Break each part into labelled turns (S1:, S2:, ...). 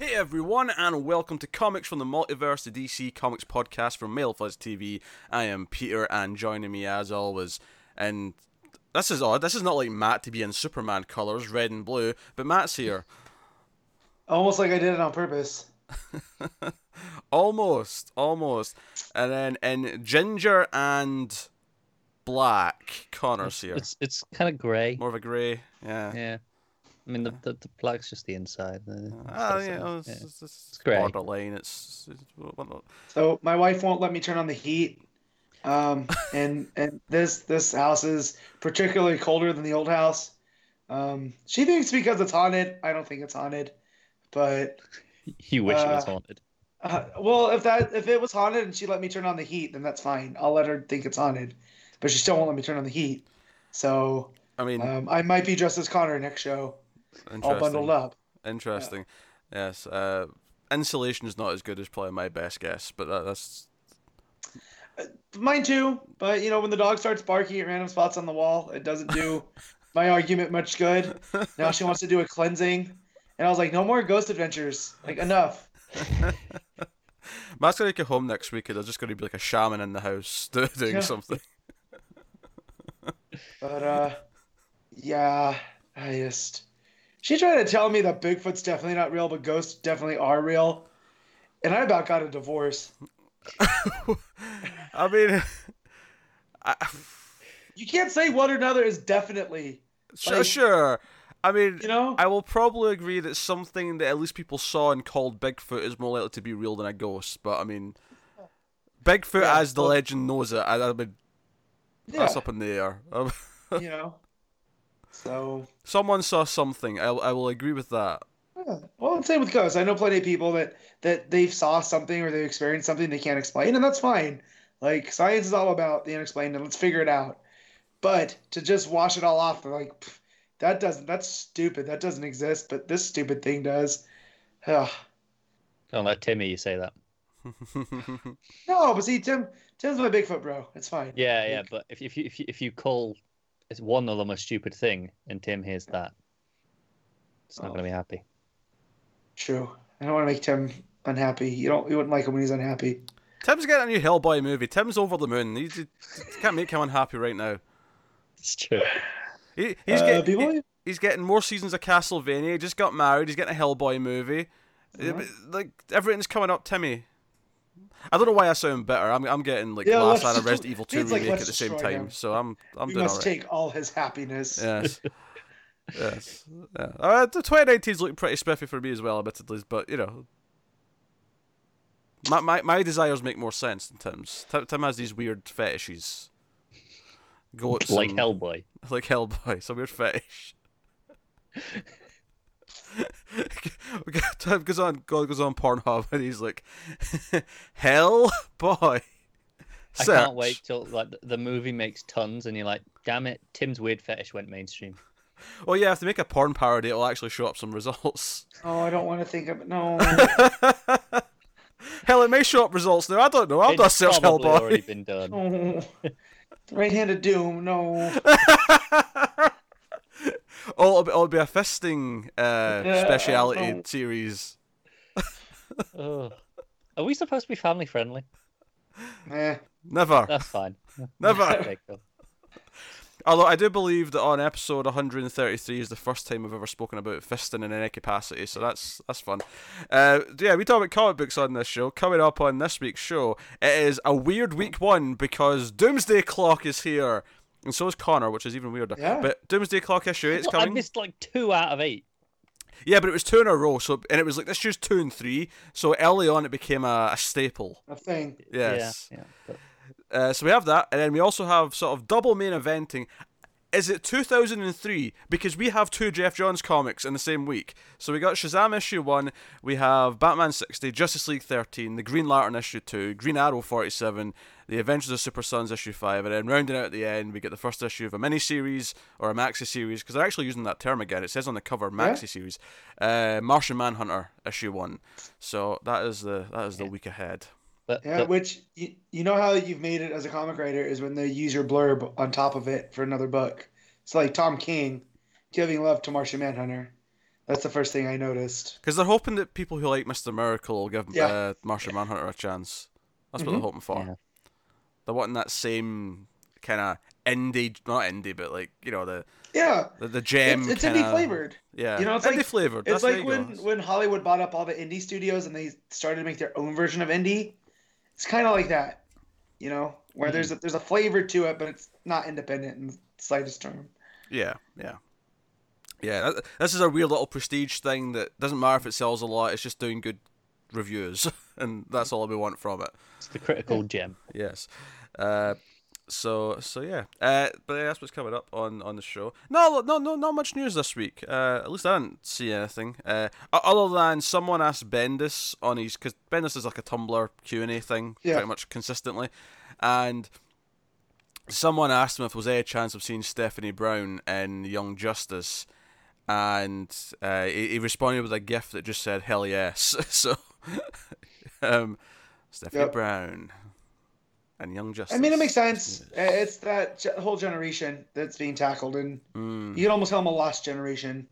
S1: Hey everyone, and welcome to Comics from the Multiverse, the DC Comics podcast from MailFuzz TV. I am Peter, and joining me as always, and this is odd. This is not like Matt to be in Superman colors, red and blue, but Matt's here.
S2: Almost like I did it on purpose.
S1: almost, almost, and then and ginger and black. Connor's here.
S3: It's it's kind of grey.
S1: More of a grey, yeah.
S3: Yeah. I mean, the, the, the black's just the inside.
S1: Ah, you know, it's, it's, it's,
S3: grey.
S1: borderline. It's, it's what not-
S2: So my wife won't let me turn on the heat. Um, and and this this house is particularly colder than the old house. Um, she thinks because it's haunted. I don't think it's haunted, but
S3: You wish it was
S2: Uh,
S3: haunted.
S2: uh, well, if that if it was haunted and she let me turn on the heat, then that's fine. I'll let her think it's haunted, but she still won't let me turn on the heat. So
S1: I mean,
S2: um, I might be dressed as Connor next show, all
S1: interesting.
S2: bundled up.
S1: Interesting. Yes. Uh, insulation is not as good as probably my best guess, but that, that's
S2: Mine too, but you know, when the dog starts barking at random spots on the wall, it doesn't do my argument much good. Now she wants to do a cleansing. And I was like, no more ghost adventures. Like, enough.
S1: Matt's gonna go home next week, and there's just gonna be like a shaman in the house doing
S2: Yeah.
S1: something.
S2: But, uh, yeah, I just. She tried to tell me that Bigfoot's definitely not real, but ghosts definitely are real. And I about got a divorce.
S1: I mean, I,
S2: You can't say one or another is definitely,
S1: sure,
S2: Like-
S1: sure. I mean,
S2: you know?
S1: I will probably agree that something that at least people saw and called Bigfoot is more likely to be real than a ghost. But I mean, Bigfoot,
S2: Yeah,
S1: as the
S2: well-
S1: legend knows it, I, I mean,
S2: yeah,
S1: that's up in the air. Um,
S2: you know? So.
S1: Someone saw something. I, I will agree with that.
S2: Yeah. Well, and same with ghosts. I know plenty of people that that they've saw something or they experienced something they can't explain, and that's fine. Like science is all about the unexplained, and let's figure it out. But to just wash it all off, they're like, "Pff, that doesn't. That's stupid. That doesn't exist. But this stupid thing does. Ugh.
S3: Don't let Oh, Timmy you say that.
S2: No, but see, Tim, Tim's my Bigfoot bro. It's fine.
S3: Yeah, yeah.
S2: Like,
S3: But if you if you if you, if you call it's one of them a stupid thing, and Tim hears that, it's not
S2: Oh.
S3: going to be happy.
S2: True. I don't want to make Tim unhappy. You don't. You wouldn't like him when he's unhappy.
S1: Tim's getting a new Hellboy movie. Tim's over the moon. He, he- can't make him unhappy right now.
S3: It's true.
S1: He, he's,
S2: Uh,
S1: get-
S2: people-
S1: he- he's getting more seasons of Castlevania. He just got married. He's getting a Hellboy movie. Uh,
S2: Mhm.
S1: but, Like everything's coming up, Timmy. I don't know why I sound bitter. I'm, I'm getting like
S2: Yeah,
S1: Last
S2: let's
S1: Night and
S2: just-
S1: Resident Evil Two
S2: it's like,
S1: remake at
S2: let's
S1: the same
S2: destroy
S1: time,
S2: him.
S1: so I'm I'm
S2: we
S1: doing
S2: must
S1: alright.
S2: take all his happiness.
S1: Yes. yes. Yeah. Uh, the 2019's looking pretty spiffy for me as well, admittedly, but you know. My, my, my desires make more sense than Tim's. Tim, Tim has these weird fetishes. Goats
S3: like
S1: and-
S3: Hellboy.
S1: like Hellboy, some weird fetish. Tim goes on, God goes on Pornhub, and he's like, "Hellboy."
S3: I
S1: Search.
S3: can't wait till like the- the movie makes tons, and you're like, damn it, Tim's weird fetish went mainstream.
S1: Well, yeah, if they make a porn parody, it'll actually show up some results.
S2: Oh, I don't want to think of it. No.
S1: Hell, it may show up results now. I don't know. I'll
S3: It's
S1: just search
S3: probably already
S1: Hellboy.
S3: been done.
S2: Oh, right-handed doom. No.
S1: Oh, it'll be, it'll be a fisting uh,
S2: Yeah,
S1: speciality
S2: oh.
S1: series.
S3: Ugh. Are we supposed to be family friendly?
S2: Eh.
S1: Never,
S3: That's fine.
S1: never.
S3: Okay, cool.
S1: Although I do believe that on episode 133 is the first time we've ever spoken about fisting in any capacity, so that's that's fun. Uh, yeah, we talk about comic books on this show. Coming up on this week's show, it is a weird week one because Doomsday Clock is here, and so is Connor, which is even weirder.
S2: Yeah.
S1: But Doomsday Clock issue eight's
S3: Well, I
S1: coming.
S3: missed like two out of eight.
S1: Yeah, but it was two in a row, so and it was like this year's two and three, so early on it became a, a staple.
S2: a thing.
S1: Yes.
S3: Yeah, yeah. But
S1: Uh, so we have that, and then we also have sort of double main eventing. Is it 2003? Because we have two Jeff Johns comics in the same week. So we got Shazam issue 1, we have Batman 60, Justice League 13, the Green Lantern issue 2, Green Arrow 47, the Adventures of Super Sons issue 5, and then rounding out at the end, we get the first issue of a miniseries or a maxi series, because they're actually using that term again. It says on the cover maxi series, uh, Martian Manhunter issue 1. So that is the, that is the week ahead.
S3: but,
S2: Yeah,
S3: but
S2: which you, you know how you've made it as a comic writer is when they use your blurb on top of it for another book. It's like Tom King giving love to Martian Manhunter. That's the first thing I noticed.
S1: Because they're hoping that people who like Mr. Miracle will give
S2: Yeah.
S1: uh, Martian Manhunter a chance. That's what they're hoping for.
S3: Yeah.
S1: They're wanting that same kind of indie, not indie, but like you know the
S2: Yeah,
S1: the, the gem.
S2: it's, it's
S1: kinda-
S2: indie flavored.
S1: Yeah,
S2: You know, it's
S1: indie
S2: like-
S1: flavored. That's
S2: It's
S1: the way
S2: like
S1: it
S2: when
S1: goes.
S2: when Hollywood bought up all the indie studios and they started to make their own version of indie. It's kind of like that, you know, where there's a, there's a flavor to it, but it's not independent in the slightest term.
S1: Yeah, yeah, yeah. That, this is a weird little prestige thing that doesn't matter if it sells a lot. It's just doing good reviews, and that's all we want from it.
S3: It's the critical gem.
S1: Yes. Uh, so so yeah. Uh, but yeah, that's what's coming up on on the show. No no no not much news this week. Uh, at least I didn't see anything. Uh, o- other than someone asked Bendis on his because Bendis is like a Tumblr Q and A thing
S2: Yeah.
S1: pretty much consistently, and. Someone asked him if there was any chance of seeing Stephanie Brown in Young Justice, and uh, he, he responded with a gif that just said "Hell yes." so, um, Stephanie
S2: Yep.
S1: Brown and Young Justice.
S2: I mean, it makes sense. Uh, It's that ge- whole generation that's being tackled, and
S1: Mm.
S2: you can almost call them a lost generation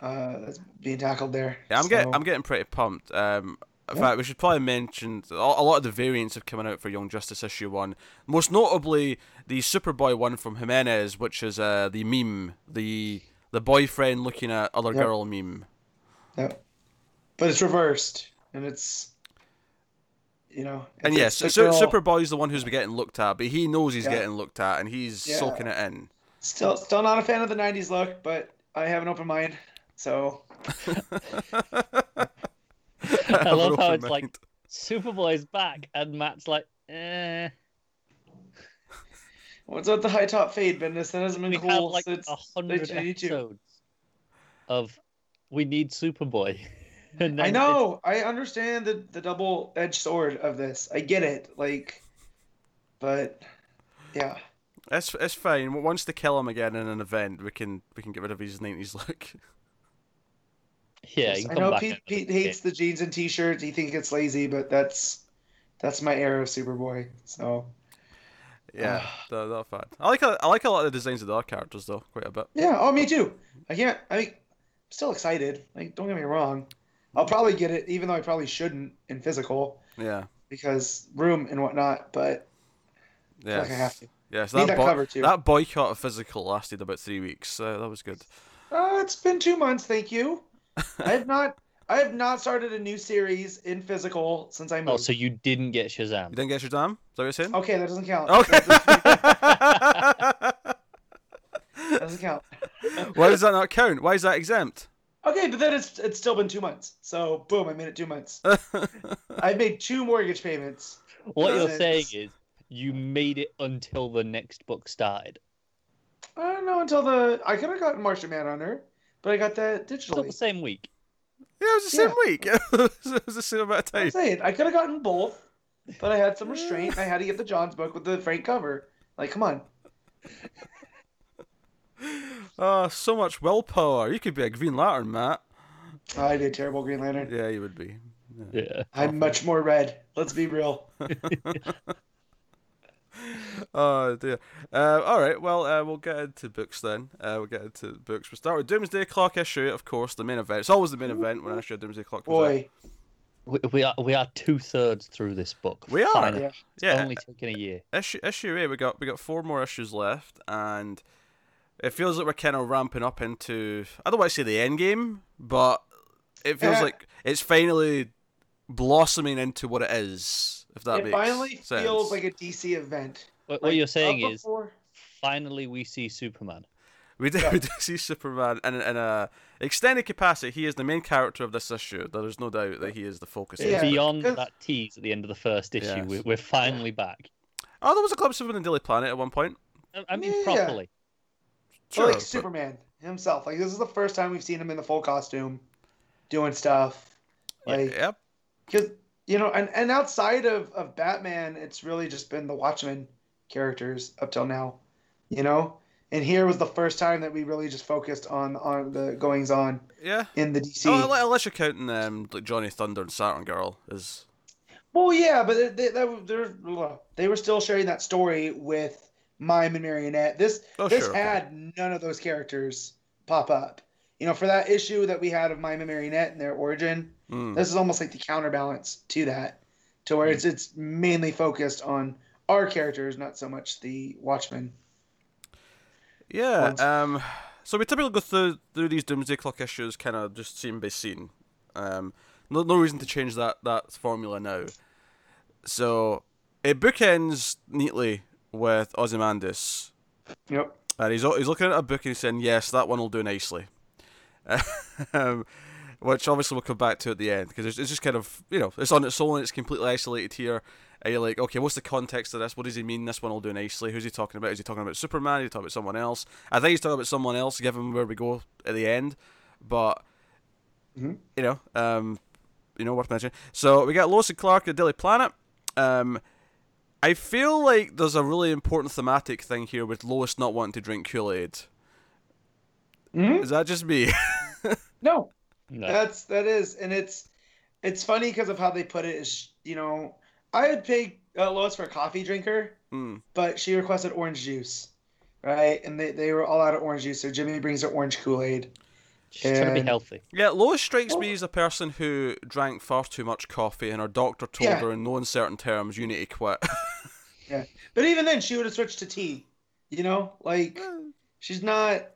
S2: uh, that's being tackled there.
S1: Yeah, I'm getting
S2: So-
S1: I'm getting pretty pumped. Um, in fact, we should probably mention a a lot of the variants have coming out for Young Justice issue one. Most notably, the Superboy one from Jimenez, which is uh, the meme, the the boyfriend looking at other
S2: Yep.
S1: girl meme.
S2: Yep. But it's reversed, and it's you know.
S1: And
S2: it's-
S1: yes,
S2: it's the
S1: Su-
S2: girl
S1: Superboy's the one who's getting looked at, but he knows he's
S2: Yeah.
S1: getting looked at, and he's
S2: Yeah.
S1: soaking it in.
S2: Still, still not a fan of the '90s look, but I have an open mind. So
S1: Have
S3: I
S1: an
S3: love how
S1: open
S3: it's like
S1: mind.
S3: Superboy's back and Matt's like, eh.
S2: what's up with the high top fade business? That hasn't been
S3: We
S2: cool
S3: have like
S2: since.
S3: a hundred
S2: 1982.
S3: episodes of we need Superboy. and
S2: I
S3: then
S2: know. I understand the the double edged sword of this. I get it. Like, but yeah,
S1: It's it's fine. W- Once they kill him again in an event, we can we can get rid of his nineties look.
S3: it's- Yeah, you can
S2: I
S3: come
S2: know
S3: back
S2: Pete,
S3: and-
S2: Pete hates the jeans and t-shirts. He thinks it's lazy, but that's that's my era of Superboy. So
S1: Yeah, they're, they're fine. I like a, I like a lot of the designs of the other characters though, quite a bit.
S2: Yeah, oh, me too. I can't. I mean, I'm still excited. Like, don't get me wrong. I'll probably get it, even though I probably shouldn't in physical
S1: Yeah,
S2: because room and whatnot. But I feel
S1: yeah,
S2: like I have to.
S1: yeah. So
S2: Need
S1: that,
S2: that
S1: boy-
S2: cover, too.
S1: that boycott of physical lasted about three weeks. So that was good.
S2: Uh, it's been two months. Thank you. I have not. I have not started a new series in physical since I moved.
S3: Oh, so you didn't get
S1: You
S3: Shazam.
S1: didn't get your damn? Is that what you're saying?
S2: Okay, that doesn't count.
S1: Oh,
S2: That
S1: Okay.
S2: doesn't count.
S1: Why does that not count? Why is that exempt?
S2: Okay, but then it's it's still been two months. So boom, I made it two months. I've made two mortgage payments.
S3: What you're
S2: Yes.
S3: saying is you made it until the next book started.
S2: I don't know until the I could have gotten Martian Manhunter, but I got that
S3: Still the
S2: digitally.
S3: same week.
S1: Yeah, it was the same week. it was the same amount of
S2: I'm
S1: time.
S2: saying I could have gotten both, but I had some restraint. I had to get the Johns book with the Frank cover. Like, come on.
S1: Oh, so much willpower. You could be a Green Lantern, Matt.
S2: I'd be a terrible Green Lantern.
S1: Yeah, you would be.
S3: Yeah.
S2: I'm much more red. Let's be real.
S1: Oh dear. Uh, all right. Well, uh, we'll get into books then. Uh, we'll get into books. We'll start with Doomsday Clock issue, of course, the main event. It's always the main event when I show Doomsday Clock. comes out.
S2: Boy,
S3: We, we are we are two thirds through this book.
S1: We are.
S3: finally.
S2: Yeah.
S3: It's
S1: Yeah.
S3: only taken a year.
S1: Issue issue eight. We got we got four more issues left, and it feels like we're kind of ramping up into. I don't want to say the end game, but it feels
S2: Yeah.
S1: like it's finally blossoming into what it is. If that
S2: it
S1: makes
S2: finally
S1: sense.
S2: feels like a DC event.
S3: What,
S2: Like, uh,
S3: what you're saying
S2: up
S3: is
S2: before-
S3: finally we see Superman.
S1: We did,
S2: Yeah.
S1: we did see Superman in, in a extended capacity. He is the main character of this issue. There is no doubt that he is the focus. of
S2: Yeah.
S1: this.
S3: Beyond
S2: because-
S3: that tease at the end of the first issue,
S1: Yes.
S3: we, we're finally back.
S1: Oh, there was a glimpse of him in Daily Planet at one point.
S3: I- I mean,
S2: Yeah.
S3: properly.
S2: well, like
S1: but-
S2: Superman himself. Like this is the first time we've seen him in the full costume, doing stuff. Like
S1: yeah,
S2: because you know and, and outside of, of batman it's really just been the watchmen characters up till now you know and here was the first time that we really just focused on on the goings on
S1: yeah.
S2: in the dc
S1: Oh, unle- unless you're counting um, like Johnny Thunder and Saturn Girl is.
S2: well yeah but they, they, that- they're, they were still sharing that story with mime and marionette this
S1: Oh,
S2: this
S1: sure.
S2: had none of those characters pop up you know, for that issue that we had of Mime and Marionette and their origin,
S1: Mm.
S2: this is almost like the counterbalance to that, to where it's it's mainly focused on our characters, not so much the Watchmen.
S1: Yeah.
S2: Once-
S1: Um, so we typically go through through these Doomsday Clock issues, kind of just scene by scene. Um, no, no reason to change that that formula now. So it bookends neatly with Ozymandias,
S2: Yep.
S1: and he's o- he's looking at a book and he's saying, "Yes, that one will do nicely," um, which obviously we'll come back to at the end because it's, it's just kind of you know it's on its own, it's completely isolated here. And you're like, okay, what's the context of this? What does he mean? This one will do nicely. Who's he talking about? Is he talking about Superman? Is he talking about someone else? I think he's talking about someone else, given where we go at the end. But
S2: Mhm.
S1: you know, um, you know, worth mentioning. So we got Lois and Clark at Daily Planet. Um, I feel like there's a really important thematic thing here with Lois not wanting to drink Kool Aid.
S2: Mhm.
S1: Is that just me?
S2: No,
S3: No.
S2: That's that is, and it's it's funny because of how they put it. Is you know, I would pay uh, Lois for a coffee drinker,
S1: Hmm.
S2: but she requested orange juice, right? And they, they were all out of orange juice, so Jimmy brings her orange Kool Aid.
S3: She's trying to be
S2: and-
S3: healthy.
S1: Yeah, Lois strikes me as a person who drank far too much coffee, and her doctor told
S2: Yeah.
S1: her in no uncertain terms, "You need to quit."
S2: But even then, she would have switched to tea. You know, like she's not.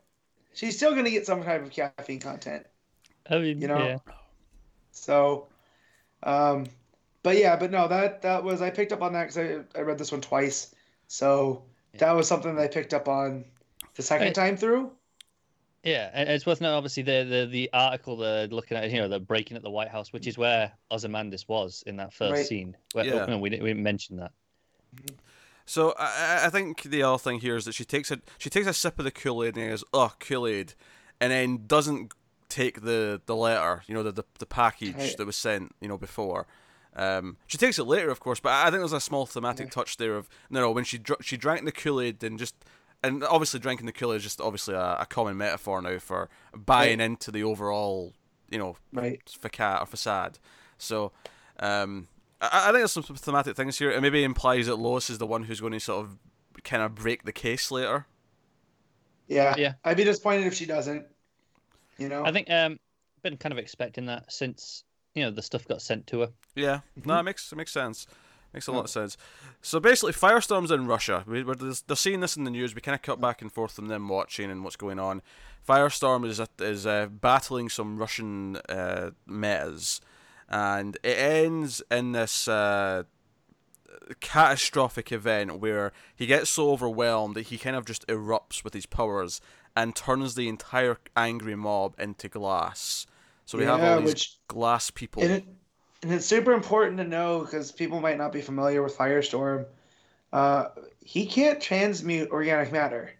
S2: She's still gonna get some type of caffeine content.
S3: I mean,
S2: You know?
S3: yeah.
S2: So, um, but yeah, but no, that that was I picked up on that because I, I read this one twice. So that was something that I picked up on the second
S3: Hey.
S2: time through.
S3: Yeah, and it's worth noting, obviously, the, the, the article they're looking at, you know, they're breaking at the White House, which is where Ozymandias was in that first
S2: Right.
S3: scene. Where, oh,
S1: Yeah.
S3: no, we, didn't, we didn't mention that.
S1: So I, I- I think the other thing here is that she takes a she takes a sip of the Kool Aid and goes, "Oh, Kool Aid," and then doesn't take the the letter, you know, the the, the package
S2: Right.
S1: that was sent, you know, before. Um, she takes it later, of course, but I I think there's a small thematic touch there of no, no, when she dr- she drank the Kool Aid and just. And obviously, drinking the Kool Aid is just obviously a, a common metaphor now for buying
S2: Right.
S1: into the overall, you know,
S2: Right.
S1: faca or facade. So, um, I, I think there's some thematic things here. It maybe implies that Lois is the one who's going to sort of kind of break the case later.
S2: Yeah.
S3: Yeah.
S2: I'd be disappointed if she doesn't. You know.
S3: I think um been kind of expecting that since, you know, the stuff got sent to her.
S1: Yeah,
S2: Mm-hmm.
S1: no, it makes it makes sense. Makes a lot of sense. So basically, firestorms in Russia. We, we're, just- they're seeing this in the news. We kind of cut back and forth from them watching and what's going on. Firestorm is is uh, battling some Russian uh, metas, and it ends in this uh, catastrophic event where he gets so overwhelmed that he kind of just erupts with his powers and turns the entire angry mob into glass. So we have
S2: Yeah,
S1: all these
S2: which-
S1: glass people.
S2: and, it, and it's super important to know because people might not be familiar with Firestorm. Uh, he can't transmute organic matter,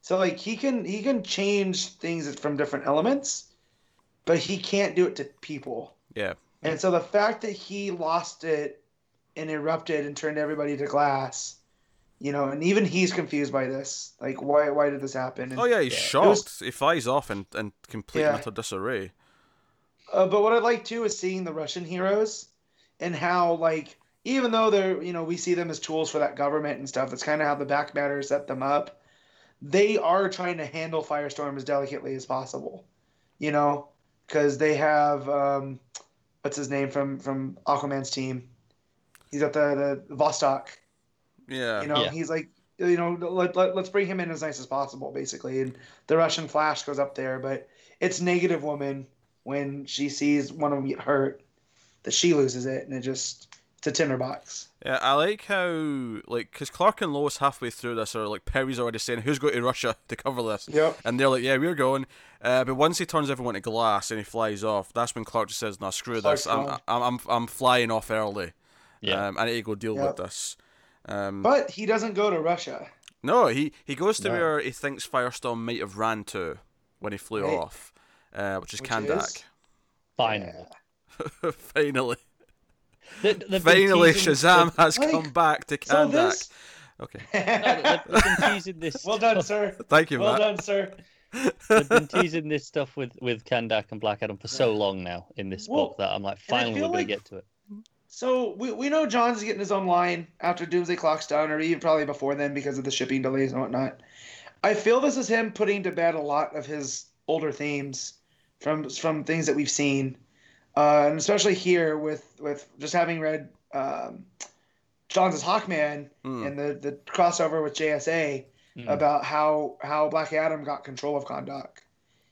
S2: so like he can he can change things from different elements, but he can't do it to people.
S1: Yeah.
S2: And so the fact that he lost it and erupted and turned everybody to glass, you know, and even he's confused by this. Like, why why did this happen? And-
S1: Oh yeah, he's
S3: Yeah.
S1: shocked.
S2: It was-
S1: He flies off in, in complete
S2: Yeah.
S1: and utter disarray.
S2: Uh, but what I like too is seeing the Russian heroes and how like even though they're you know we see them as tools for that government and stuff, that's kind of how the back matter set them up. They are trying to handle Firestorm as delicately as possible, you know, because they have um, what's his name from from Aquaman's team. He's at the the Vostok.
S1: Yeah.
S2: You know,
S3: Yeah.
S2: he's like, you know, let, let, let's bring him in as nice as possible, basically. And the Russian Flash goes up there, but it's Negative Woman when she sees one of them get hurt that she loses it, and it just it's a tinderbox.
S1: yeah, I like how like because Clark and Lois halfway through this are like Perry's already saying who's going to Russia to cover this,
S2: Yep.
S1: and they're like yeah we're going, uh, but once he turns everyone to glass and he flies off, that's when Clark just says no screw
S2: Clark's
S1: this I'm,
S2: gone.
S1: I'm I'm I'm flying off early.
S3: Yeah.
S1: Um, I need to go deal
S2: Yep.
S1: with this. Um,
S2: But he doesn't go to Russia.
S1: No, he, he goes to
S3: No.
S1: where he thinks Firestorm might have ran to when he flew
S2: Right.
S1: off, uh, which is
S2: Which
S1: Kandak.
S2: is-
S3: Finally.
S1: Finally.
S3: They- they've been
S1: Finally,
S3: teasing-
S1: Shazam has
S2: Like,
S1: come back to
S2: So
S1: Kandak.
S2: this.
S1: Okay,
S3: No, they've, they've been teasing this.
S2: well done, sir.
S1: thank you,
S2: Well
S1: Matt.
S2: done, sir.
S3: They've been teasing this stuff with with Kandak and Black Adam for so long now in this
S2: Well,
S3: book that I'm like,
S2: and I
S3: finally, we're
S2: feel
S3: gonna
S2: like-
S3: get to it.
S2: So we, we know John's getting his own line after Doomsday Clock's done, or even probably before then because of the shipping delays and whatnot. I feel this is him putting to bed a lot of his older themes from from things that we've seen, uh, and especially here with with just having read um, John's Hawkman
S1: Mm.
S2: and the the crossover with JSA
S3: Mm.
S2: about how how Black Adam got control of Kondak.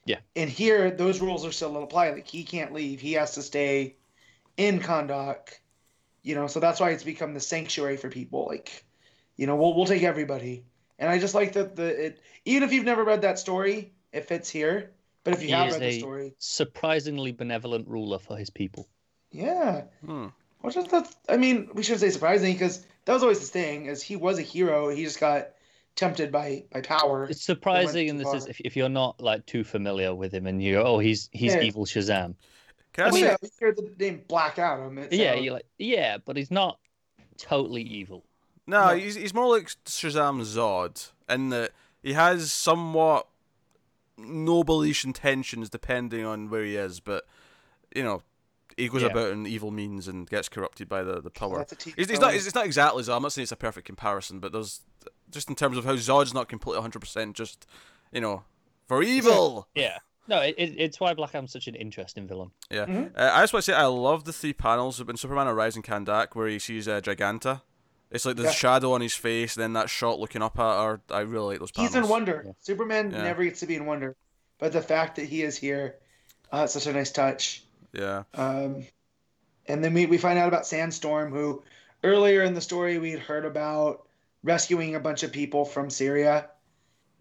S3: Yeah.
S2: And here those rules are still in apply. Like he can't leave. He has to stay in Kondak. You know, so that's why it's become the sanctuary for people. Like, you know, we'll we'll take everybody. And I just like that the it even if you've never read that story, it fits here. But if you
S3: He
S2: have
S3: is
S2: read
S3: a-
S2: the story,
S3: Surprisingly benevolent ruler for his people.
S2: yeah.
S1: Hmm.
S2: Which is that? I mean, we should say surprising because that was always his thing. Is he was a hero. He just got tempted by by power.
S3: It's surprising in
S2: too
S3: this is
S2: far.
S3: if, if you're not like too familiar with him and you're oh he's he's
S2: Yeah.
S3: evil Shazam.
S1: Can I
S2: well,
S1: say
S2: yeah, we hear the name Black Adam. It
S3: yeah,
S2: sounds-
S3: you're like yeah, but he's not totally evil.
S1: No,
S2: No.
S1: he's he's more like Shazam Zod in that he has somewhat nobleish intentions depending on where he is, but you know, he goes
S3: Yeah.
S1: about in evil means and gets corrupted by the, the power.
S2: That's a TV
S1: It's, it's not it's, it's not exactly Zod. I'm not saying it's a perfect comparison, but there's just in terms of how Zod's not completely 100 percent just you know for evil.
S3: Yeah. No, it, it, it's why Black Adam's such an interesting villain.
S1: Yeah,
S2: Mhm.
S1: uh, I just want to say I love the three panels in Superman Arise and Kandak where he sees uh, Giganta. It's like the
S2: Yeah.
S1: shadow on his face, and then that shot looking up at her. I really like those panels.
S2: he's in wonder.
S3: Yeah.
S2: Superman
S1: Yeah.
S2: never gets to be in wonder, but the fact that he is here, uh, it's such a nice touch.
S1: Yeah.
S2: Um, and then we, we find out about Sandstorm, who earlier in the story we had heard about rescuing a bunch of people from Syria,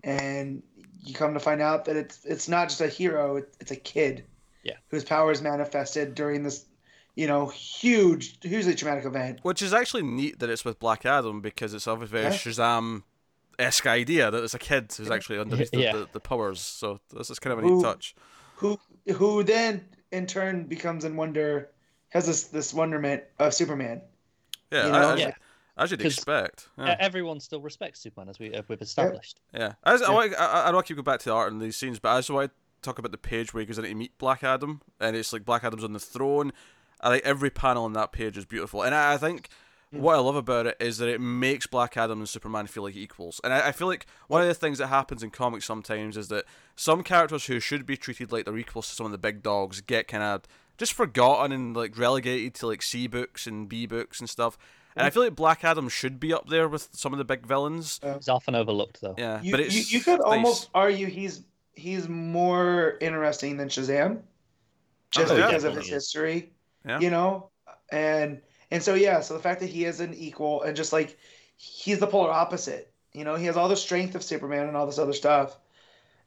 S2: and you come to find out that it's it's not just a hero; it- it's a kid,
S3: Yeah.
S2: whose powers manifested during this, you know, huge, hugely traumatic event.
S1: Which is actually neat that it's with Black Adam because it's obviously a
S2: Yeah.
S1: Shazam esque idea that it's a kid who's actually underneath the-
S3: Yeah.
S1: the, the, powers. So this is kind of a neat
S2: Ooh.
S1: touch.
S2: who who then in turn becomes in wonder has this this wonderment of Superman.
S1: Yeah,
S2: You
S1: I-
S2: know?
S1: as,
S3: Yeah.
S1: as you'd
S3: 'Cause-
S1: expect.
S3: E-
S1: Yeah.
S3: Everyone still respects Superman as we, uh, we've established.
S1: yeah. I, just- I,
S2: Yeah.
S1: want- I, I- I know I keep going back to the art in these scenes, but I just want to talk about the page where he goes in to meet Black Adam, and it's like Black Adam's on the throne. I think every panel on that page is beautiful, and I, I think what I love about it is that it makes Black Adam and Superman feel like equals. And I, I feel like one of the things that happens in comics sometimes is that some characters who should be treated like they're equals to some of the big dogs get kind of just forgotten and like relegated to like C books and B books and stuff. And I feel like Black Adam should be up there with some of the big villains.
S3: It's often overlooked though.
S1: Yeah,
S2: You,
S1: but it's
S2: you, you could
S1: nice.
S2: almost argue he's he's more interesting than Shazam, just
S1: Oh, yeah.
S2: because of his
S3: Definitely.
S2: history.
S1: Yeah.
S2: You know, and and so yeah, so the fact that he is an equal and just like he's the polar opposite. You know, he has all the strength of Superman and all this other stuff,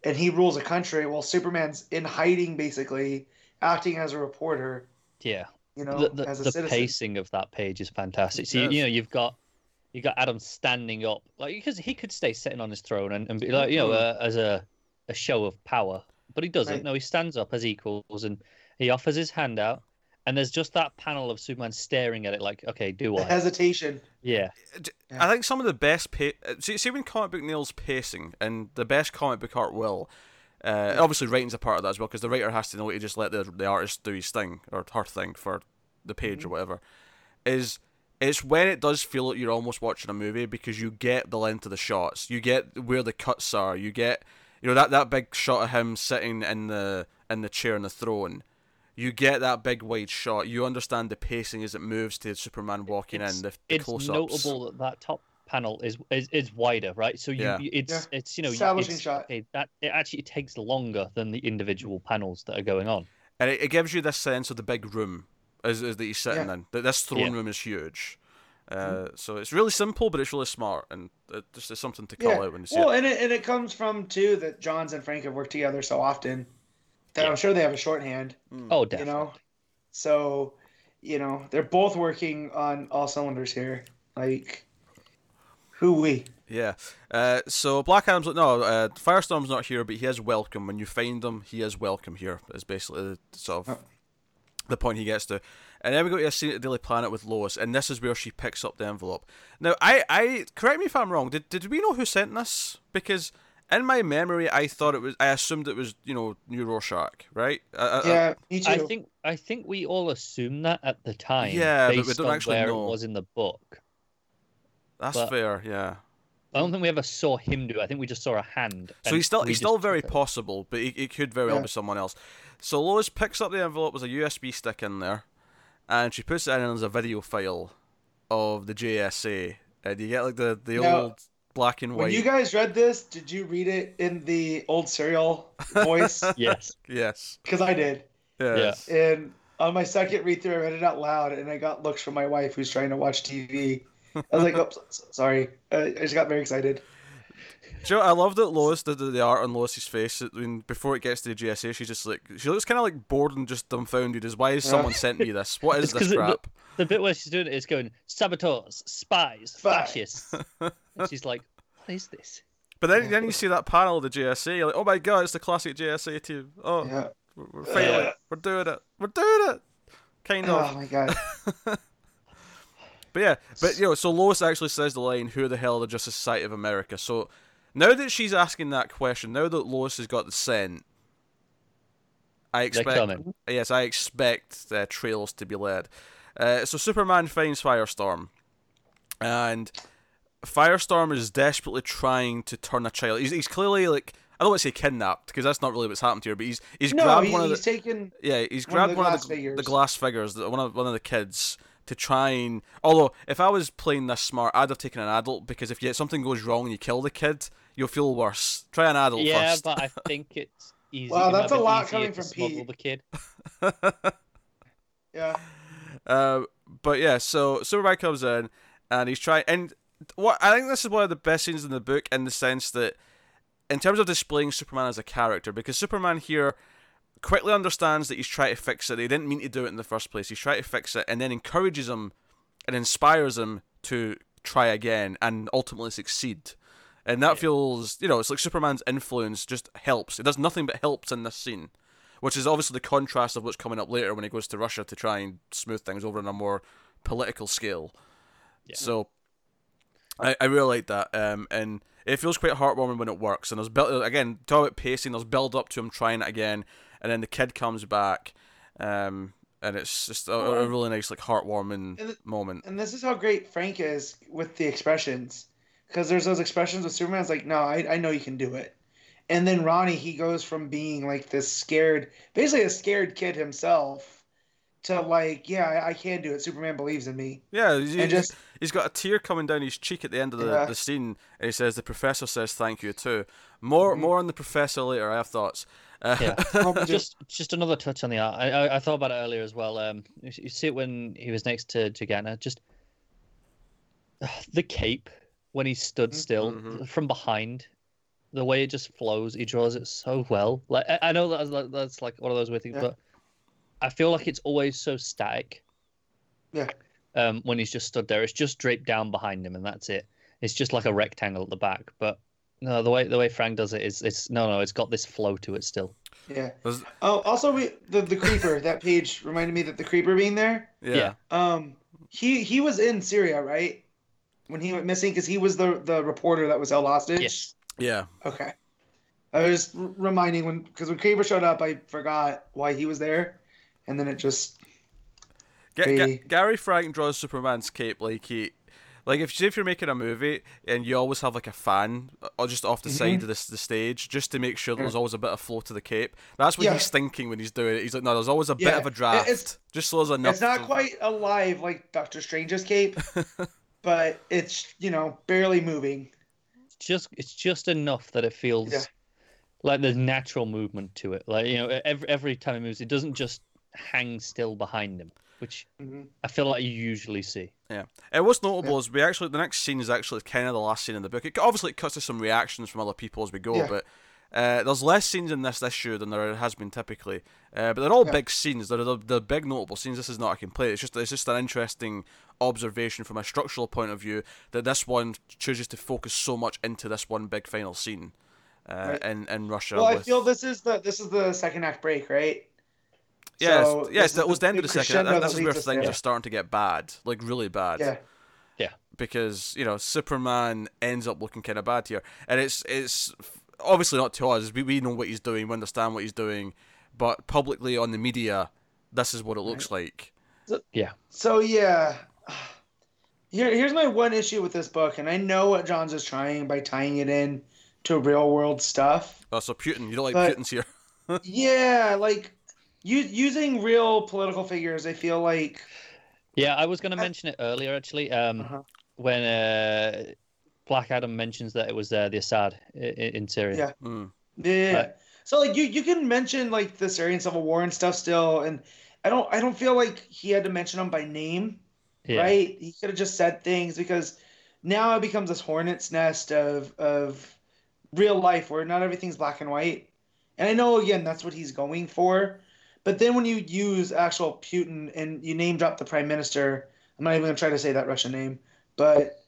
S2: and he rules a country. Well, Superman's in hiding basically, acting as a reporter.
S3: Yeah.
S2: You know,
S3: the, the,
S2: as a
S3: the
S2: citizen.
S3: pacing of that page is fantastic. So you,
S1: Yes.
S3: you know you've got you got Adam standing up, like because he could stay sitting on his throne and, and be like you know uh, as a a show of power, but he doesn't.
S2: Right.
S3: No, he stands up as equals and he offers his hand out. And there's just that panel of Superman staring at it, like, okay, do
S2: The
S3: I?
S2: hesitation.
S3: Yeah,
S1: I think some of the best pa- uh, see, see when comic book nails pacing and the best comic book art will. Uh, and obviously, writing's a part of that as well because the writer has to know to just let the the artist do his thing or her thing for the page
S3: Mm-hmm.
S1: or whatever. Is it's when it does feel like you're almost watching a movie because you get the length of the shots, you get where the cuts are, you get you know that that big shot of him sitting in the in the chair on the throne. You get that big wide shot. You understand the pacing as it moves to Superman walking
S3: It's-
S1: in. The, the
S3: it's
S1: close-ups.
S3: notable that that top panel is is, is wider, right? So you,
S1: Yeah.
S3: you it's it's you know
S2: Establishing
S3: it's-
S2: shot.
S3: Okay, that it actually takes longer than the individual panels that are going
S2: Mm.
S3: on.
S1: and it, it gives you this sense of the big room as, as that he's sitting
S2: Yeah. Mm.
S1: in. That this throne
S3: Yeah.
S1: room is huge. Uh, So it's really simple, but it's really smart, and it just it's something to call out when you see
S2: well,
S1: it.
S2: and it and it comes from too that Johns and Frank have worked together so often that
S3: Yeah.
S2: I'm sure they have a shorthand.
S1: Mm.
S3: Oh, definitely.
S2: You know, so you know they're both working on all cylinders here. Like, who we?
S1: Yeah. Uh, so Black Adam's no uh, Firestorm's not here, but he is welcome. When you find him, he is welcome here. Is basically the, sort of the point he gets to. And then we go to a scene at Daily Planet with Lois, and this is where she picks up the envelope. Now, I, I correct me if I'm wrong. Did did we know who sent this? Because in my memory, I thought it was. I assumed it was you know New Rorschach, right? Uh,
S2: yeah, me too.
S3: I think I think we all assumed that at the time.
S1: Yeah, but we
S3: based
S1: don't
S3: on
S1: actually
S3: where
S1: know.
S3: it was in the book.
S1: that's
S3: but-
S1: fair. Yeah.
S3: I don't think we ever saw him do it. I think we just saw a hand.
S1: So
S3: and
S1: he's still
S3: we
S1: he's
S3: just
S1: still
S3: took
S1: very
S3: it.
S1: possible, but he, he could very well
S2: Yeah.
S1: be someone else. So Lois picks up the envelope. There's a USB stick in there, and she puts it in, and there's a video file of the JSA. And Uh, you get like the the
S2: Now,
S1: old black and
S2: When
S1: white.
S2: you guys read this, did you read it in the old serial voice?
S3: Yes.
S1: yes.
S2: Because I did.
S1: Yes.
S2: And on my second read through, I read it out loud, and I got looks from my wife who's trying to watch TV. I was like, "Oops, s- sorry." I I just got very excited.
S1: Do you know, I love that Lois did the, the art on Lois's face. I mean, before it gets to the GSA, she's just like she looks kind of like bored and just dumbfounded. As why has
S2: Yeah.
S1: someone sent me this? What is
S3: It's
S1: this
S3: 'cause it
S1: crap?
S3: look- The bit where she's doing it is going saboteurs, spies,
S2: Spies.
S3: fascists. and she's like, "What is this?"
S1: but then then you see that panel of the GSA. You're like, oh my god, it's the classic GSA team. Oh,
S2: Yeah.
S1: we're, we're failing.
S2: Ugh.
S1: We're doing it. We're doing it. Kind of.
S2: Oh my god.
S1: But yeah, but you know, so Lois actually says the line, "Who the hell are the Justice Society of America?" So now that she's asking that question, now that Lois has got the scent, I
S3: They're
S1: expect
S3: coming.
S1: yes, I expect uh, trails to be led. Uh, so Superman finds Firestorm, and Firestorm is desperately trying to turn a child. He's, he's clearly like I don't want to say kidnapped because that's not really what's happened here, but he's he's
S2: No,
S1: grabbed
S2: he,
S1: one of the
S2: he's taken.
S1: yeah, he's
S2: One
S1: grabbed
S2: of the
S1: one of
S2: glass
S1: the,
S2: figures.
S1: the glass figures, the- one of one of the kids, to try and. Although, if I was playing this smart, I'd have taken an adult because if you, something goes wrong and you kill the kid, you'll feel worse. Try an adult
S3: yeah,
S1: first.
S3: but I think it's easy.
S2: Wow,
S3: it might
S2: that's a
S3: be
S2: lot
S3: easier
S2: coming
S3: to
S2: from
S3: smuggle
S2: Pete.
S3: The kid.
S2: Yeah.
S1: Uh, but yeah, so Superman comes in and he's trying. And what I think this is one of the best scenes in the book in the sense that, in terms of displaying Superman as a character, because Superman here quickly understands that he's trying to fix it. He didn't mean to do it in the first place. He's trying to fix it and then encourages him and inspires him to try again and ultimately succeed. And that feels, you know, it's like Superman's influence just helps. It does nothing but helps in this scene, which is obviously the contrast of what's coming up later when he goes to Russia to try and smooth things over on a more political scale.
S3: Yeah.
S1: So I, I really like that. Um, and it feels quite heartwarming when it works. And there's build again, talk about pacing. There's build up to him trying it again, and then the kid comes back, um, and it's just oh, a, a really nice, like heartwarming
S2: And the-
S1: moment.
S2: And this is how great Frank is with the expressions, because there's those expressions with Superman. It's like, no, I, I know you can do it. And then Ronnie, he goes from being like this scared, basically a scared kid himself, to like, yeah, I, I can do it. Superman believes in me.
S1: Yeah, he's,
S2: And just
S1: he's got a tear coming down his cheek at the end of the,
S2: Yeah.
S1: the scene, and he says, "The professor says thank you too." More
S2: Mm-hmm.
S1: more on the professor later. I have thoughts. Uh,
S3: Yeah.
S2: Hope-
S3: just just another touch on the art. I, I, I thought about it earlier as well. Um, you, s- you see it when he was next to Gigana. Just the cape when he
S2: Mm-hmm.
S3: stood still
S1: Mhm.
S3: from behind, the way it just flows. He draws it so well. Like I, I know that's like, that's like one of those weird things,
S2: Yeah.
S3: but I feel like it's always so static.
S2: Yeah.
S3: Um, when he's just stood there, it's just draped down behind him, and that's it. It's just like a rectangle at the back, but. No, the way the way Frank does it is it's no no it's got this flow to it still.
S2: yeah.
S1: there's-
S2: Oh, also we the the creeper. that page reminded me that the creeper being there.
S1: yeah.
S3: Yeah.
S2: Um, he he was in Syria, right? When he went missing, because he was the the reporter that was held hostage.
S3: Yes.
S1: yeah.
S2: Okay. I was just r- reminding when because when Kramer showed up, I forgot why he was there, and then it just
S1: Ga- Ga-
S2: They-
S1: Gary Frank draws Superman's cape like he, like if if you're making a movie and you always have like a fan or just off the
S2: Mm-hmm.
S1: side of the, s- the stage just to make sure that there's always a bit of flow to the cape. That's what
S2: Mm. Yeah.
S1: he's thinking when he's doing it. He's like, no, there's always a bit
S2: Yeah.
S1: of a
S2: It-
S1: draft,
S2: it's-
S1: just so there's enough.
S2: it's not
S1: to-
S2: quite alive like Doctor Strange's cape, but it's you know barely moving.
S3: just it's just enough that it feels
S2: Yeah.
S3: like there's natural movement to it. Like you know, e-, every every time he moves, it doesn't just hang still behind him, which
S2: Mhm.
S3: I feel like you usually see.
S1: Yeah. And what's notable is we actually the next scene is actually kind of the last scene in the book. It obviously it cuts to some reactions from other people as we go,
S2: Yeah.
S1: but uh, there's less scenes in this issue than there has been typically. Uh, but they're all big scenes. They're the, the big notable scenes. This is not a complaint. It's just it's just an interesting observation from a structural point of view that this one chooses to focus so much into this one big final scene uh,
S2: Right.
S1: in in Russia.
S2: Well, I
S1: with-
S2: feel this is the this is the second act break, right?
S1: Yes,
S2: so
S1: yes,
S2: this is
S1: that was
S2: the
S1: the end of the
S2: big
S1: second.
S2: crescendo
S1: That, that's
S2: that
S1: where
S2: leads us
S1: things
S2: there.
S1: are starting to get bad, like really bad.
S2: Yeah,
S1: because you know Superman ends up looking kind of bad here, and it's it's obviously not to us. We we know what he's doing, we understand what he's doing, but publicly on the media, this is what it looks like.
S3: Yeah,
S2: So yeah, Here, here's my one issue with this book, and I know what Johns is trying by tying it in to real world stuff.
S1: Oh, so Putin. You don't like
S2: But-
S1: Putin's here.
S2: yeah, like u- using real political figures, I feel like
S3: Yeah, I was going to
S2: Uh,
S3: mention it earlier actually. Um,
S2: Uh-huh.
S3: when uh, Black Adam mentions that it was uh, the Assad in, in Syria.
S2: Yeah.
S1: Mm.
S2: Yeah.
S3: Right.
S2: So like you you can mention like the Syrian civil war and stuff still and I don't I don't feel like he had to mention them by name,
S3: Yeah.
S2: right? He could have just said things because now it becomes this hornet's nest of of real life where not everything's black and white. And I know again that's what he's going for, but then when you use actual Putin and you name drop the prime minister, I'm not even gonna try to say that Russian name, but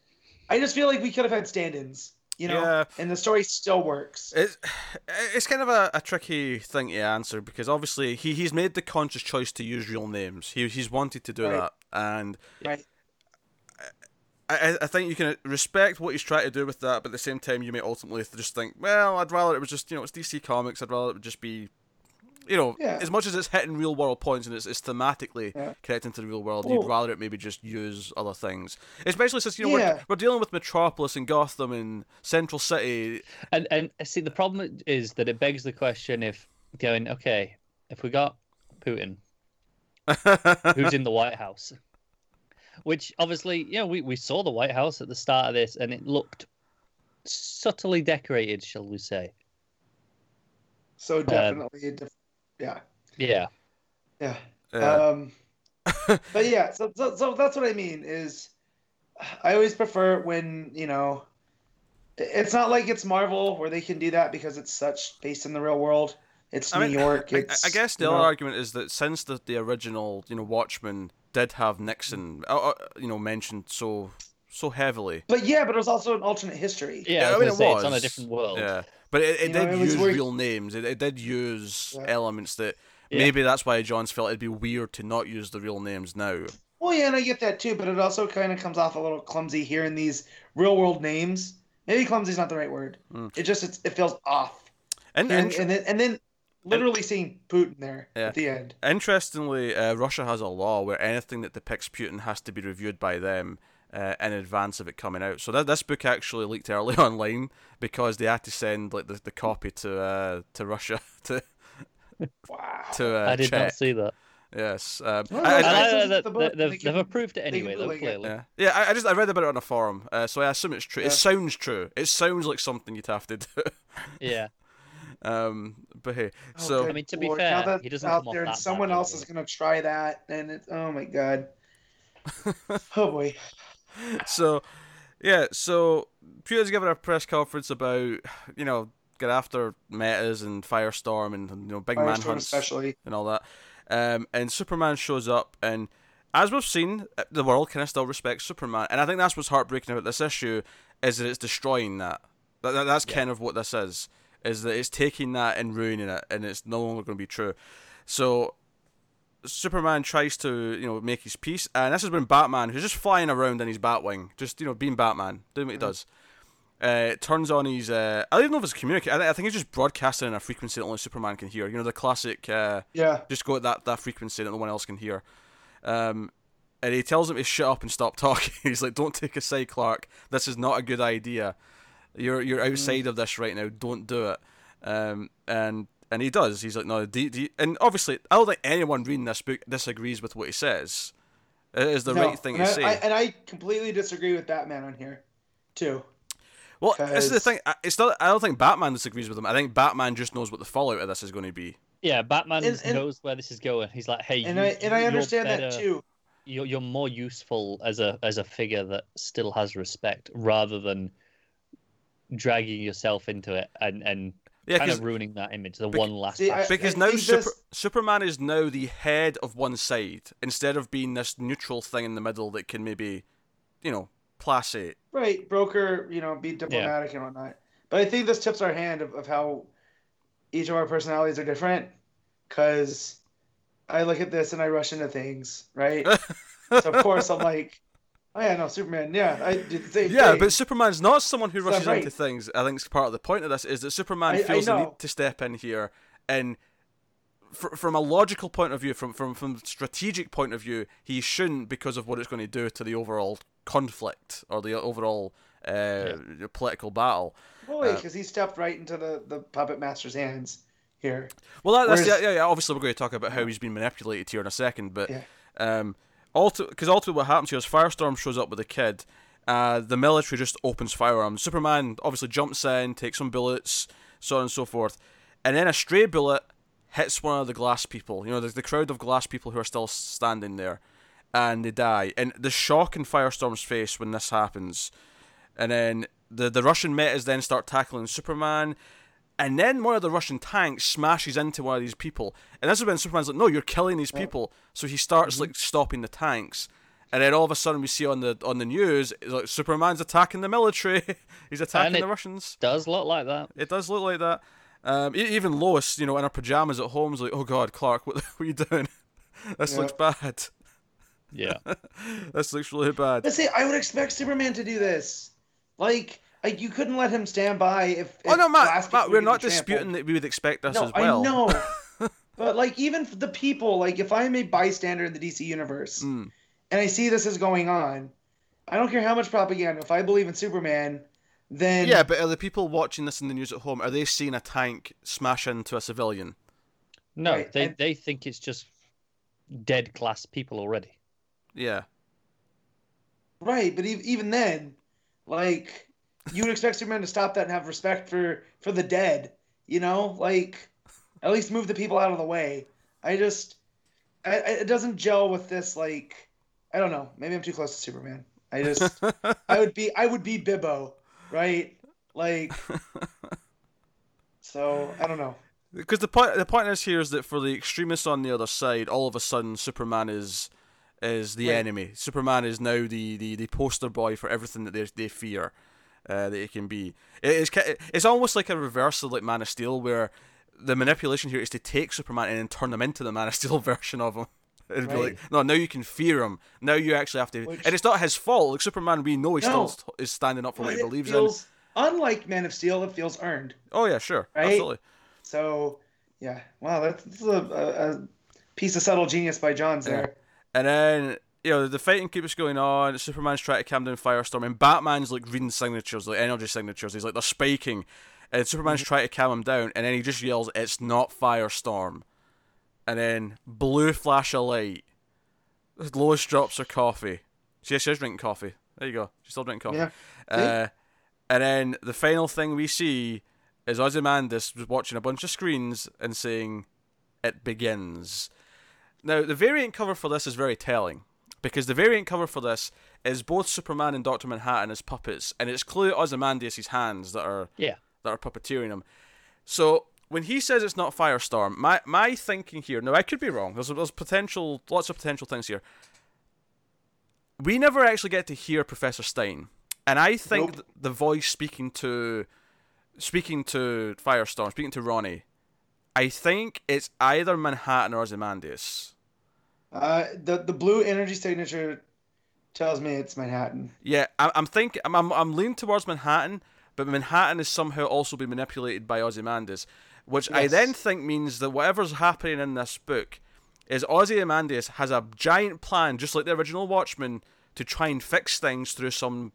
S2: I just feel like we could have had stand-ins, you know,
S1: Yeah.
S2: and the story still works.
S1: It's it's kind of a, a tricky thing to answer because obviously he, he's made the conscious choice to use real names. He he's wanted to do
S2: Right.
S1: that, and
S2: Right.
S1: I, I- I think you can respect what he's trying to do with that, but at the same time, you may ultimately just think, well, I'd rather it was just you know it's DC Comics. I'd rather it would just be, you know,
S2: Yeah.
S1: as much as it's hitting real world points and it's, it's thematically
S2: Yeah.
S1: connecting to the real world, you'd
S2: Well-
S1: rather it maybe just use other things, especially since you know
S2: Yeah.
S1: we're, we're dealing with Metropolis and Gotham and Central City.
S3: And and see, the problem is that it begs the question: if going okay, if we got Putin, who's in the White House, which obviously, you know, we, we saw the White House at the start of this, and it looked subtly decorated, shall we say?
S2: So definitely, a diff- yeah,
S3: Yeah,
S2: yeah.
S1: Uh,
S2: um, but yeah, so, so so that's what I mean is, I always prefer when you know, it's not like it's Marvel where they can do that because it's such based in the real world. It's
S1: I
S2: New
S1: mean,
S2: York.
S1: I- I,
S2: It's
S1: I guess the
S2: you
S1: other
S2: know,
S1: argument is that since the, the original, you know, Watchmen did have Nixon, uh, uh, you know, mentioned so so heavily.
S2: But yeah, but it was also an alternate history.
S3: yeah. I,
S1: I
S3: was
S1: mean,
S3: gonna
S1: it
S3: say it's on a
S1: was.
S3: different world.
S1: Yeah, but it, it
S2: You know,
S1: did
S2: it was
S1: use
S2: worth-
S1: real names. It, it did use
S2: Yeah.
S1: elements that
S3: Yeah.
S1: maybe that's why Johns felt it'd be weird to not use the real names now.
S2: Well, yeah, and I get that too, but it also kind of comes off a little clumsy here in these real world names. Maybe clumsy is not the right word.
S1: Mm.
S2: It just it's, it feels off.
S1: And,
S2: and,
S1: and
S2: and then and then literally seeing Putin there
S1: Yeah.
S2: at the end.
S1: interestingly, uh, Russia has a law where anything that depicts Putin has to be reviewed by them. Uh, in advance of it coming out, so that this book actually leaked early online because they had to send like the, the copy to uh, to Russia to
S2: Wow.
S1: to uh,
S3: I did
S1: check.
S3: not see that.
S1: Yes. Um,
S2: Well,
S1: I, I-
S2: that's-
S3: And I
S2: it's
S3: know
S2: in
S3: that
S2: the book,
S3: they- they've,
S2: they
S3: they've
S2: can-
S3: approved it
S2: they can
S3: anyway, though,
S2: bootleg it.
S3: clearly.
S1: yeah, yeah. I, I just I read about it on a forum, uh, so I assume it's true.
S2: Yeah.
S1: It sounds true. It sounds like something you'd have to do.
S3: Yeah.
S1: um, but hey,
S2: Oh,
S1: so
S2: good
S3: I mean, to be
S2: lord.
S3: fair,
S2: Now that's
S3: he doesn't
S2: out
S3: come off
S2: there, and
S3: that
S2: someone
S3: bad,
S2: else
S3: does
S2: is
S3: he?
S2: gonna try that, and it's oh my god. oh boy.
S1: so yeah, so Putin's giving a press conference about you know get after metas and firestorm and you know big
S2: Firestorm
S1: manhunts
S2: especially.
S1: and all that. Um, and Superman shows up, and as we've seen, uh, the world kind of still respects Superman, and I think that's what's heartbreaking about this issue is that it's destroying that. that, that that's kind of what this is, is that it's taking that and ruining it, and it's no longer going to be true. So Superman tries to you know make his peace, and this is when Batman, who's just flying around in his Batwing, just you know being Batman, doing what he does. Uh, turns on his. Uh, I don't even know if it's communicate. I, thi- I think he's just broadcasting in a frequency that only Superman can hear. You know the classic. Uh,
S2: Yeah.
S1: just go at that, that frequency that no one else can hear. Um, and he tells him to shut up and stop talking. He's like, "Don't take a side, Clark. This is not a good idea. You're you're
S2: Hmm.
S1: outside of this right now. Don't do it." Um, and and he does. He's like, "No." Do, do, and obviously, I don't think anyone reading this book disagrees with what he says. It is the
S2: No,
S1: right thing
S2: and
S1: to
S2: I-
S1: say.
S2: I, and I completely disagree with Batman on here, too.
S1: well, this is the
S2: 'cause-
S1: thing. I- It's not. I don't think Batman disagrees with him. I think Batman just knows what the fallout of this is going to be.
S3: Yeah, Batman
S2: And- and-
S3: knows where this is going. He's like, hey,
S2: And
S3: you,
S2: I and I
S3: you're
S2: understand that
S3: better-
S2: too.
S3: You're, you're more useful as a as a figure that still has respect, rather than dragging yourself into it and and
S1: Yeah,
S3: kind
S1: 'cause-
S3: of ruining that image. The
S1: bec-
S3: one last
S2: See, I-
S3: bastion.
S1: Because now
S2: think
S1: Super-
S2: this-
S1: Superman is now the head of one side instead of being this neutral thing in the middle that can maybe, you know, placate.
S2: Right, broker, you know, be diplomatic and whatnot. But I think this tips our hand of, of how each of our personalities are different. Cause I look at this and I rush into things, right? so of course I'm like, oh yeah, no, Superman, yeah, I did the same
S1: Yeah,
S2: thing.
S1: but Superman's not someone who
S2: So
S1: rushes
S2: right.
S1: into things. I think it's part of the point of this is that Superman
S2: I- I
S1: feels the
S2: know.
S1: need to step in here and. fr- From a logical point of view, from from from strategic point of view, he shouldn't because of what it's going to do to the overall conflict or the overall uh, political battle.
S2: Fully, because he stepped right into the, the puppet master's hands here.
S1: Well, that, that's
S2: Whereas-
S1: yeah, yeah, yeah. Obviously, we're going to talk about how he's been manipulated here in a second, but
S2: Yeah.
S1: um, because ultimately what happens here is Firestorm shows up with a kid. Uh, the military just opens firearms. Superman obviously jumps in, takes some bullets, so on and so forth, and then a stray bullet hits one of the glass people. You know, there's the crowd of glass people who are still standing there, and they die. And the shock in Firestorm's face when this happens, and then the the Russian metas then start tackling Superman. And then one of the Russian tanks smashes into one of these people. And this is when Superman's like, No, you're killing these people. So he
S2: Mm-hmm.
S1: starts like stopping the tanks. And then all of a sudden we see on the on the news it's like Superman's attacking the military. He's attacking
S3: it-
S1: the Russians.
S3: Does look like that.
S1: It does look like that. Um, e- even Lois, you know, in her pajamas at home, is like, "Oh God, Clark, what, what are you doing? This
S2: Yeah.
S1: looks bad.
S3: Yeah.
S1: This looks really bad."
S2: But see, I would expect Superman to do this. Like, I, you couldn't let him stand by if.
S1: Oh
S2: if
S1: no, Matt, Matt
S2: Glass was
S1: we're
S2: getting
S1: not
S2: trampled.
S1: disputing that we would expect this
S2: No,
S1: as well.
S2: I know. but like, even for the people, like, if I'm a bystander in the DC universe
S1: Mm.
S2: and I see this is going on, I don't care how much propaganda. If I believe in Superman, then
S1: Yeah, but are the people watching this in the news at home? Are they seeing a tank smash into a civilian?
S3: No,
S2: Right,
S3: they,
S2: and-
S3: they think it's just dead class people already.
S1: Yeah.
S2: right. But ev- even then, like, you would expect Superman to stop that and have respect for for the dead. You know, like, at least move the people out of the way. I just, I, I, it doesn't gel with this. Like, I don't know. Maybe I'm too close to Superman. I just, I would be, I would be Bibbo, right? Like, so I don't know.
S1: Because the point the point is here is that for the extremists on the other side, all of a sudden Superman is is the
S2: Right.
S1: enemy. Superman is now the, the, the poster boy for everything that they they fear uh, that it can be. It is ki- it's almost like a reversal like Man of Steel where the manipulation here is to take Superman and then turn him into the Man of Steel version of him. It'd be like, no, now you can fear him. Now you actually have to,
S2: Which-
S1: and it's not his fault. Like Superman, we know he
S2: No.
S1: still is standing up for what he
S2: It
S1: believes in.
S2: feels, Unlike Man of Steel, it feels earned.
S1: Oh yeah, sure,
S2: Right?
S1: absolutely.
S2: So, yeah. Wow, that's, that's a, a, a piece of subtle genius by Johns there.
S1: And then you know the fighting keeps going on. Superman's trying to calm down Firestorm, and Batman's like reading signatures, like energy signatures. He's like they're spiking, and Superman's
S2: Mm-hmm.
S1: trying to calm him down, and then he just yells, "It's not Firestorm!" And then blue flash of light. Lois drops her coffee. She she is drinking coffee. There you go. She's still drinking coffee.
S2: Yeah.
S1: Uh, and then the final thing we see is Ozymandias watching a bunch of screens and saying, "It begins." Now, the variant cover for this is very telling because the variant cover for this is both Superman and Doctor Manhattan as puppets, and it's clearly Ozymandias' hands that are
S3: Yeah.
S1: that are puppeteering him. So when he says it's not Firestorm, my my thinking here. Now I could be wrong. There's there's potential, lots of potential things here. We never actually get to hear Professor Stein, and I think
S2: Nope.
S1: th- the voice speaking to speaking to Firestorm, speaking to Ronnie. I think it's either Manhattan or Ozymandias.
S2: Uh, the the blue energy signature tells me it's Manhattan.
S1: Yeah, I, I'm thinking. I'm, I'm I'm leaning towards Manhattan, but Manhattan is somehow also been manipulated by Ozymandias, which I
S2: Yes.
S1: then think means that whatever's happening in this book is Ozymandias has a giant plan, just like the original Watchmen, to try and fix things through some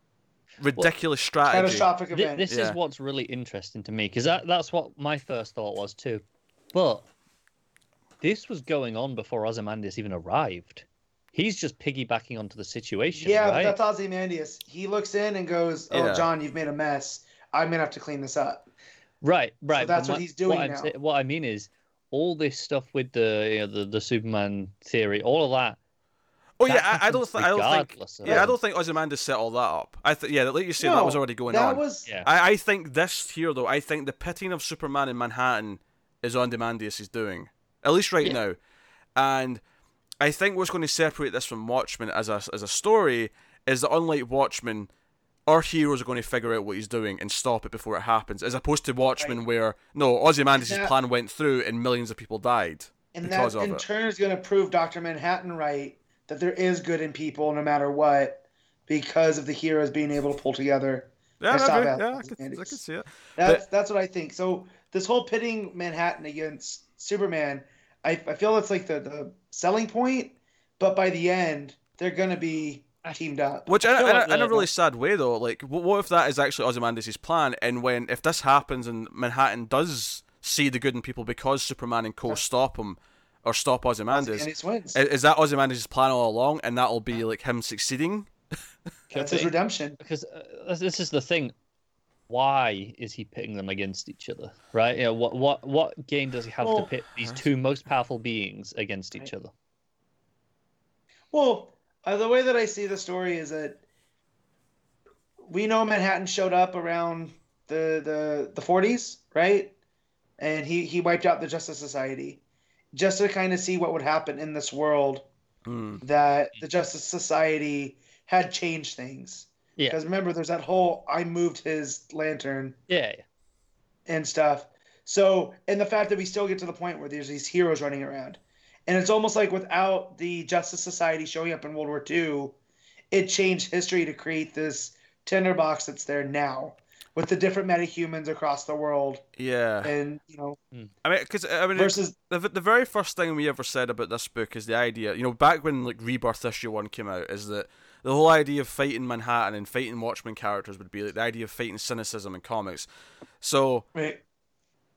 S1: ridiculous strategy.
S2: Catastrophic
S3: Th-
S2: event.
S3: this
S1: Yeah.
S3: is what's really interesting to me because that, that's what my first thought was too. But this was going on before Ozymandias even arrived. He's just piggybacking onto the situation.
S2: yeah,
S3: right?
S2: but that's Ozymandias. He looks in and goes, "Oh,
S1: Yeah.
S2: John, you've made a mess. I'm gonna have to clean this up."
S3: Right, right. but
S2: that's what
S3: my-
S2: he's doing
S3: what, I'm
S2: now.
S3: sa- what I mean is, all this stuff with the you know, the, the Superman theory, all of that.
S1: oh yeah,
S3: that
S1: I, I don't. Th-
S3: happens
S1: I don't think.
S3: regardless of-
S1: Yeah, I don't think Ozymandias set all that up. I th- yeah, like you say, that was
S2: No,
S1: already going
S2: that
S1: on.
S2: was
S3: Yeah.
S1: I, I think this here though, I think the pitting of Superman in Manhattan is on Demandius is doing. At least right
S3: Yeah.
S1: now. And I think what's going to separate this from Watchmen as a as a story is that unlike Watchmen, our heroes are going to figure out what he's doing and stop it before it happens, as opposed to Watchmen where no, Ozymandias'
S2: That-
S1: plan went through and millions of people died.
S2: and
S1: because
S2: that
S1: of
S2: in
S1: it.
S2: turn is gonna prove Doctor Manhattan right that there is good in people no matter what because of the heroes being able to pull together.
S1: Yeah,
S2: I saw
S1: okay,
S2: that.
S1: yeah, I could, I could
S2: Ozymandias.
S1: see it.
S2: That's that's what I think. So this whole pitting Manhattan against Superman, I, I feel that's like the, the selling point, but by the end they're gonna be teamed up.
S1: Which in,
S3: feel
S1: in,
S3: like
S1: a, in a
S3: the-
S1: really sad way though, like wh- what if that is actually Ozymandias' plan? And when if this happens and Manhattan does see the good in people because Superman and Co stop him or stop Ozymandias,
S2: And
S1: is,
S2: it's wins.
S1: is that Ozymandias' plan all along? And that'll be like him succeeding.
S3: Could
S2: That's his
S3: be.
S2: redemption.
S3: because uh, this- this is the thing. Why is he pitting them against each other? Right? You know, what what what game does he have
S2: Well- uh-huh.
S3: to pit these two most powerful beings against each other?
S2: Well, uh, the way that I see the story is that we know Manhattan showed up around the the the 40s, right? And he he wiped out the Justice Society, just to kind of see what would happen in this world
S1: Mm.
S2: that the Justice Society had changed things.
S3: Yeah.
S2: Because remember, there's that whole I moved his lantern
S3: Yeah, yeah.
S2: and stuff. So, and the fact that we still get to the point where there's these heroes running around. And it's almost like without the Justice Society showing up in World War II, it changed history to create this tinderbox that's there now with the different metahumans across the world.
S1: Yeah,
S2: And, you know,
S1: I mean, because I mean, it's-
S2: versus,
S1: the, the very first thing we ever said about this book is the idea you know back when like rebirth issue one came out is that the whole idea of fighting manhattan and fighting watchmen characters would be like the idea of fighting cynicism in comics so
S2: right,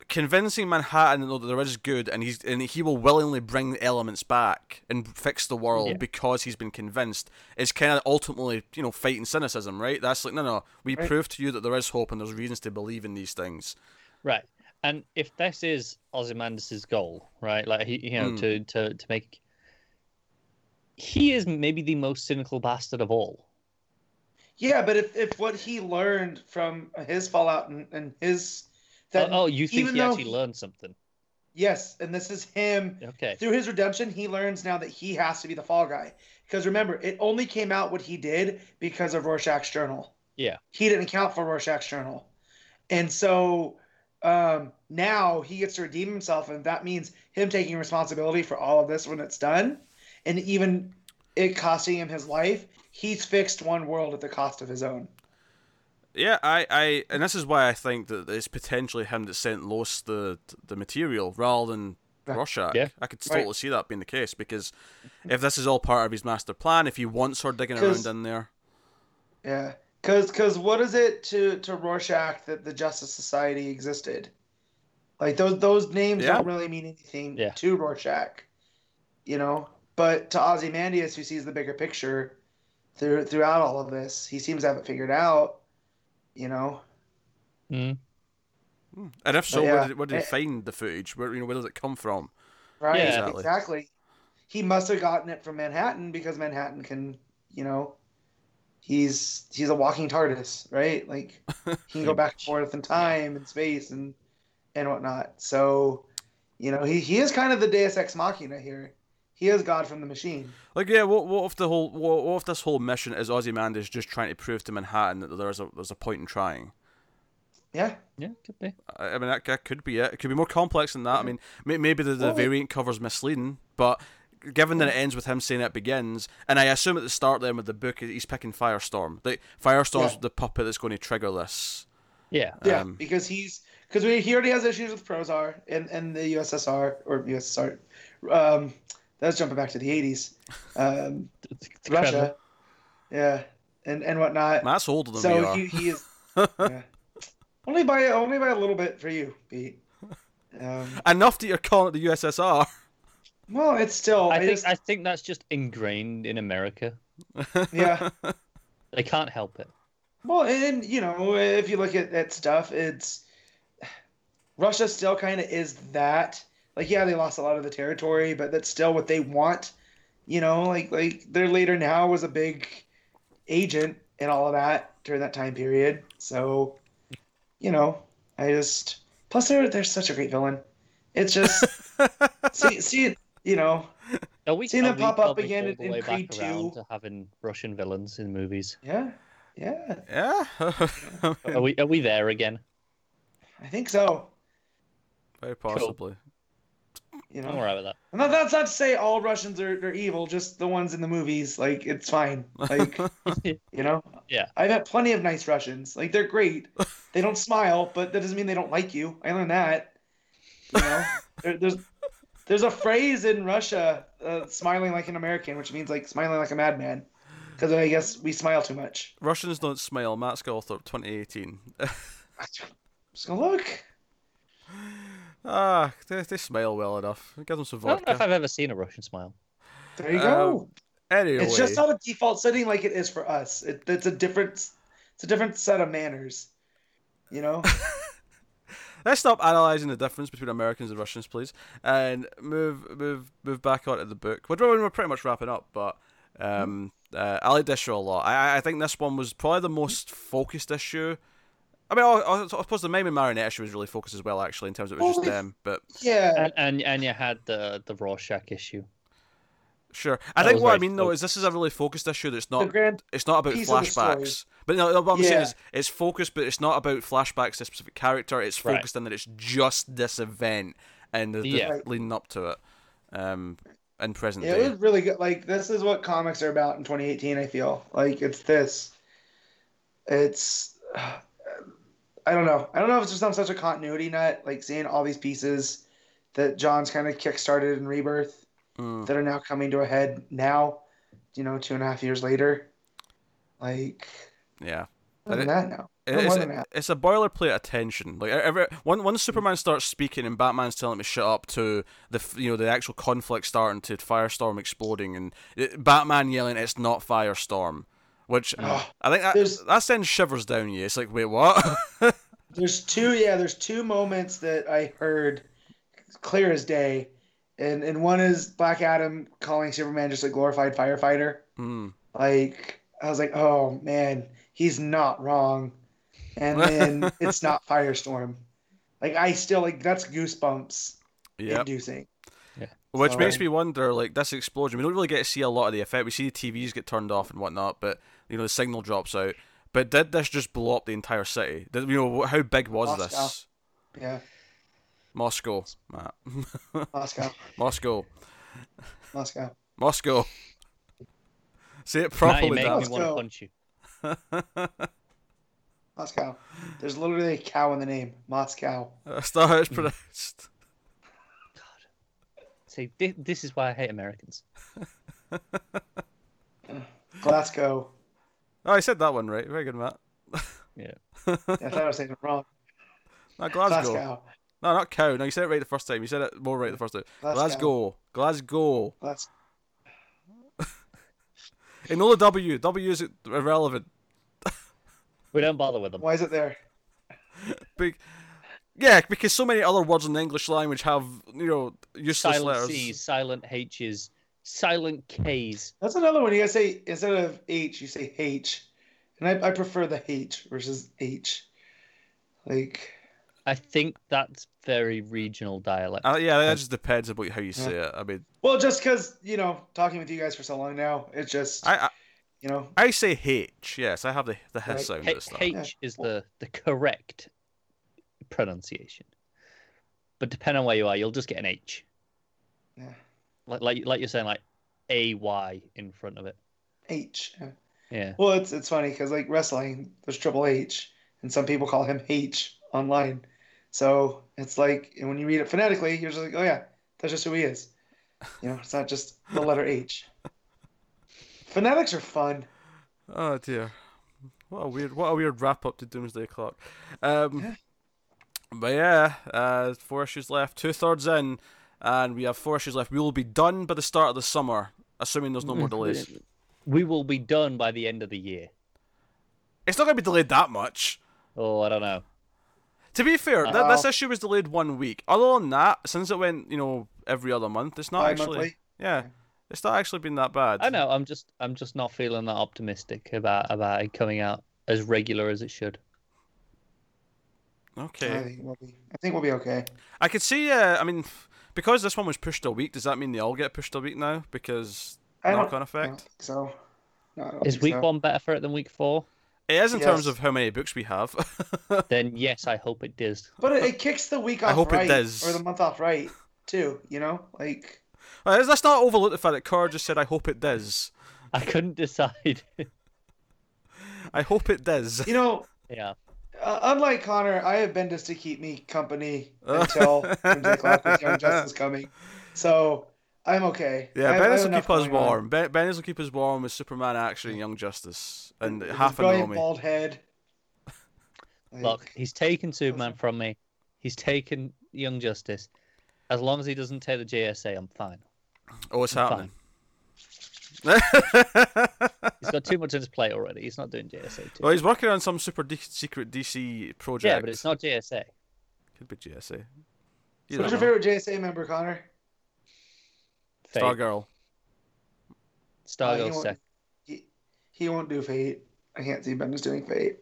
S1: convincing manhattan to know that there is good and he's and he will willingly bring the elements back and fix the world
S3: Yeah.
S1: because he's been convinced is kind of ultimately you know fighting cynicism right that's like no no we
S2: Right.
S1: prove to you that there is hope and there's reasons to believe in these things
S3: Right. And if this is Ozymandias' goal, right? Like he, you know,
S2: Hmm.
S1: Mm.
S3: to to to make he is maybe the most cynical bastard of all. Oh,
S2: Yeah, but if, if what he learned from his fallout and, and his.
S3: Oh, oh, you think
S2: even
S3: he
S2: though
S3: actually learned something?
S2: Yes, and this is him
S3: Okay.
S2: through his redemption, he learns now that he has to be the fall guy. Because remember, it only came out what he did because of Rorschach's journal.
S3: Yeah.
S2: He didn't count for Rorschach's journal. And so um, now he gets to redeem himself, and that means him taking responsibility for all of this when it's done. And even it costing him his life, he's fixed one world at the cost of his own.
S1: Yeah, I, I, and this is why I think that it's potentially him that sent Los the the material rather than
S2: Right.
S1: Rorschach.
S3: Yeah.
S1: I could
S2: Right.
S1: totally see that being the case because if this is all part of his master plan, if he wants her digging
S2: 'Cause-
S1: around in there,
S2: Yeah. Cause, cause what is it to, to Rorschach that the Justice Society existed? Like those those names
S1: Yeah.
S2: don't really mean anything
S3: Yeah.
S2: to Rorschach, you know. But to Ozymandias, who sees the bigger picture through, throughout all of this, he seems to have it figured out, you know.
S3: Mm.
S1: Hmm. and if so,
S2: Yeah.
S1: where did, where did he
S2: Eh.
S1: find the footage? Where you know where does it come from?
S2: Right?
S3: Yeah.
S1: Exactly.
S2: Exactly. He must have gotten it from Manhattan because Manhattan can, you know, he's he's a walking TARDIS, right? Like he can go back and forth in time and space and and whatnot. So, you know, he, he is kind of the Deus Ex Machina here. He is God from the machine.
S1: Like, yeah, what, what if the whole, what, what if this whole mission is Ozymandias just trying to prove to Manhattan that there's a there's a point in trying?
S2: Yeah.
S3: Yeah, could be.
S1: I I mean, that, that could be it. It could be more complex than that. I mean, may, maybe the, the
S2: Well-
S1: variant cover's misleading, but given that it ends with him saying it begins, and I assume at the start then with the book, he's picking Firestorm. The, Firestorm's
S2: Yeah.
S1: the puppet that's going to trigger this.
S3: Yeah.
S2: Yeah.
S1: Um,
S2: because he's because we he already has issues with Prozar and, and the USSR or USSR. Um that's jumping back to the eighties. Um Russia. Yeah. And and whatnot.
S1: Matt's older than we
S2: So
S1: are.
S2: he, he is yeah. only by only by a little bit for you, Pete. Um,
S1: Enough that you're calling it the USSR.
S2: well, it's still.
S3: I
S2: I
S3: think
S2: just-
S3: I think that's just ingrained in America.
S2: yeah.
S3: They can't help it.
S2: Well, and you know, if you look at that stuff, it's Russia still kind of is that. Like, yeah, they lost a lot of the territory, but that's still what they want. You know, like like their leader now was a big agent and all of that during that time period. So, you know, I just plus they're they're such a great villain. It's just see see it, you know
S3: Are we
S2: Seen
S3: are
S2: them
S3: we
S2: pop up
S3: probably
S2: again
S3: all
S2: in-
S3: the
S2: in
S3: way
S2: Creed
S3: back
S2: 2?
S3: around to having Russian villains in movies?
S2: yeah yeah
S1: yeah. I mean,
S3: Are we are we there again?
S2: I think so.
S1: Very possibly.
S2: You know.
S3: I'm alright with that.
S2: And that- that's not to say all Russians are, are evil, just the ones in the movies. Like, it's fine. Like, you know?
S3: Yeah.
S2: I've met plenty of nice Russians. Like, they're great. They don't smile, but that doesn't mean they don't like you. I learned that. You know? there, there's, there's a phrase in Russia, uh, smiling like an American, which means, like, smiling like a madman. because I guess we smile too much.
S1: Russians don't smile. Matt Scalthorpe, 2018.
S2: I'm just gonna look.
S1: ah, they, they smile well enough. Give them some
S3: I don't know if
S1: vodka.
S3: I've ever seen a Russian smile.
S2: There you
S1: Um,
S2: go.
S1: Anyway,
S2: It's just not a default setting like it is for us. It, it's a different, it's a different set of manners. You know,
S1: let's stop analysing the difference between Americans and Russians, please, and move move move back onto the book. We're we're pretty much wrapping up, but um, uh, I like this show a lot. I I- I think this one was probably the most focused issue. I mean, I, I, I suppose the Mame and Marinette issue was really focused as well, actually, in terms of it was just
S2: Well, we-
S1: them. But
S2: yeah.
S3: And and, and you had the the Rorschach issue.
S1: sure, I
S3: That
S1: think
S3: was
S1: what I
S3: very
S1: mean though is this is a really focused issue that's
S2: The
S1: not
S2: grand
S1: it's not about
S2: piece of the story.
S1: flashbacks. But no, no, what I'm saying
S2: Yeah.
S1: is it's focused, but it's not about flashbacks to a specific character. It's
S3: Right.
S1: focused on that it's just this event and the, the
S3: Yeah.
S1: leading up to it, um, in present
S2: Yeah,
S1: day.
S2: it was really good. Like this is what comics are about in 2018. I feel like it's this. It's. I don't know. I don't know if it's just I'm such a continuity nut. Like seeing all these pieces that John's kind of kickstarted in Rebirth
S1: Mm.
S2: that are now coming to a head now. You know, two and a half years later. Like
S1: Yeah,
S2: more than
S1: But
S2: that now. No
S1: it's,
S2: more than that.
S1: it's a boilerplate attention. Like e-, every when when Superman starts speaking and Batman's telling him to shut up to the f- you know the actual conflict starting to Firestorm exploding and it, Batman yelling it's not Firestorm, which
S2: Ugh.
S1: I think
S2: There's-
S1: that that sends shivers down you. It's like wait what?
S2: There's two, yeah, there's two moments that I heard clear as day. And and one is Black Adam calling Superman just a glorified firefighter.
S1: mm.
S2: Like I was like, "Oh man, he's not wrong." And then it's not Firestorm. Like I still like that's goosebumps
S1: Yeah.
S2: inducing.
S1: Which
S2: So-
S1: makes me wonder, like this explosion. We don't really get to see a lot of the effect. We see the TVs get turned off and whatnot, but you know the signal drops out. But did this just blow up the entire city? Did, you know wh- how big was this?
S2: Moscow. Yeah,
S1: Moscow, Matt.
S2: Moscow,
S1: Moscow,
S2: Moscow.
S1: Moscow. Say it
S3: Now you
S1: properly,
S3: make
S1: Dan.
S3: me want to
S2: Moscow.
S3: punch you.
S2: Moscow. There's literally a cow in the name. Moscow.
S1: That's not how it's pronounced.
S3: See, thi- this is why I hate Americans.
S2: Glasgow.
S1: Oh, I said that one right. Very good, Matt.
S2: I thought I was saying it wrong.
S1: Not Glasgow.
S2: Glasgow.
S1: No, not cow. No, you said it right the first time. You said it more right the first time.
S2: Glasgow.
S1: Glasgow. Glasgow.
S2: Glasgow.
S1: And all the W. W is irrelevant.
S3: We don't bother with them.
S2: Why is it there?
S1: Big. Yeah, because so many other words in the English language have you know useless
S3: Silent
S1: letters.
S3: C's, silent H's, silent K's.
S2: That's another one. You gotta say instead of H, you say H, and I, I prefer the H versus H. Like
S3: I think that's very regional dialect.
S1: Uh, yeah, that just depends about how you say it. I mean,
S2: well, just because you know talking with you guys for so long now, it's just
S1: I
S2: you know
S1: I, I say H. Yes, I have the the hiss sound.
S3: H,
S1: this time.
S2: Yeah.
S3: H is the, the correct pronunciation. But depending on where you are, you'll just get an H.
S2: Yeah.
S3: Like like like you're saying like A Y in front of it.
S2: H.
S3: Yeah.
S2: Well, it's it's funny because like wrestling, there's Triple H, and some people call him H online. So it's like and when you read it phonetically, you're just like, oh yeah, that's just who he is. You know, it's not just the letter H. Phonetics are fun.
S1: Oh dear. What a weird what a weird wrap up to Doomsday Clock. Um But yeah, uh four issues left, two thirds in, and we have four issues left. We will be done by the start of the summer, assuming there's no more
S3: Mm-hmm.
S1: delays.
S3: We will be done by the end of the year.
S1: It's not gonna be delayed that much.
S3: Oh, I don't know.
S1: To be fair, th- this
S2: Wow.
S1: issue was delayed one week. Other than that, since it went, you know, every other month, it's not actually
S2: Bi-monthly.
S1: Yeah. It's not actually been that bad.
S3: I know. I'm just I'm just not feeling that optimistic about about it coming out as regular as it should.
S1: Okay.
S2: I think we'll be. I think we'll be okay.
S1: I could see uh, I mean because this one was pushed a week, does that mean they all get pushed a week now? Because
S2: I don't-
S1: knock on
S2: I don't
S1: effect?
S2: think so. No, I don't
S3: Is
S2: think
S3: week
S2: so.
S3: one better for it than week four?
S1: It is in terms
S2: Yes.
S1: of how many books we have.
S3: Then yes, I hope it does.
S2: But it, it kicks the week
S1: I
S2: off.
S1: hope it
S2: right,
S1: does.
S2: Or the month off right too. You know, like
S1: Uh, Let's not overlook the fact that Cora just said, "I hope it does."
S3: I couldn't decide.
S1: I hope it does.
S2: you know.
S3: yeah.
S2: Uh, unlike Connor, I have been just to keep me company until MJ Clock with Young Justice coming. So I'm okay.
S1: Yeah,
S2: I- I
S1: Ben
S2: have
S1: will
S2: enough
S1: keep us
S2: going on.
S1: warm. Ben, ben will keep us warm with Superman action and Young Justice and
S2: With his
S1: half a
S2: brilliant
S1: normie.
S2: bald head. Like,
S3: Look, he's taken Superman from me. He's taken Young Justice. As long as he doesn't take the JSA, I'm fine.
S1: Oh, what's
S3: I'm
S1: happening?
S3: He's got too much on his plate already. He's not doing JSA. Too.
S1: well, he's working on some super de- secret DC project.
S3: yeah, but it's not JSA.
S1: Could be GSA. You
S2: What's your
S1: don't know.
S2: favorite JSA member, Connor?
S3: Fate.
S1: Stargirl.
S2: Uh, you
S3: Stargirl
S2: know what?
S3: second.
S2: He, he won't do Fate. I can't see Ben is doing Fate.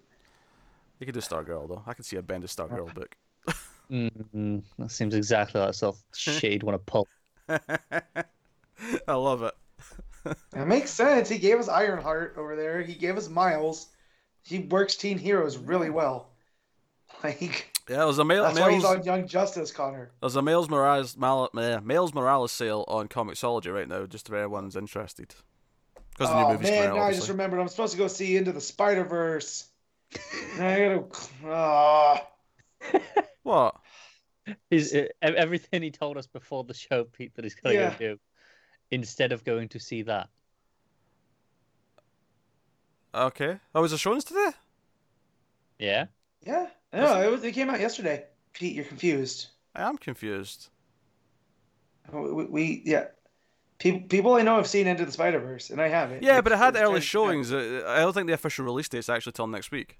S1: You could do Stargirl though. I could see a Ben do Stargirl book.
S3: mm That seems exactly like sort of shade want to pull.
S1: I love it.
S2: That makes sense. He gave us Ironheart over there. He gave us Miles. He works Teen Heroes really well. Like
S1: Yeah, there's a mail.
S2: that's why he's
S1: Mails,
S2: on Young Justice, Connor.
S1: there's a Miles Morales, Mal, eh, Miles Morales sale on Comixology right now, just if anyone's interested. Because the new
S2: Oh
S1: movie's
S2: man,
S1: coming
S2: now
S1: out.
S2: I just
S1: obviously.
S2: remembered I'm supposed to go see Into the Spider Verse. I gotta. ah.
S1: What?
S3: He's, e- everything he told us before the show, Pete, that he's going to
S2: Yeah.
S3: go do, instead of going to see that.
S1: Okay. Oh, was the showings today?
S3: Yeah?
S2: yeah, no, it, was, it came out yesterday. Pete, you're confused.
S1: I am confused.
S2: We, we yeah. People, people I know have seen Into the Spider Verse, and I haven't.
S1: Yeah,
S2: It's-
S1: but it had
S2: it's
S1: early
S2: just-
S1: showings. Uh, I don't think the official release date's actually till next week.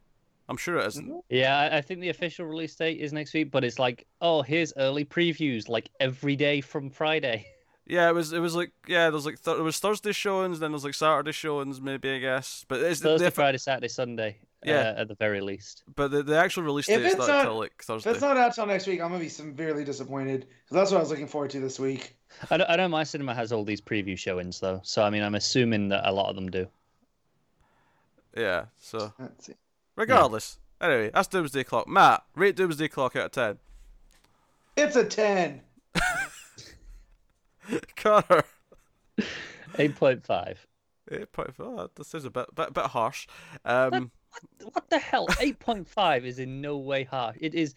S1: I'm sure it isn't.
S3: Yeah, I- I think the official release date is next week, but it's like, oh, here's early previews, like every day from Friday.
S1: Yeah, it was. It was like yeah, there was like th- there was Thursday showings, then there's like Saturday showings, maybe I guess. But it's the,
S3: Thursday,
S1: the,
S3: Friday, Saturday, Sunday.
S1: Yeah.
S3: uh, at the very least.
S1: but the, the actual release
S2: If
S1: date is
S2: it's
S1: not
S2: not-
S1: till like
S2: If
S1: Thursday.
S2: it's not out till next week, I'm gonna be severely disappointed because that's what I was looking forward to this week.
S3: I don't, I know my cinema has all these preview showings though, so I mean, I'm assuming that a lot of them do.
S1: Yeah. So
S2: Let's see.
S1: regardless, anyway, that's Doomsday Clock. Matt, rate Doomsday Clock out of ten.
S2: It's a ten.
S1: Connor,
S3: Eight point five.
S1: eight point four. Oh, This is a bit bit, bit harsh. Um,
S3: What the hell? Eight point five is in no way harsh. It is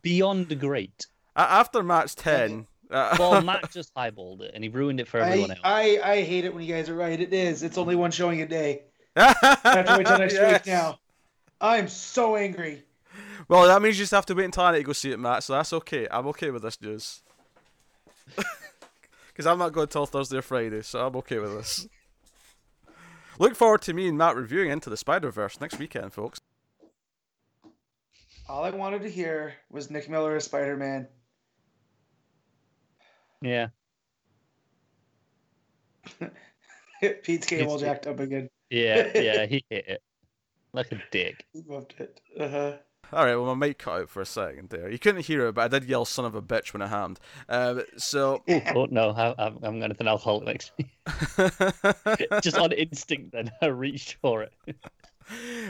S3: beyond great.
S1: a- after match ten. Uh,
S3: Well, Matt just highballed it and he ruined it for everyone
S2: I,
S3: else.
S2: I I hate it when you guys are right. It is. It's only one showing a day. I have to wait till next
S1: Yes.
S2: week now. I'm so angry.
S1: Well, that means you just have to wait until I need to go see it, Matt. So that's okay. I'm okay with this news. Because I'm not going till Thursday or Friday, so I'm okay with this. Look forward to me and Matt reviewing Into the Spider Verse next weekend, folks.
S2: All I wanted to hear was Nick Miller as Spider Man.
S3: Yeah,
S2: Pete's cable
S3: It's-
S2: jacked up again.
S3: yeah, yeah. He hit it like a dick.
S2: He loved it. Uh-huh.
S1: All right, well, my mic cut out for a second there. You couldn't hear it, but I did yell "son of a bitch" when it happened. Um, so,
S3: Oh no, I, I'm, I'm going to an alcoholic next week. Just on instinct, then I reached for it.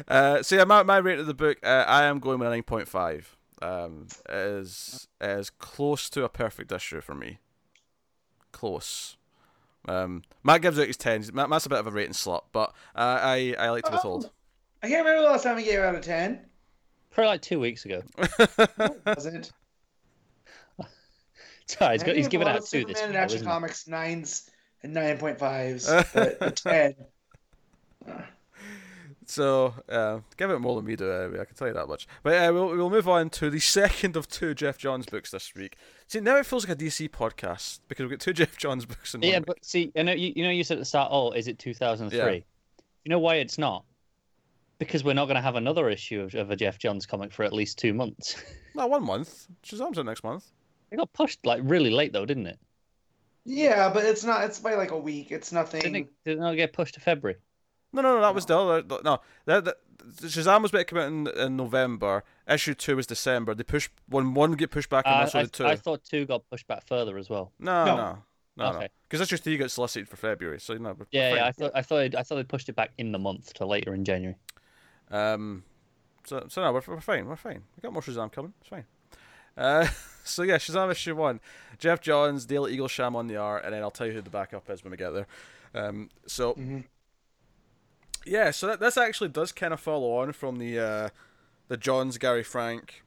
S1: uh, so yeah, my, my rate of the book, uh, I am going with a nine point five. Um, it is it is close to a perfect issue for me. Close. Um, Matt gives out his tens. Matt, Matt's a bit of a rating slut, but uh, I I like to withhold.
S2: I can't remember the last time I gave out a ten.
S3: Probably like two weeks ago.
S2: Was it?
S3: Sorry, he's,
S2: I
S3: got, he's
S2: gave a
S3: given
S2: lot
S3: out
S2: of
S3: two
S2: Superman
S3: this week.
S2: and
S3: now,
S2: Action
S3: isn't he?
S2: Comics nines and nine point fives, but a ten.
S1: So uh, give it more than we do. Anyway, I can tell you that much. But uh, we'll we'll move on to the second of two Jeff Johns books this week. See, now it feels like a DC podcast because we've got two Jeff Johns books in one.
S3: Yeah,
S1: week.
S3: but see, I know you, you know you said at the start, oh, is it 2003? You know why it's not? Because we're not going to have another issue of, of a Jeff Johns comic for at least two months.
S1: no, one month. Shazam's out next month.
S3: it got pushed like really late though, didn't it?
S2: Yeah, but it's not. It's by like a week. It's nothing.
S3: Didn't it, did it not get pushed to February?
S1: No, no, no. That was the other. th- No, that, that Shazam was meant to come out in, in November. Issue two was December. They pushed one. One get pushed back, and
S3: Uh,
S1: that's
S3: I,
S1: what two.
S3: I thought two got pushed back further as well.
S1: no,
S2: No.
S1: no, no, no.
S3: Okay.
S1: Because issue three got solicited for February, so you know. we're- we're
S3: Yeah, yeah. I
S1: fine.
S3: thought I thought I thought they pushed it back in the month to later in January.
S1: Um. So, so no, we're, we're fine. We're fine. We got more Shazam coming. It's fine. Uh. So yeah, Shazam issue one. Jeff Johns, Dale Eagle, Sham on the art, and then I'll tell you who the backup is when we get there. Um. So.
S2: Mhm.
S1: Yeah. So that this actually does kind of follow on from the uh, the Johns Gary Frank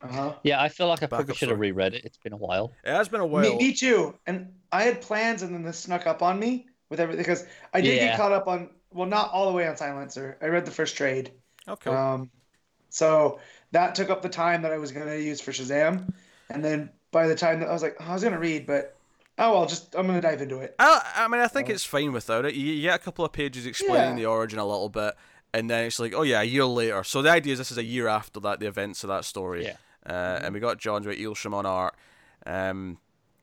S2: Uh-huh.
S3: Yeah, I feel like I probably
S1: Backup
S3: should have
S1: story.
S3: reread it. It's been a while.
S1: It has been a while.
S2: Me, me too. And I had plans, and then this snuck up on me with everything because I did
S3: Yeah.
S2: get caught up on. Well, not all the way on Silencer. I read the first trade.
S1: Oh, cool.
S2: Um, so that took up the time that I was gonna use for Shazam, and then by the time that I was like, oh, I was gonna read, but oh well, just I'm gonna dive into it.
S1: I, I mean, I think it's fine without it. You, you get a couple of pages explaining
S2: uh, Yeah.
S1: the origin a little bit, and then it's like, oh yeah, a year later. So the idea is this is a year after that, the events of that story.
S3: Yeah.
S1: Uh, and we got John's with Eilsham on art. Um,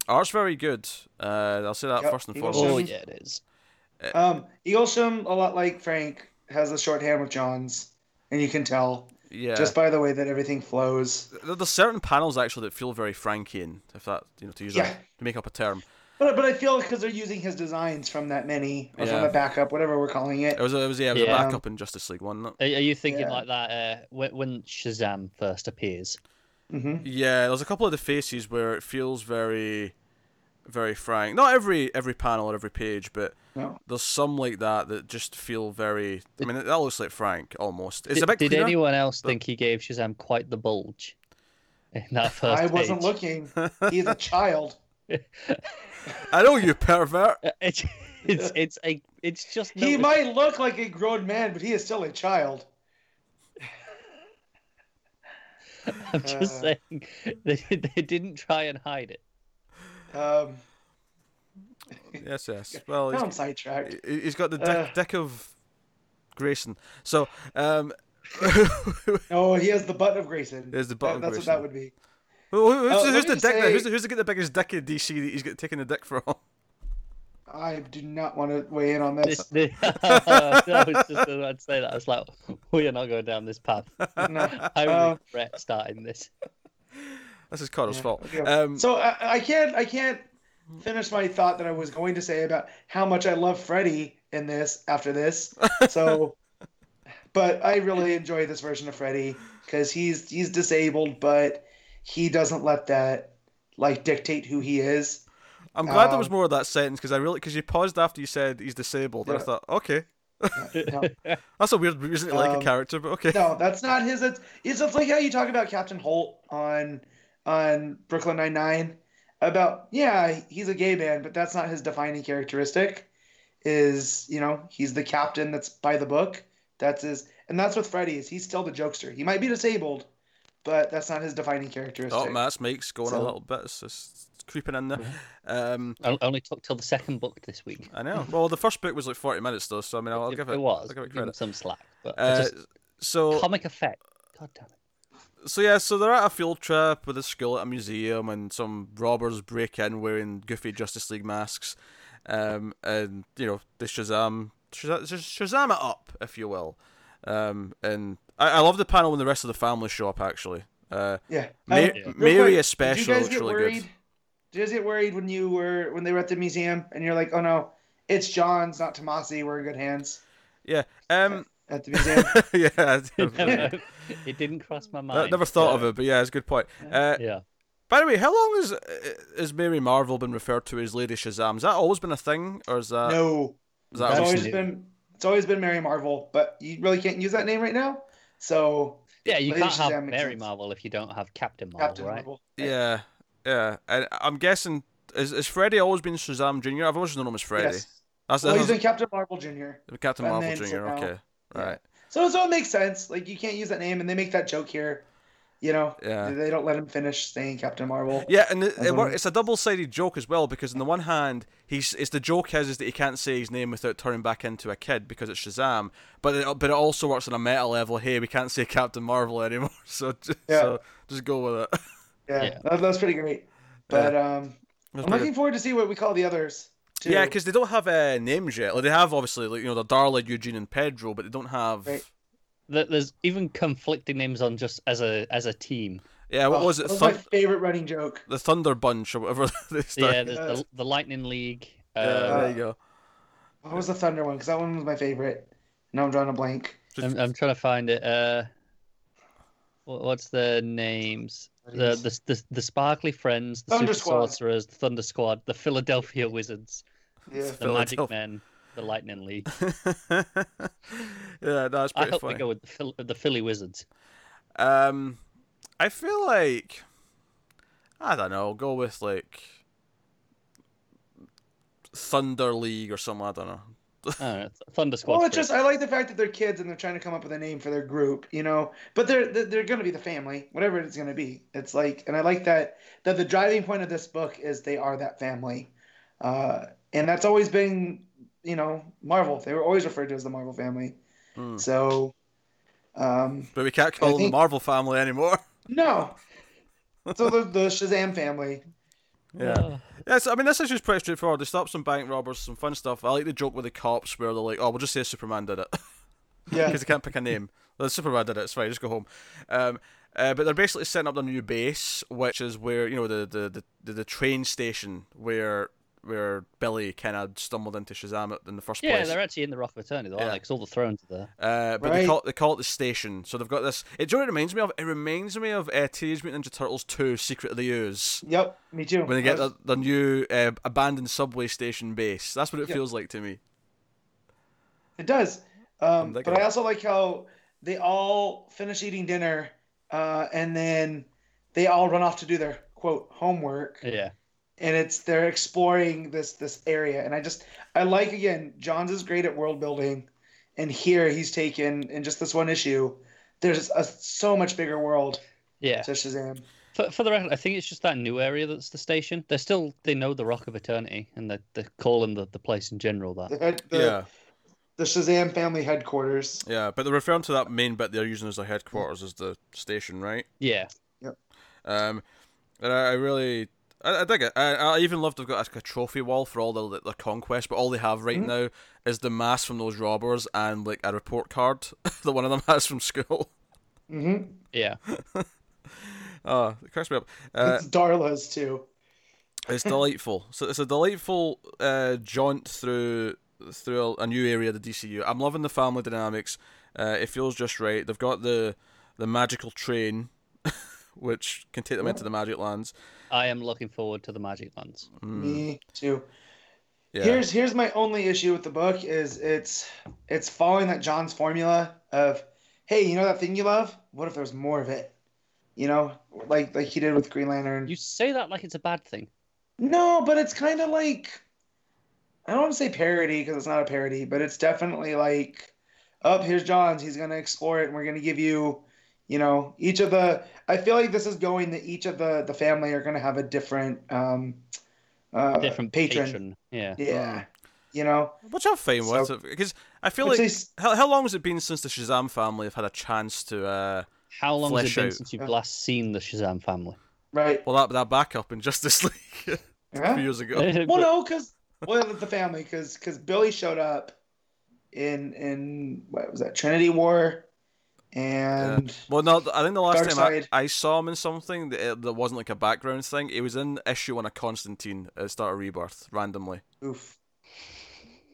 S1: art's very good. Uh, I'll say that
S2: Yep,
S1: first and
S2: Eilsham.
S1: foremost.
S3: Oh
S2: Awesome.
S3: yeah, it is.
S1: Eh.
S2: Um, Eilsham, a lot like Frank, has the shorthand with Johns, and you can tell
S1: Yeah.
S2: just by the way that everything flows.
S1: There- There's certain panels actually that feel very Frankian, if that you know to use
S2: Yeah.
S1: that to make up a term.
S2: But but I feel because they're using his designs from that many or
S1: Yeah.
S2: from the backup, whatever we're calling it.
S1: It was, it was yeah, it was
S3: Yeah.
S1: a backup in Justice League, wasn't it?
S3: Are, are you thinking
S2: Yeah.
S3: like that uh, when, when Shazam first appears?
S1: Oh.
S2: hmm
S1: Yeah, there's a couple of the faces where it feels very, very frank. Not every every panel or every page, but
S2: No.
S1: there's some like that that just feel very. I mean, that looks like Frank almost. It's
S3: did,
S1: a bit
S3: did
S1: cleaner.
S3: anyone else
S1: but-
S3: think he gave Shazam quite the bulge in that first
S2: I wasn't
S3: page?
S2: looking. He's a child.
S1: I know you pervert.
S3: Uh, It's it's it's a it's just
S2: He
S3: noticeable.
S2: might look like a grown man, but he is still a child.
S3: I'm just
S2: Uh.
S3: saying they, they didn't try and hide it.
S2: Um,
S1: Yes, yes. Well,
S2: now I'm
S1: he's,
S2: sidetracked.
S1: he- he's got the dick,
S2: Uh.
S1: dick of Grayson. So, um,
S2: No, Oh, he has the butt of Grayson.
S1: There's the butt
S2: That-
S1: of
S2: that's what
S1: Grayson.
S2: that would be.
S1: who- who's,
S2: Uh,
S1: who's
S2: let me
S1: the dick?
S2: just say-
S1: Who's, the- who's the, the biggest dick in DC that he's got taken the dick from?
S2: I do not want to weigh in on
S3: This,
S2: this.
S3: this, I was just about to say that. I was like, we are not going down this path.
S2: no.
S3: I
S2: Uh.
S3: regret starting this.
S1: This is Connor's
S2: Yeah,
S1: fault.
S2: okay.
S1: Um,
S2: So I, I can't I can't finish my thought that I was going to say about how much I love Freddy in this after this. So, but I really enjoy this version of Freddy because he's he's disabled, but he doesn't let that like dictate who he is.
S1: I'm glad there
S2: um,
S1: was more of that sentence because I really because you paused after you said he's disabled, and I
S2: Yeah.
S1: thought, okay,
S2: No,
S1: that's a weird reason to like
S2: Um,
S1: a character, but okay. Oh,
S2: no that's not his. It's, it's it's like how you talk about Captain Holt on on Brooklyn Nine Nine about yeah he's a gay man, but that's not his defining characteristic. is you know he's the captain that's by the book that's his and that's with freddy is he's still the jokester he might be disabled but that's not his defining characteristic
S1: Oh, Matt's mic's going a
S2: So- Mm-hmm.
S1: little bit. It's, it's creeping in there. Um,
S3: I only took till the second book this week.
S1: I know. Well, the first book was like 40 minutes though, so I mean, I'll, I'll
S3: If
S1: give it.
S3: was.
S1: I'll give it
S3: give him
S1: credit.
S3: some slack. But I
S1: Uh,
S3: just-
S1: so
S3: comic effect. God damn it.
S1: so yeah, so they're at a field trip with a school at a museum, and some robbers break in wearing goofy Justice League masks, um, and you know they Shazam, Shazam, Shazam it up, if you will. Um, and I, I love the panel when the rest of the family show up. Actually, uh,
S2: yeah
S1: Ma-
S2: Uh,
S1: Mary
S2: real did you
S1: especially
S2: guys
S1: looks
S2: get
S1: really
S2: worried
S1: good.
S2: did you guys get worried when you were when they were at the museum and you're like oh no it's john's not tomasi we're in good hands
S1: Yeah. Um.
S2: at the museum
S1: yeah. I
S3: It
S1: never-
S3: never- it didn't cross my
S1: I
S3: mind.
S1: never thought of it, but yeah, it's a good point. Uh,
S3: Yeah.
S1: by the way, how long has uh, has Mary Marvel been referred to as Lady Shazam? Has that always been a thing, or is that
S2: no
S1: is
S3: That's
S1: that recent?
S2: it's always
S3: obviously-
S2: been it's always been mary marvel but you really can't use that name right now so
S3: Yeah, you
S2: Lady
S3: can't have
S2: Shazam makes
S3: Mary
S2: sense.
S3: Marvel if you don't have Captain Marvel,
S2: captain
S3: right?
S2: marvel
S1: Yeah, yeah. And I'm guessing is is Freddy always been Shazam Junior? I've always known him as Freddy.
S2: yes
S1: That's,
S2: well,
S1: that's
S2: he's been captain marvel jr
S1: Captain
S2: and
S1: Marvel
S2: then
S1: Junior.
S2: somehow-
S1: Okay, right.
S2: So so it makes sense. Like you can't use that name, and they make that joke here. You know,
S1: Yeah.
S2: they don't let him finish saying Captain Marvel.
S1: Yeah, and it, it,
S2: don't
S1: wor-
S2: know.
S1: it's a double-sided joke as well because on the one hand, he's it's the joke is, is that he can't say his name without turning back into a kid because it's Shazam, but it, but it also works on a meta level. Hey, we can't say Captain Marvel anymore, so just,
S2: Yeah.
S1: so just go with it.
S2: yeah,
S3: Yeah.
S2: That, that's pretty great. But
S1: That's
S2: um, I'm
S1: pretty
S2: looking forward to see what we call the others. Too.
S1: Yeah, because they don't have uh, names yet. Like they have obviously, like you know, the Darla, Eugene, and Pedro, but they don't have.
S2: Right.
S3: There- There's even conflicting names on just as a as a team.
S1: Yeah, uh, what
S2: Oh,
S1: was it?
S2: That was
S1: Thun-
S2: my favorite running joke.
S1: The Thunder Bunch or whatever. they start-
S3: Yeah, there's the, the Lightning League. Uh,
S1: Yeah, there you go.
S2: What was the Thunder one? Because that one was my favorite. Now I'm drawing a blank.
S3: I'm, I'm trying to find it. Uh, wha- what's the names? The
S2: Friends.
S3: the, the, the Sparkly Friends, the
S2: Thunder
S3: Super
S2: Squad.
S3: Sorcerers, the Thunder Squad, the Philadelphia Wizards,
S2: Yeah.
S3: the Magic
S1: Philadelphia.
S3: Men, the Lightning League.
S1: yeah, that's
S3: I
S1: pretty
S3: hope we
S1: funny.
S3: go with the, Phil- the Philly Wizards.
S1: Um, I feel like I don't know. Go with like Thunder League or something. I don't know.
S3: I don't know. Thunder Squad.
S2: Well, Oh, it's just I like the fact that they're kids and they're trying to come up with a name for their group, you know. But they're they're, they're going to be the family, whatever it's going to be. It's like, and I like that that the driving point of this book is they are that family, uh, and that's always been, you know, Marvel. They were always referred to as the Marvel family.
S1: Hmm.
S2: So, um,
S1: But we can't call them
S2: think-
S1: the Marvel family anymore.
S2: no. So the, the Shazam family.
S1: Yeah.
S3: Oh,
S1: Yes, I mean this issue's pretty straightforward. They stop some bank robbers, some fun stuff. I like the joke with the cops where they're like, "Oh, we'll just say Superman did it,"
S2: Yeah.
S1: because they can't pick a name. The Superman did it. It's fine. Just go home. Um, uh, but they're basically setting up their new base, which is where you know the the the, the, the train station where where Billy kind of stumbled into Shazam in the first
S3: Yeah,
S1: place.
S3: they're actually in the Wrath of Eternity, aren't
S1: Yeah.
S3: they? Because all the thrones are there.
S1: Uh, but they
S2: Right.
S1: call it they call it the station. So they've got this. It, do you know what it reminds me of? It reminds me of uh, Teenage Mutant Ninja Turtles Two: Secret of the Ooze.
S2: Yep. Me too.
S1: When they get
S2: I was-
S1: their, their new uh, abandoned subway station base, that's what it
S2: Yeah.
S1: feels like to me.
S2: It does. Um,
S1: that
S2: but
S1: guy.
S2: I also like how they all finish eating dinner uh, and then they all run off to do their quote homework
S3: Yeah.
S2: and it's they're exploring this this area and I just I like again Johns is great at world building and here he's taken in just this one issue there's a so much bigger world
S3: Yeah.
S2: to Shazam.
S3: For, for the record, I think it's just that new area that's the station. They're still, they know the Rock of Eternity and they're, they're calling the, the place in general
S2: The,
S3: that.
S2: head- the,
S1: yeah,
S2: the Shazam family headquarters.
S1: yeah. But they're referring to that main bit they're using as their headquarters as the station, right?
S3: Yeah.
S1: Um, and I, I really, I, I dig it. I, I even love they've got like a trophy wall for all their their conquest, but all they have right
S2: Mhm.
S1: now is the mask from those robbers and like a report card that one of them has from school.
S2: hmm
S3: Yeah.
S1: Oh, it cracks me up. Uh,
S2: it's Darla's too.
S1: It's delightful. So it's a delightful uh, jaunt through through a, a new area of the DCU. I'm loving the family dynamics. Uh, it feels just right. They've got the the magical train, which can take them into the magic lands.
S3: I am looking forward to the Magic Lands.
S1: Mm,
S2: Me too.
S1: yeah.
S2: Here's here's my only issue with the book is it's it's following that John's formula of hey you know that thing you love what if there's more of it you know like like he did with Green Lantern
S3: You say that like it's a bad thing.
S2: no but it's kind of like I don't want to say parody because it's not a parody but it's definitely like up here's John's he's gonna explore it and we're gonna give you you know each of the I feel like this is going that each of the the family are gonna have a different um uh,
S3: Different
S2: patron.
S3: patron. Yeah.
S2: yeah you know
S1: Which I'm fine
S2: So-
S1: with because I feel
S2: Which
S1: like
S2: is-
S1: how, how long has it been since the Shazam family have had a chance to uh,
S3: How long has
S1: Flesh
S3: it been
S1: out.
S3: since you've
S2: Yeah.
S3: last seen the Shazam family?
S2: right
S1: well that that backup in Justice League a few
S2: Yeah.
S1: years ago?
S2: Well, no, because well, the family, because because Billy showed up in in what was that Trinity War, and
S1: Well, no, th- I think the last
S2: Dark
S1: time
S2: Side.
S1: I, I saw him in something that, it- that wasn't like a background thing, it was in issue on a Constantine at the start of Rebirth randomly.
S2: oof,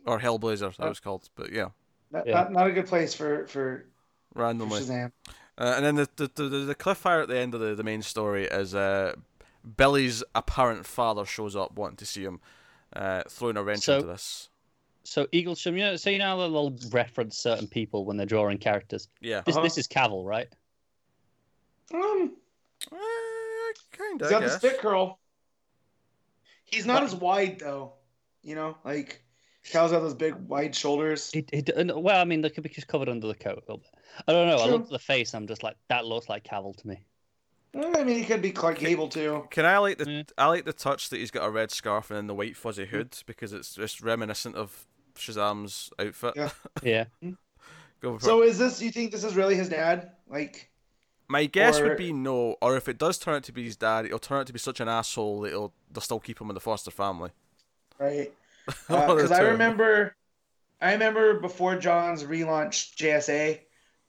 S1: Or Hellblazer,
S2: Oh.
S1: that was called. But yeah,
S2: not,
S3: Yeah.
S2: not, not a good place for for, for
S1: randomly.
S2: Shazam.
S1: Uh, and then the, the, the, the cliffhanger at the end of the, the main story is uh, Billy's apparent father shows up wanting to see him, uh, throwing a wrench
S3: So-
S1: into this.
S3: so Eaglesham, you know, so you know how they'll reference certain people when they're drawing characters.
S1: Yeah.
S3: This
S2: Uh-huh.
S3: this is Cavill, right?
S2: Um,
S1: Uh, kind
S2: he's
S1: of, I
S2: got the
S1: guess.
S2: spit curl. He's not
S3: But-
S2: as wide though, you know, like Cal's got those big wide shoulders.
S3: It, it, and- well, I mean, they could be just covered under the coat a little bit. I don't know. I
S2: True.
S3: look at the face, I'm just like, that looks like Cavill to me.
S2: Eh, I mean, he could be Clark Gable too.
S1: Can I like the
S3: Yeah.
S1: I like the touch that he's got a red scarf and then the white fuzzy hood because it's just reminiscent of Shazam's outfit.
S2: Yeah.
S3: Yeah.
S1: Go for it.
S2: So is this? You think this is really his dad? Like,
S1: My guess
S2: Or-
S1: would be no, or if it does turn out to be his dad, it'll turn out to be such an asshole that it'll they'll still keep him in the foster family.
S2: right?
S1: One of the
S2: because Uh, I
S1: two.
S2: remember, I remember before John's relaunched JSA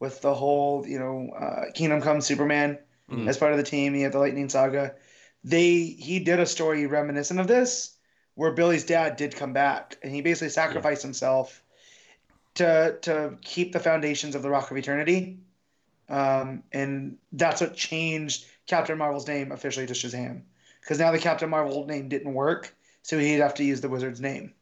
S2: with the whole, you know, uh, Kingdom Come Superman
S1: Mm.
S2: as part of the team. He had the Lightning Saga. They he did a story reminiscent of this, where Billy's dad did come back, and he basically sacrificed himself to to keep the foundations of the Rock of Eternity, um, and that's what changed Captain Marvel's name officially to Shazam, because now the Captain Marvel name didn't work, so he'd have to use the wizard's name,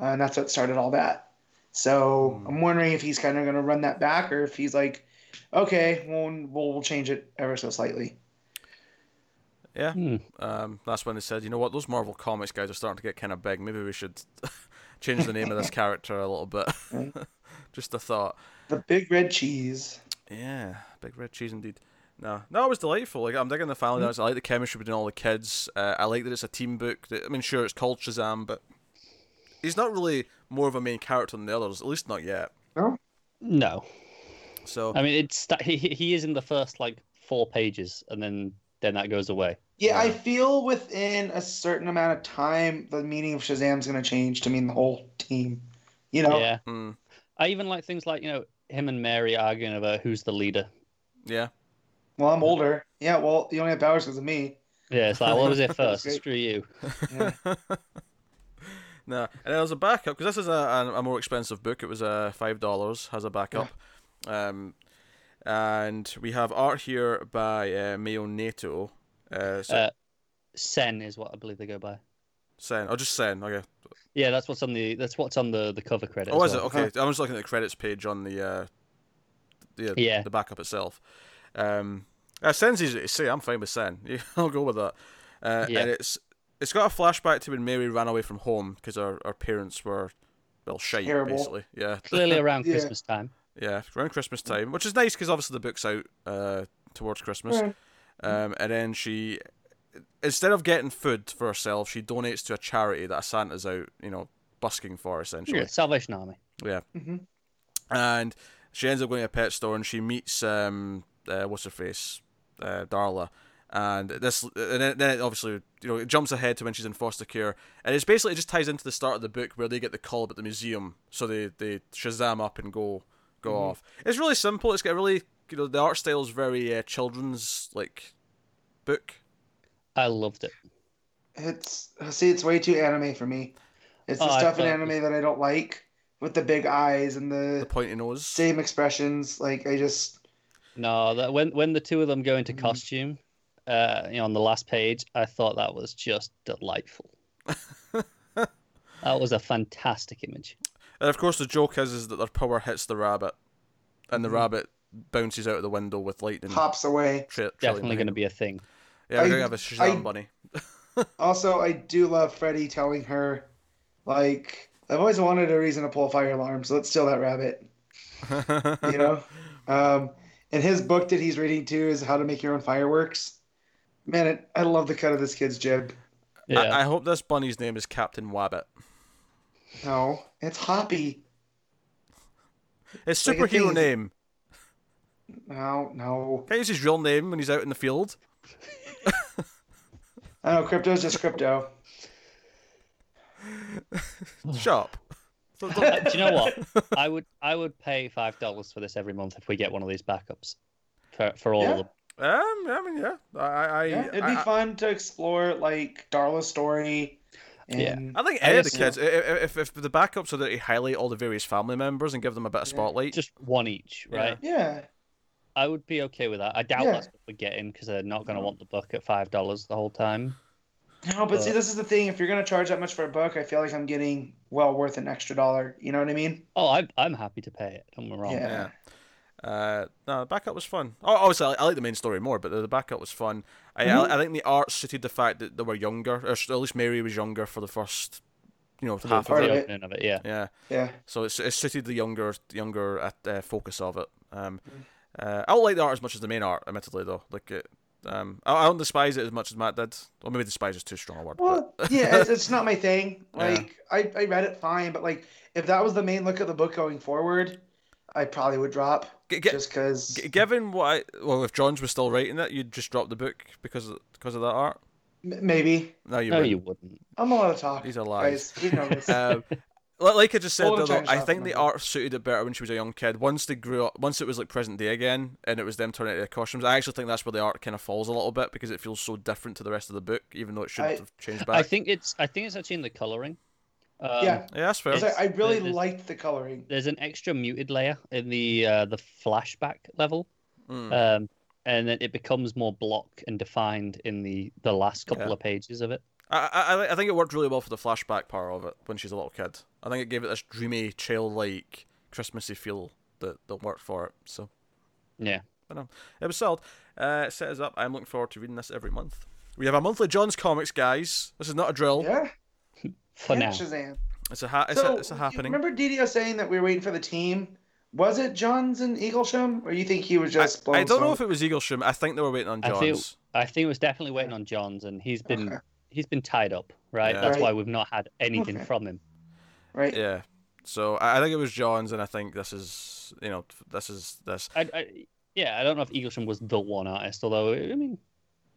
S2: uh, and that's what started all that. So
S1: Hmm.
S2: I'm wondering if he's kind of going to run that back, or if he's like, okay, we'll, we'll, we'll change it ever so slightly.
S1: Yeah.
S3: Hmm.
S1: Um, that's when they said, you know what, those Marvel Comics guys are starting to get kind of big. Maybe we should change the name of this character a little bit.
S2: Mm.
S1: Just a thought.
S2: The big red cheese.
S1: Yeah, big red cheese indeed. No, no, it was delightful. Like I'm digging the
S3: Hmm.
S1: family. dynamics. I like the chemistry between all the kids. Uh, I like that it's a team book. That, I mean, sure, it's called Shazam, but he's not really more of a main character than the others, at least not yet.
S3: No,
S1: So
S3: I mean it's that he he- he is in the first like four pages, and then then that goes away.
S2: Yeah, I
S1: Yeah.
S2: feel within a certain amount of time, the meaning of Shazam's going to change to mean the whole team. You know?
S3: Yeah,
S1: mm,
S3: I even like things like you know him and Mary arguing about who's the leader.
S1: yeah,
S2: Well, I'm older. Yeah, well, you only have powers because of me.
S3: Yeah, it's like what was it first?
S2: Great.
S3: Screw you.
S2: Yeah.
S1: no, and there was a backup because this is a, a a more expensive book. It was uh, five dollars has a backup, um, and we have art here by uh, Mayo Nato. Uh, so,
S3: Uh, Sen is what I believe they go by.
S1: Sen, or just Sen. Okay.
S3: Yeah, that's what's on the that's what's on the the cover credit.
S1: Oh,
S3: as
S1: is it
S3: well.
S1: okay? I was looking at the credits page on the uh, the uh,
S3: Yeah.
S1: the backup itself. Um, uh, Sen's easy to see. I'm fine with Sen. I'll go with that. Uh,
S3: Yeah.
S1: And it's it's got a flashback to when Mary ran away from home because her, her parents were well shite
S2: Terrible.
S1: basically. Yeah,
S3: Clearly around
S2: Yeah.
S3: Christmas time.
S1: yeah, around Christmas time, which is nice because obviously the book's out uh, towards Christmas.
S2: Right.
S1: Um, and then she, instead of getting food for herself, she donates to a charity that a Santa's out, you know, busking for essentially.
S3: Yeah, Salvation Army.
S1: Yeah.
S2: Mhm.
S1: And she ends up going to a pet store and she meets um uh, what's her face uh, Darla. And this, and then, then it obviously, you know, it jumps ahead to when she's in foster care, and it's basically it just ties into the start of the book where they get the call about the museum, so they they shazam up and go go off. It's really simple. It's got a really, you know, the art style is very uh, children's like book.
S3: I loved it.
S2: It's see, it's way too anime for me. It's the
S3: Oh, I
S2: stuff in
S3: thought-
S2: anime that I don't like with the big eyes and
S1: The
S2: the
S1: pointy nose.
S2: same expressions. Like I just
S3: No, that when when the two of them go
S1: Mm.
S3: into
S2: Mhm.
S3: costume, uh, you know, on the last page, I thought that was just delightful. that was a fantastic image.
S1: And of course, the joke is is that their power hits the rabbit, and the
S2: Mhm.
S1: rabbit bounces out of the window with lightning.
S2: pops away.
S1: tra- trailing
S3: Definitely going
S1: behind
S3: to be a thing.
S1: them. Yeah, we're
S2: I-
S1: gonna have a Shazam
S2: I-
S1: bunny.
S2: Also, I do love Freddy telling her, like, I've always wanted a reason to pull a fire alarm, so let's steal that rabbit. You know. um, and his book that he's reading too is How to Make Your Own Fireworks. Man, it, I love the cut of this kid's jib.
S3: Yeah,
S1: I, I hope this bunny's name is Captain Wabbit.
S2: No, it's Hoppy.
S1: His
S2: Like, the thing
S1: superhero
S2: is-
S1: name.
S2: No, no.
S1: Can't use his real name when he's out in the field.
S2: I know crypto's just crypto.
S1: Shop.
S3: Uh, do you know what? I would I would pay five dollars for this every month if we get one of these backups for for all
S2: Yeah.
S3: of them.
S1: Um, I mean, yeah, I, I,
S2: Yeah, it'd be
S1: I, I,
S2: fun to explore like Darla's story.
S3: Yeah.
S2: And
S1: I think any of the
S2: guess-
S1: kids, i- i- if, if the backups are there to highlight all the various family members and give them a bit of
S2: Yeah.
S1: spotlight,
S3: Just one each,
S1: Yeah.
S3: right?
S2: yeah,
S3: I would be okay with that. I doubt
S2: Yeah.
S3: that's what we're getting because they're not going to want the book at five dollars the whole time.
S2: no, but see,
S3: Uh,
S2: this is the thing. If you're gonna charge that much for a book, I feel like I'm getting well worth an extra dollar. You know what I mean?
S3: Oh, I, I'm happy to pay it. Don't get me wrong.
S2: Yeah.
S1: Yeah. Uh, no, the backup was fun. Oh, obviously, I, I like the main story more, but the, the backup was fun. I,
S2: Mhm.
S1: I, I think the art suited the fact that they were younger, or s- at least Mary was younger for the first, you know, half of
S3: For
S2: part
S3: the
S1: it.
S2: of it.
S3: opening of it, yeah.
S1: Yeah,
S2: Yeah.
S1: so it's it suited the younger younger uh, uh, focus of it. Um,
S2: Hmm.
S1: uh, I don't like the art as much as the main art, admittedly though. Like it, um, I, I don't despise it as much as Matt did. Well, maybe despise is too strong a word. but-
S2: Well, yeah, it's, it's not my thing.
S1: Yeah.
S2: Like, I, I read it fine, but like, if that was the main look of the book going forward, I probably would drop
S1: G- g-
S2: just because.
S1: g- given what I, well, if Johns was still writing it, you'd just drop the book because of, because of that art.
S2: Maybe
S1: No, you
S3: No,
S1: wouldn't.
S3: you wouldn't.
S2: I'm a lot of talk.
S1: These are lies.
S2: Guys, we know this.
S1: um, li- like I just said,
S2: All the
S1: though, though,
S2: change
S1: I
S2: happened
S1: think
S2: on
S1: the
S2: that.
S1: art suited it better when she was a young kid. Once they grew up, once it was like present day again, and it was them turning into their costumes. I actually think that's where the art kind of falls a little bit because it feels so different to the rest of the book, even though it should
S2: I-
S1: have changed back.
S3: I think it's I think it's actually in the coloring. Um,
S2: yeah,
S1: yeah, that's fair.
S2: I was like, I really
S3: it's-
S2: liked the coloring.
S3: There's an extra muted layer in the uh, the flashback level,
S1: Mm.
S3: um, and then it becomes more block and defined in the the last couple
S1: Yeah.
S3: of pages of it.
S1: I, I I think it worked really well for the flashback part of it when she's a little kid. I think it gave it this dreamy, childlike, Christmassy feel that that worked for it. So
S3: Yeah.
S1: But um, it was solid. Uh, it set us up. I'm looking forward to reading this every month. We have a monthly John's comics, guys. This is not a drill.
S2: Yeah.
S3: For
S2: and
S3: now.
S2: Shazam.
S1: It's a ha- it's,
S2: so,
S1: a, it's a happening.
S2: Remember DDO saying that we were waiting for the team? Was it Johns and Eaglesham, or you think he was
S1: I,
S2: just? blowing
S1: I don't know
S2: smoke?
S1: if it was Eaglesham. I think they were waiting on
S3: I
S1: Johns.
S3: think I think it was definitely waiting on Johns, and he's been
S2: Okay.
S3: he's been tied up, right?
S1: Yeah.
S3: That's
S2: Right.
S3: why we've not had anything
S2: Okay.
S3: from him.
S2: right.
S1: Yeah. So I I think it was Johns, and I think this is you know this is this.
S3: I, I, yeah, I don't know if Eaglesham was the one artist, although I mean,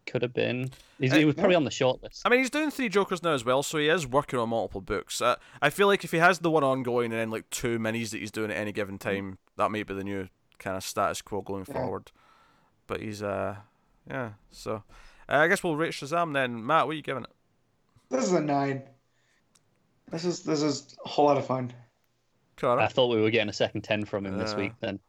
S3: could have been. He's, he
S1: Uh,
S3: was probably on the short list.
S1: I mean, he's doing three Jokers now as well, so he is working on multiple books. I, I feel like if he has the one ongoing and then like two minis that he's doing at any given time, that may be the new kind of status quo going
S2: Yeah.
S1: forward. But he's uh, yeah. So uh, I guess we'll rate Shazam then. Matt, what are you giving it?
S2: This is a nine. This is this is a whole lot of fun.
S1: Cara?
S3: I thought we were getting a second ten from him this
S1: Yeah.
S3: week. Then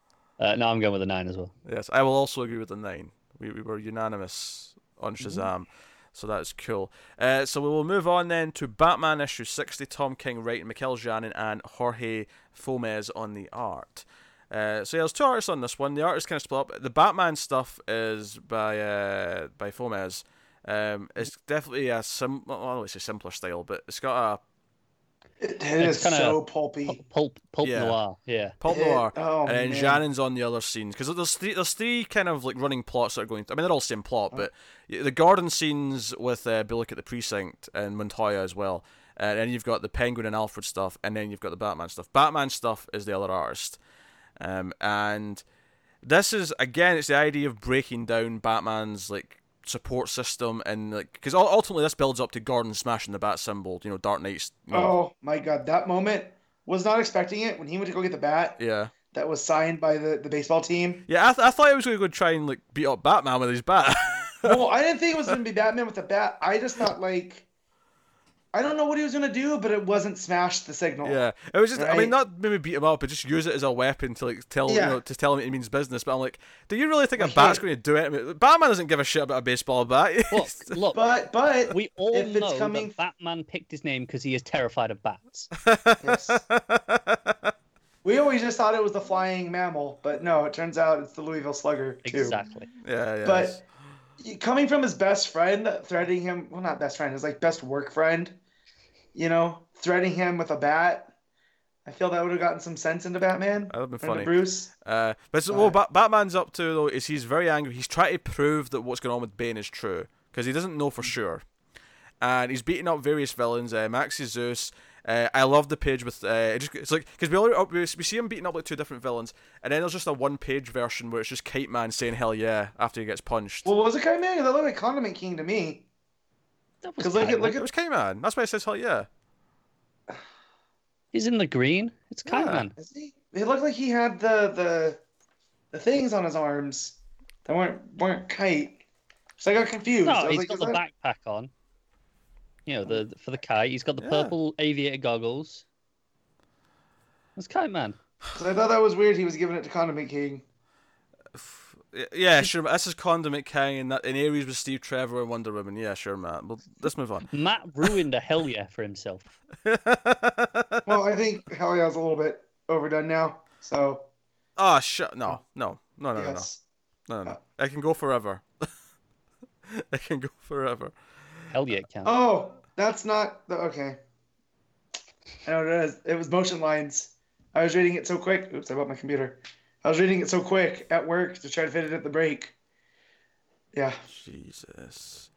S3: uh, no, I'm going with a nine as well.
S1: Yes, I will also agree with the nine. We, we were unanimous on Shazam, so that's cool. Uh, so we will move on then to Batman issue 60, Tom King writing, Mikel Janin and Jorge Fomes on the art. Uh, so yeah, there's two artists on this one. The artists kind of split up. The Batman stuff is by uh, by Fomes. Um, it's definitely a sim. well, I don't want to say simpler style, but it's got a
S2: It,
S3: It's
S2: it's
S3: kinda-
S2: so pulpy.
S3: Pul- Pulp, pulp
S1: Yeah.
S3: noir. Yeah,
S1: pulp
S2: It-
S1: noir,
S2: oh,
S1: and then
S2: man.
S1: Shannon's on the other scene because there's three, there's three kind of like running plots that are going. I mean, they're all same plot, but y- the garden scenes with uh, Bullock at the precinct and Montoya as well, and then you've got the Penguin and Alfred stuff, and then you've got the Batman stuff. Batman stuff is the other artist, um, and this is again it's the idea of breaking down batman's like support system and like because ultimately this builds up to gordon smashing the bat symbol you know dark knight's you know,
S2: Oh my god, that moment was not expecting it when he went to go get the bat
S1: yeah
S2: that was signed by the, the baseball team.
S1: yeah I, th- I thought he was going to go try and like beat up batman with his bat
S2: No, I didn't think it was gonna be Batman with the bat. I just thought like I don't know what he was gonna do, but it wasn't smash the signal.
S1: Yeah, it was just. I mean,
S2: Right.
S1: not maybe beat him up, but just use it as a weapon to like tell
S2: Yeah.
S1: you know to tell him it means business. But I'm like, do you really think a
S2: Well,
S1: bat's
S2: hey.
S1: going to do it? I mean, Batman doesn't give a shit about a baseball bat.
S3: look, look.
S2: But but
S3: we all
S2: if it's
S3: know
S2: coming-
S3: that Batman picked his name because he is terrified of bats.
S2: yes. we always just thought it was the flying mammal, but no, it turns out it's the Louisville Slugger too.
S3: exactly.
S1: yeah, yeah.
S2: But coming from his best friend, threatening him well, not best friend, his like best work friend, you know, threatening him with a bat, I feel that would have gotten some sense into Batman.
S1: That would've been
S2: or
S1: funny.
S2: into Bruce.
S1: Uh, but so, what ba- Batman's up to though is he's very angry. He's trying to prove that what's going on with Bane is true because he doesn't know for
S2: Mm.
S1: sure, and he's beating up various villains. Uh, Maxi Zeus. Uh, I love the page with uh, it just, it's like because we, already- we we see him beating up like two different villains, and then there's just a one page version where it's just Kite Man saying hell yeah after he gets punched.
S2: Well, was it Kite Man? That looked like Condiment King to me.
S3: That was
S2: Because look
S3: Kylo.
S2: at look
S1: It
S2: at
S1: was Kite Man. That's why it says hell yeah.
S3: He's in the green. It's Kite
S1: Yeah.
S3: Man.
S2: is he? It looked like he had the the the things on his arms that weren't weren't kite. So I got confused. I
S3: No,
S2: was
S3: he's
S2: like,
S3: got
S2: is
S3: the
S2: that-
S3: backpack on. You know, the, the- for the kite. He's got the
S1: Yeah.
S3: purple aviator goggles. It's Kite Man.
S2: 'cause I thought that was weird. He was giving it to Condiment King.
S1: Y- Yeah, sure. but This is Condiment King and that in Aries with Steve Trevor and Wonder Woman. Yeah, sure, Matt. Well, let's move on.
S3: Matt ruined a hell yeah for himself.
S2: Well, I think Hell Yeah's a little bit overdone now. So
S1: Ah, shut. No, no, no, no, no, no,
S2: Oh. yes,
S1: no, no, no. I can go forever. I can go forever.
S3: Hell yeah, it can.
S2: Oh, that's not the okay. I know what it is. It was motion lines. I was reading it so quick. Oops, I bought my computer. I was reading it so quick at work to try to fit it at the break. Yeah.
S1: Jesus.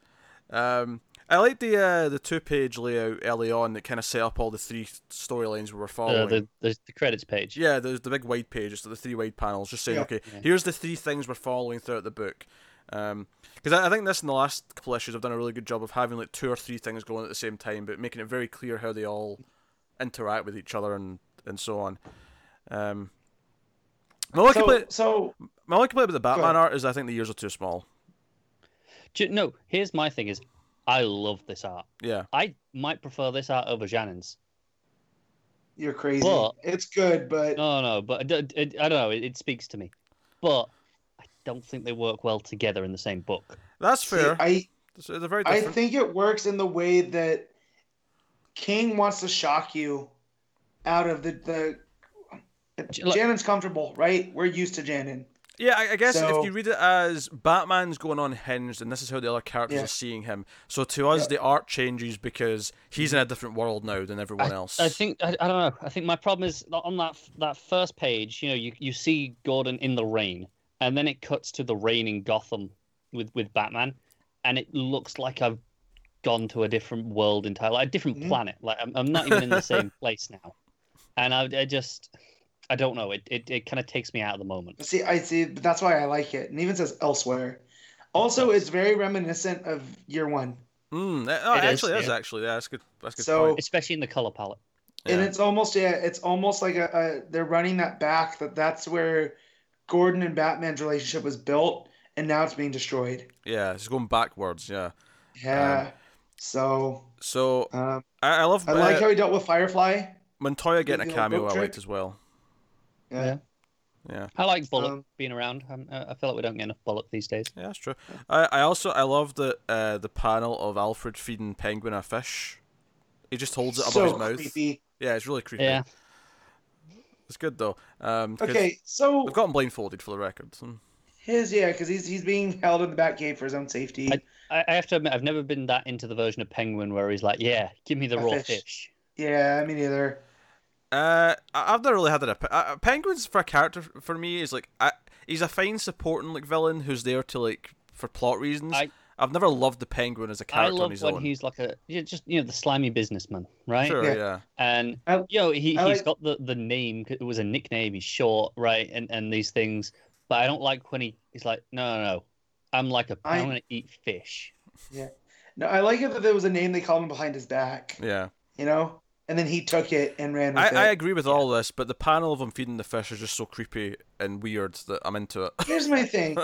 S1: Um, I like the uh, the two page layout early on that kind of set up all the three storylines we were
S3: the,
S1: following.
S3: the, the, the credits page.
S1: Oh, Yeah, there's the big wide page, it's the three wide panels, just saying,
S2: Yeah.
S1: okay,
S3: Yeah.
S1: here's the three things we're following throughout the book. Because I, I think this in the last couple issues, I've done a really good job of having like two or three things going at the same time, but making it very clear how they all interact with each other and, and so on. Um, my only
S2: So,
S1: complaint,
S2: so
S1: my only complaint about the Batman
S2: ahead.
S1: art is I think the years are too small.
S3: Do you- no, here's my thing is I love this art.
S1: Yeah,
S3: I might prefer this art over Shannon's.
S2: you're crazy.
S3: Well-
S2: it's good, but
S3: No, no, but I don't- it, I don't know. It, it speaks to me. But I don't think they work well together in the same book.
S1: that's fair.
S2: I
S1: So they're very
S2: I
S1: different.
S2: think it works in the way that King wants to shock you out of the the.
S3: Like-
S2: Janon's comfortable, right? We're used to Janon.
S1: Yeah, I, I guess
S2: So-
S1: if you read it as Batman's going on hinged, and this is how the other characters
S2: Yeah.
S1: are seeing him. So to us, the art changes because he's in a different world now than everyone else.
S3: I think I, I don't know. I think my problem is that on that that first page. You know, you, you see Gordon in the rain, and then it cuts to the rain in Gotham with with Batman, and it looks like I've gone to a different world entirely, like a different
S2: Mhm.
S3: planet. Like I'm, I'm not even in the same place now, and I, I just I don't know. It it, it kind of takes me out of the moment.
S2: See, I see, but that's why I like it. And even says elsewhere. Also, it's very reminiscent of year one,
S1: Mm, eh, no,
S3: It
S1: it
S3: is,
S1: actually is,
S3: yeah.
S1: actually. Yeah, that's good. That's good.
S2: So-
S1: point.
S3: Especially in the color palette.
S2: and
S1: Yeah.
S2: it's almost yeah, it's almost like a, a they're running that back that that's where Gordon and Batman's relationship was built, and now it's being destroyed.
S1: yeah, it's going backwards. Yeah.
S2: Yeah. so
S1: So
S2: um,
S1: I, I love
S2: I like
S1: uh,
S2: how he dealt with Firefly.
S1: Montoya getting
S2: the
S1: a
S2: old
S1: cameo.
S2: book
S1: I
S2: trick.
S1: liked as well.
S2: Yeah.
S3: Yeah.
S1: Yeah.
S3: I like Bullet
S2: Um,
S3: being around. I'm- i I feel like we don't get enough Bullet these days.
S1: Yeah, that's true. I, I also I love the uh, the panel of Alfred feeding Penguin a fish. He just holds it above
S2: so
S1: his mouth.
S2: creepy.
S1: Yeah, it's really creepy.
S3: Yeah.
S1: It's good though. Um, 'cause
S2: Okay, so
S1: They've got him blindfolded for the record. so-
S2: his yeah, because he's he's being held in the Batcave for his own safety.
S3: I, I have to admit, I've never been that into the version of Penguin where he's like, "Yeah, give me the
S2: A
S3: raw
S2: fish.
S3: fish."
S2: yeah, me neither.
S1: Uh, I- I've never really had that. Uh, Penguin's for a character f- for me is like I, he's a fine supporting like villain who's there to like for plot reasons.
S3: I-
S1: have never loved the Penguin as a
S3: I
S1: character on
S3: love
S1: his
S3: when
S1: own.
S3: he's like a you know, just you know the slimy businessman, right?
S1: Sure,
S2: Yeah.
S1: yeah.
S3: And
S2: I-
S3: you know he
S2: Oh, I
S3: has
S2: like-
S3: got the the name. 'cause It was a nickname. He's short, right? And and these things. But I don't like when he he's like, "No, no, no, I'm like a
S2: I-
S3: I'm gonna eat fish."
S2: No, I like it that there was a name they called him behind his back.
S1: yeah.
S2: You know, and then he took it and ran with
S1: I,
S2: it.
S1: I agree with all this, but the panel of him feeding the fish is just so creepy and weird that I'm into it.
S2: Here's my thing.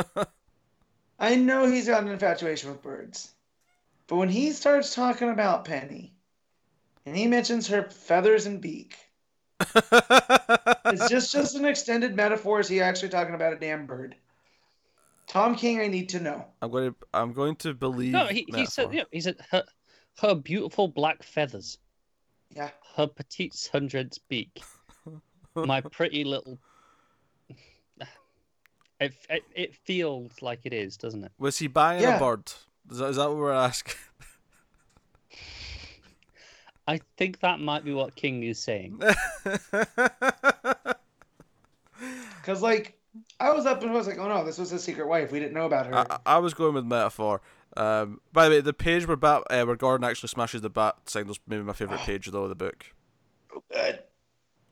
S2: I know he's got an infatuation with birds, but when he starts talking about Penny, and he mentions her feathers and beak, it's just just an extended metaphor. Is he actually talking about a damn bird? Tom King, I need to know.
S1: I'm going to I'm going to believe.
S3: No, he, he said,
S1: metaphor.
S3: you know, he said her, her beautiful black feathers,
S2: Yeah,
S3: her petite hundreds beak, my pretty little. It, it, it feels like it is, doesn't it?
S1: Was he banging
S2: Yeah.
S1: a bird? Is that, is that what we're asking?
S3: I think that might be what King is saying.
S2: because like I was up and I was like, oh no, this was his secret wife. We didn't know about her.
S1: I, I was going with metaphor. Um, by the way, the page where bat uh, where Gordon actually smashes the bat signals maybe my favorite page though of the book.
S2: Good.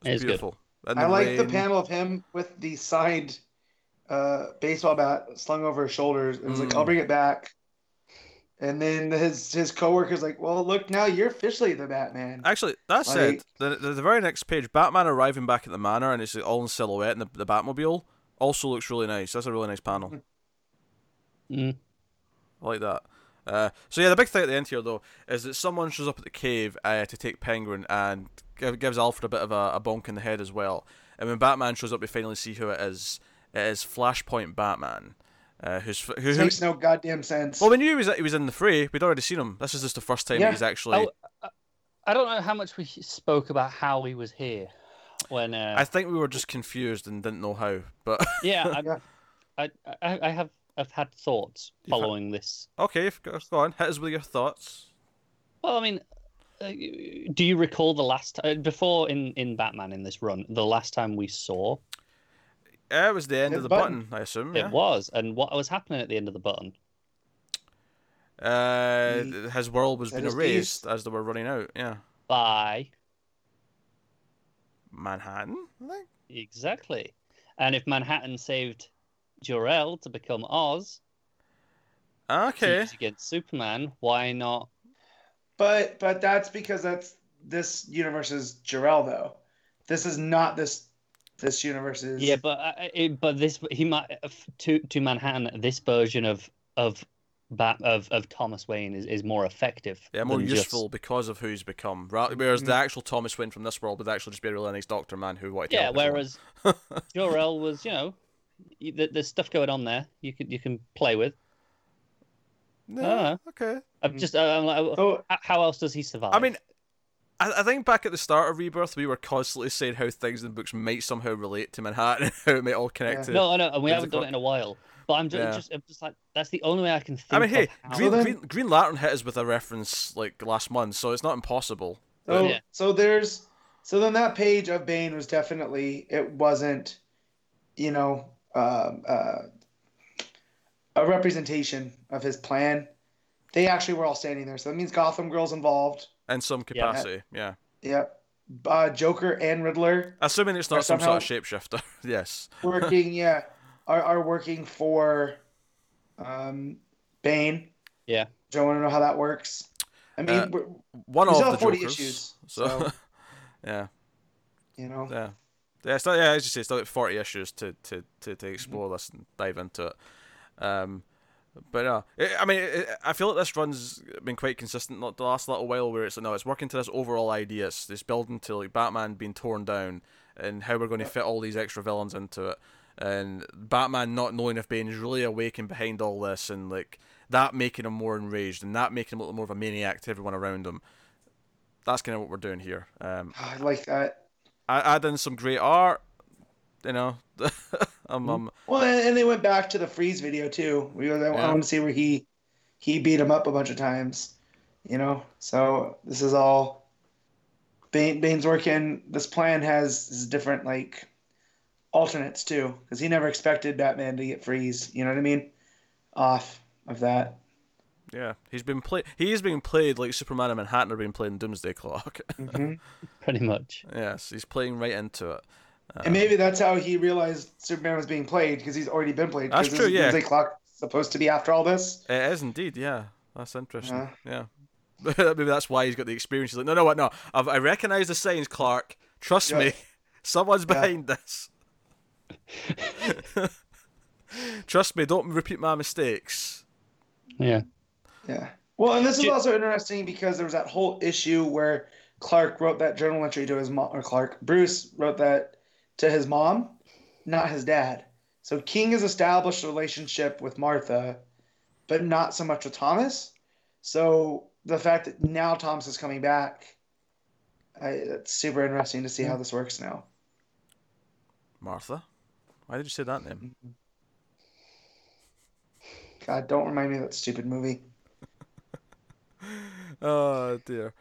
S1: It's
S3: It is good.
S1: beautiful. And
S2: I like the
S1: rain-
S2: panel of him with the signed uh, baseball bat slung over his shoulders. It was like,
S1: Mm.
S2: I'll bring it back. And then his his coworker's like, Well, look, now you're officially the Batman.
S1: Actually, that said, the, the, the very next page, Batman arriving back at the manor, and it's all in silhouette, and the, the Batmobile also looks really nice. That's a really nice panel.
S3: Mm.
S1: I like that. Uh, so yeah, the big thing at the end here though is that someone shows up at the cave uh, to take Penguin and gi- gives Alfred a bit of a, a bonk in the head as well. And when Batman shows up, we finally see who it is. It is Flashpoint Batman, uh, who's f- who,
S2: It
S1: who.
S2: makes no goddamn sense.
S1: Well, we knew he was he was in the fray. We'd already seen him. This is just the first time
S2: Yeah.
S1: he's actually.
S3: Oh, I don't know how much we spoke about how he was here. When uh,
S1: I think we were just confused and didn't know how. But
S3: yeah, I'm,
S2: Yeah.
S3: I, I I have I've had thoughts
S1: You've had-
S3: following this.
S1: okay, f- go go on. Hit us with your thoughts.
S3: Well, I mean, uh, do you recall the last uh, before in in Batman in this run? The last time we saw
S1: Uh, it was the end
S2: Hit
S1: of the
S2: button.
S1: button, I assume.
S3: it
S1: Yeah.
S3: was, and what was happening at the end of the button?
S1: Uh,
S2: He-
S1: th- his world was
S2: That
S1: being
S2: is
S1: erased
S2: east.
S1: as they were running out. Yeah.
S3: Bye.
S1: Manhattan, I think.
S3: Exactly. And if Manhattan saved Jor-El to become Oz, to
S1: Okay.
S3: use against Superman, why not?
S2: but but that's because that's this universe's Jarell though. This is not this this universe's
S3: Yeah, but uh, it, but this he might uh, f- to to Manhattan. This version of of Bat of, of Thomas Wayne is, is more effective.
S1: Yeah, more
S3: than just-
S1: useful because of who he's become. Ra- Whereas the
S2: Mhm.
S1: actual Thomas Wayne from this world would actually just be a really nice doctor man who wanted to
S3: yeah,
S1: help everyone.
S3: whereas Jor-El was you know. y- th- There's stuff going on there you can you can play with.
S1: Yeah, okay.
S3: I'm just uh, I'm like,
S2: Oh
S3: how else does he survive?
S1: I mean, I, I think back at the start of Rebirth, we were constantly saying how things in the books might somehow relate to Manhattan and how it might all connect
S2: Yeah.
S1: to.
S3: No, I know, and we
S1: There's a
S3: haven't done
S1: cor-
S3: it in a while. But I'm just,
S1: Yeah.
S3: just, I'm just like that's the only way I can think.
S1: I mean,
S3: of
S1: hey,
S3: how-
S1: Green,
S2: Well, then-
S1: Green Green Lantern hit us with a reference like last month, so it's not impossible.
S2: So
S3: Yeah.
S2: so there's so then that page of Bane was definitely it wasn't, you know, um, uh, a representation of his plan. They actually were all standing there, so that means Gotham Girl's involved.
S1: In some
S3: Yeah.
S1: capacity, yeah.
S2: Yep. Uh, Joker and Riddler
S1: Assuming it's
S2: Or
S1: not some sort of shapeshifter. yes.
S2: working, yeah, are, are working for um, Bane.
S3: Yeah.
S2: Do I want to know how that works? I mean,
S1: Uh,
S2: we're,
S1: One
S2: we
S1: of
S2: still
S1: the
S2: have 40
S1: Jokers.
S2: issues,
S1: So,
S2: so-
S1: yeah,
S2: you know.
S1: yeah. Yeah, it's not, yeah, as you say, it's still like 40 issues to, to, to, to explore this and dive into it. Um, but no, it, I mean, it, I feel like this run's been quite consistent not the last little while where it's no, it's working to this overall idea. It's, it's building to like Batman being torn down and how we're going to fit all these extra villains into it. And Batman not knowing if Bane is really awake and behind all this and like that making him more enraged and that making him a little more of a maniac to everyone around him. That's kind of what we're doing here. Um,
S2: I like that.
S1: I add in some great art. You know,
S2: Hmm.
S1: I'm, I'm-
S2: Well, and, and they went back to the freeze video too. We I,
S1: Yeah.
S2: want to see where he he beat him up a bunch of times, you know. So this is all Bane, Bane's working. This plan has is different like alternates too, because he never expected Batman to get freeze. You know what I mean? Off of that.
S1: yeah. He's been played. He is being played like Superman and Manhattan are being played in Doomsday Clock.
S3: pretty much.
S1: yes, he's playing right into it.
S2: and maybe that's how he realized Superman was being played because he's already been played. 'cause
S1: That's true,
S2: this is
S1: yeah.
S2: Doomsday Clock supposed to be after all this.
S1: It is indeed. Yeah, that's interesting.
S2: Yeah.
S1: Yeah, maybe that's why he's got the experience. He's like, no, no, what? No, I've, I recognize the signs, Clark. Trust
S2: Yeah.
S1: me, someone's
S2: Yeah.
S1: behind this. Trust me, don't repeat my mistakes.
S3: Yeah,
S2: Yeah. Well, and this is
S3: Do-
S2: also interesting because there was that whole issue where Clark wrote that journal entry to his mom, or Clark Bruce wrote that to his mom, not his dad. So King has established a relationship with Martha, but not so much with Thomas. So the fact that now Thomas is coming back, I, it's super interesting to see how this works now.
S1: Martha, why did you say that name?
S2: God, don't remind me of that stupid movie.
S1: Oh dear.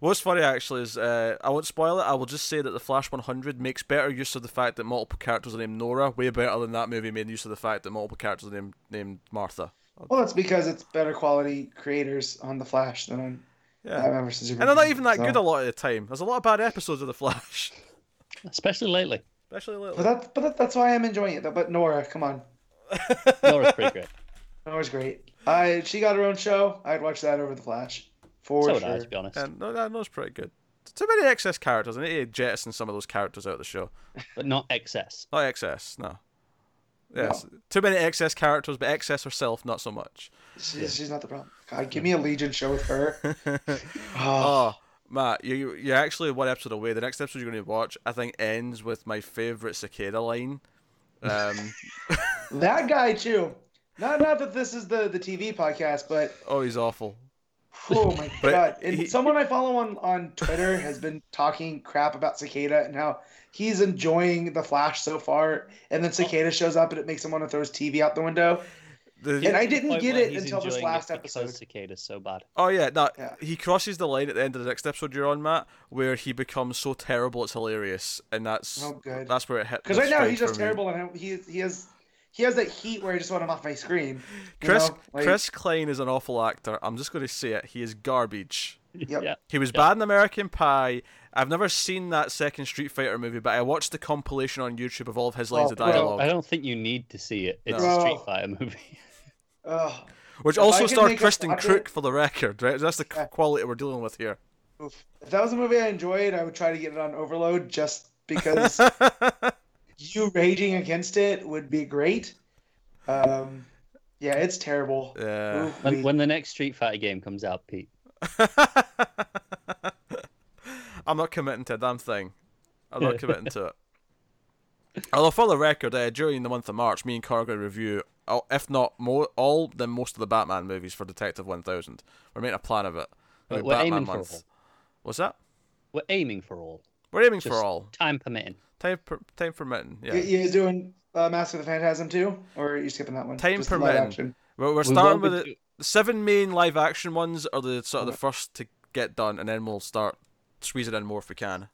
S1: What's funny actually is uh, I won't spoil it. I will just say that the Flash 100 makes better use of the fact that multiple characters are named Nora way better than that movie made use of the fact that multiple characters are named named Martha.
S2: Well, that's because it's better quality creators on The Flash than on
S1: Yeah,
S2: Batman vs Superman.
S1: and they're not even that
S2: so-
S1: good a lot of the time. There's a lot of bad episodes of the Flash,
S3: especially lately.
S1: especially
S2: But
S1: lately.
S2: that, but that, that's why I'm enjoying it. though. But Nora, come on,
S3: Nora's pretty great.
S2: Nora's great. I she got her own show. I'd watch that over the Flash, for
S3: So would I,
S2: sure.
S3: to be honest.
S1: And no, that was pretty good. Too many excess characters. I need to jettison some of those characters out of the show.
S3: But not excess.
S1: Not excess, no. Yes, too many excess characters, but excess herself, not so much.
S2: She's, she's not the problem. God, give me a Legion show with her. Oh,
S1: Oh, Matt, you you- you're actually one episode away. The next episode you're going to watch, I think, ends with my favorite cicada line. Um,
S2: that guy too. Not not that this is the the TV podcast, but
S1: oh, he's awful.
S2: oh my
S1: But
S2: god! And
S1: he-
S2: someone I follow on on Twitter has been talking crap about Cicada and how he's enjoying the Flash so far, and then Cicada shows up and it makes him want to throw his TV out the window.
S1: The-
S2: And I
S3: To the
S2: didn't
S3: point
S2: get
S3: where
S2: it
S3: he's
S2: until this
S3: enjoying
S2: last
S3: it because
S2: episode.
S3: Cicada's so bad.
S1: oh yeah, no,
S2: Yeah.
S1: he crosses the line at the end of the next episode you're on, Matt, where he becomes so terrible it's hilarious, and that's
S2: Oh, good.
S1: that's where it hit.
S2: Because
S1: the
S2: right now
S1: strike
S2: he's just
S1: for me.
S2: terrible, and I- he he has he has that heat where I just want him off my screen. you
S1: Chris
S2: know? Like,
S1: Chris Klein is an awful actor. I'm just going to say it. He is garbage.
S2: Yep.
S3: Yeah.
S1: He was bad in American Pie. I've never seen that second Street Fighter movie, but I watched the compilation on YouTube of all of his lines
S2: Oh,
S1: of
S2: bro.
S1: dialogue.
S3: I don't think you need to see it. It's
S2: No.
S3: a Street Fighter movie.
S2: ugh,
S1: Which
S2: If I
S1: also
S2: could
S1: starred
S2: make a
S1: Kristen
S2: budget-
S1: Crook for the record, right? That's the c-
S2: Yeah.
S1: quality we're dealing with here.
S2: oof. If that was a movie I enjoyed, I would try to get it on overload just because you raging against it would be great. Um, yeah, it's terrible.
S1: Yeah.
S2: Oof,
S3: When,
S2: we-
S3: when the next Street Fighter game comes out, Pete,
S1: I'm not committing to a damn thing. I'm not committing to it. Although, for the record, uh, during the month of March, me and Carr are going to review, all, if not more, all, then most of the Batman movies for Detective 1000. We're making a plan of it. It'll be
S3: we're aiming for all.
S1: What's that?
S3: We're aiming for all,
S1: We're aiming
S3: Just-
S1: for all.
S3: time permitting.
S1: Time per, time permitting. Yeah.
S2: You, you doing uh, Master of the Phantasm too, or are you skipping that one?
S1: Time
S2: Just the live
S1: permitting.
S2: action.
S1: We're, we're
S3: We
S1: starting
S3: won't
S1: with
S3: be
S1: it.
S3: do-
S1: the seven main live action ones are the sort of the first to get done, and then we'll start squeezing in more if we can.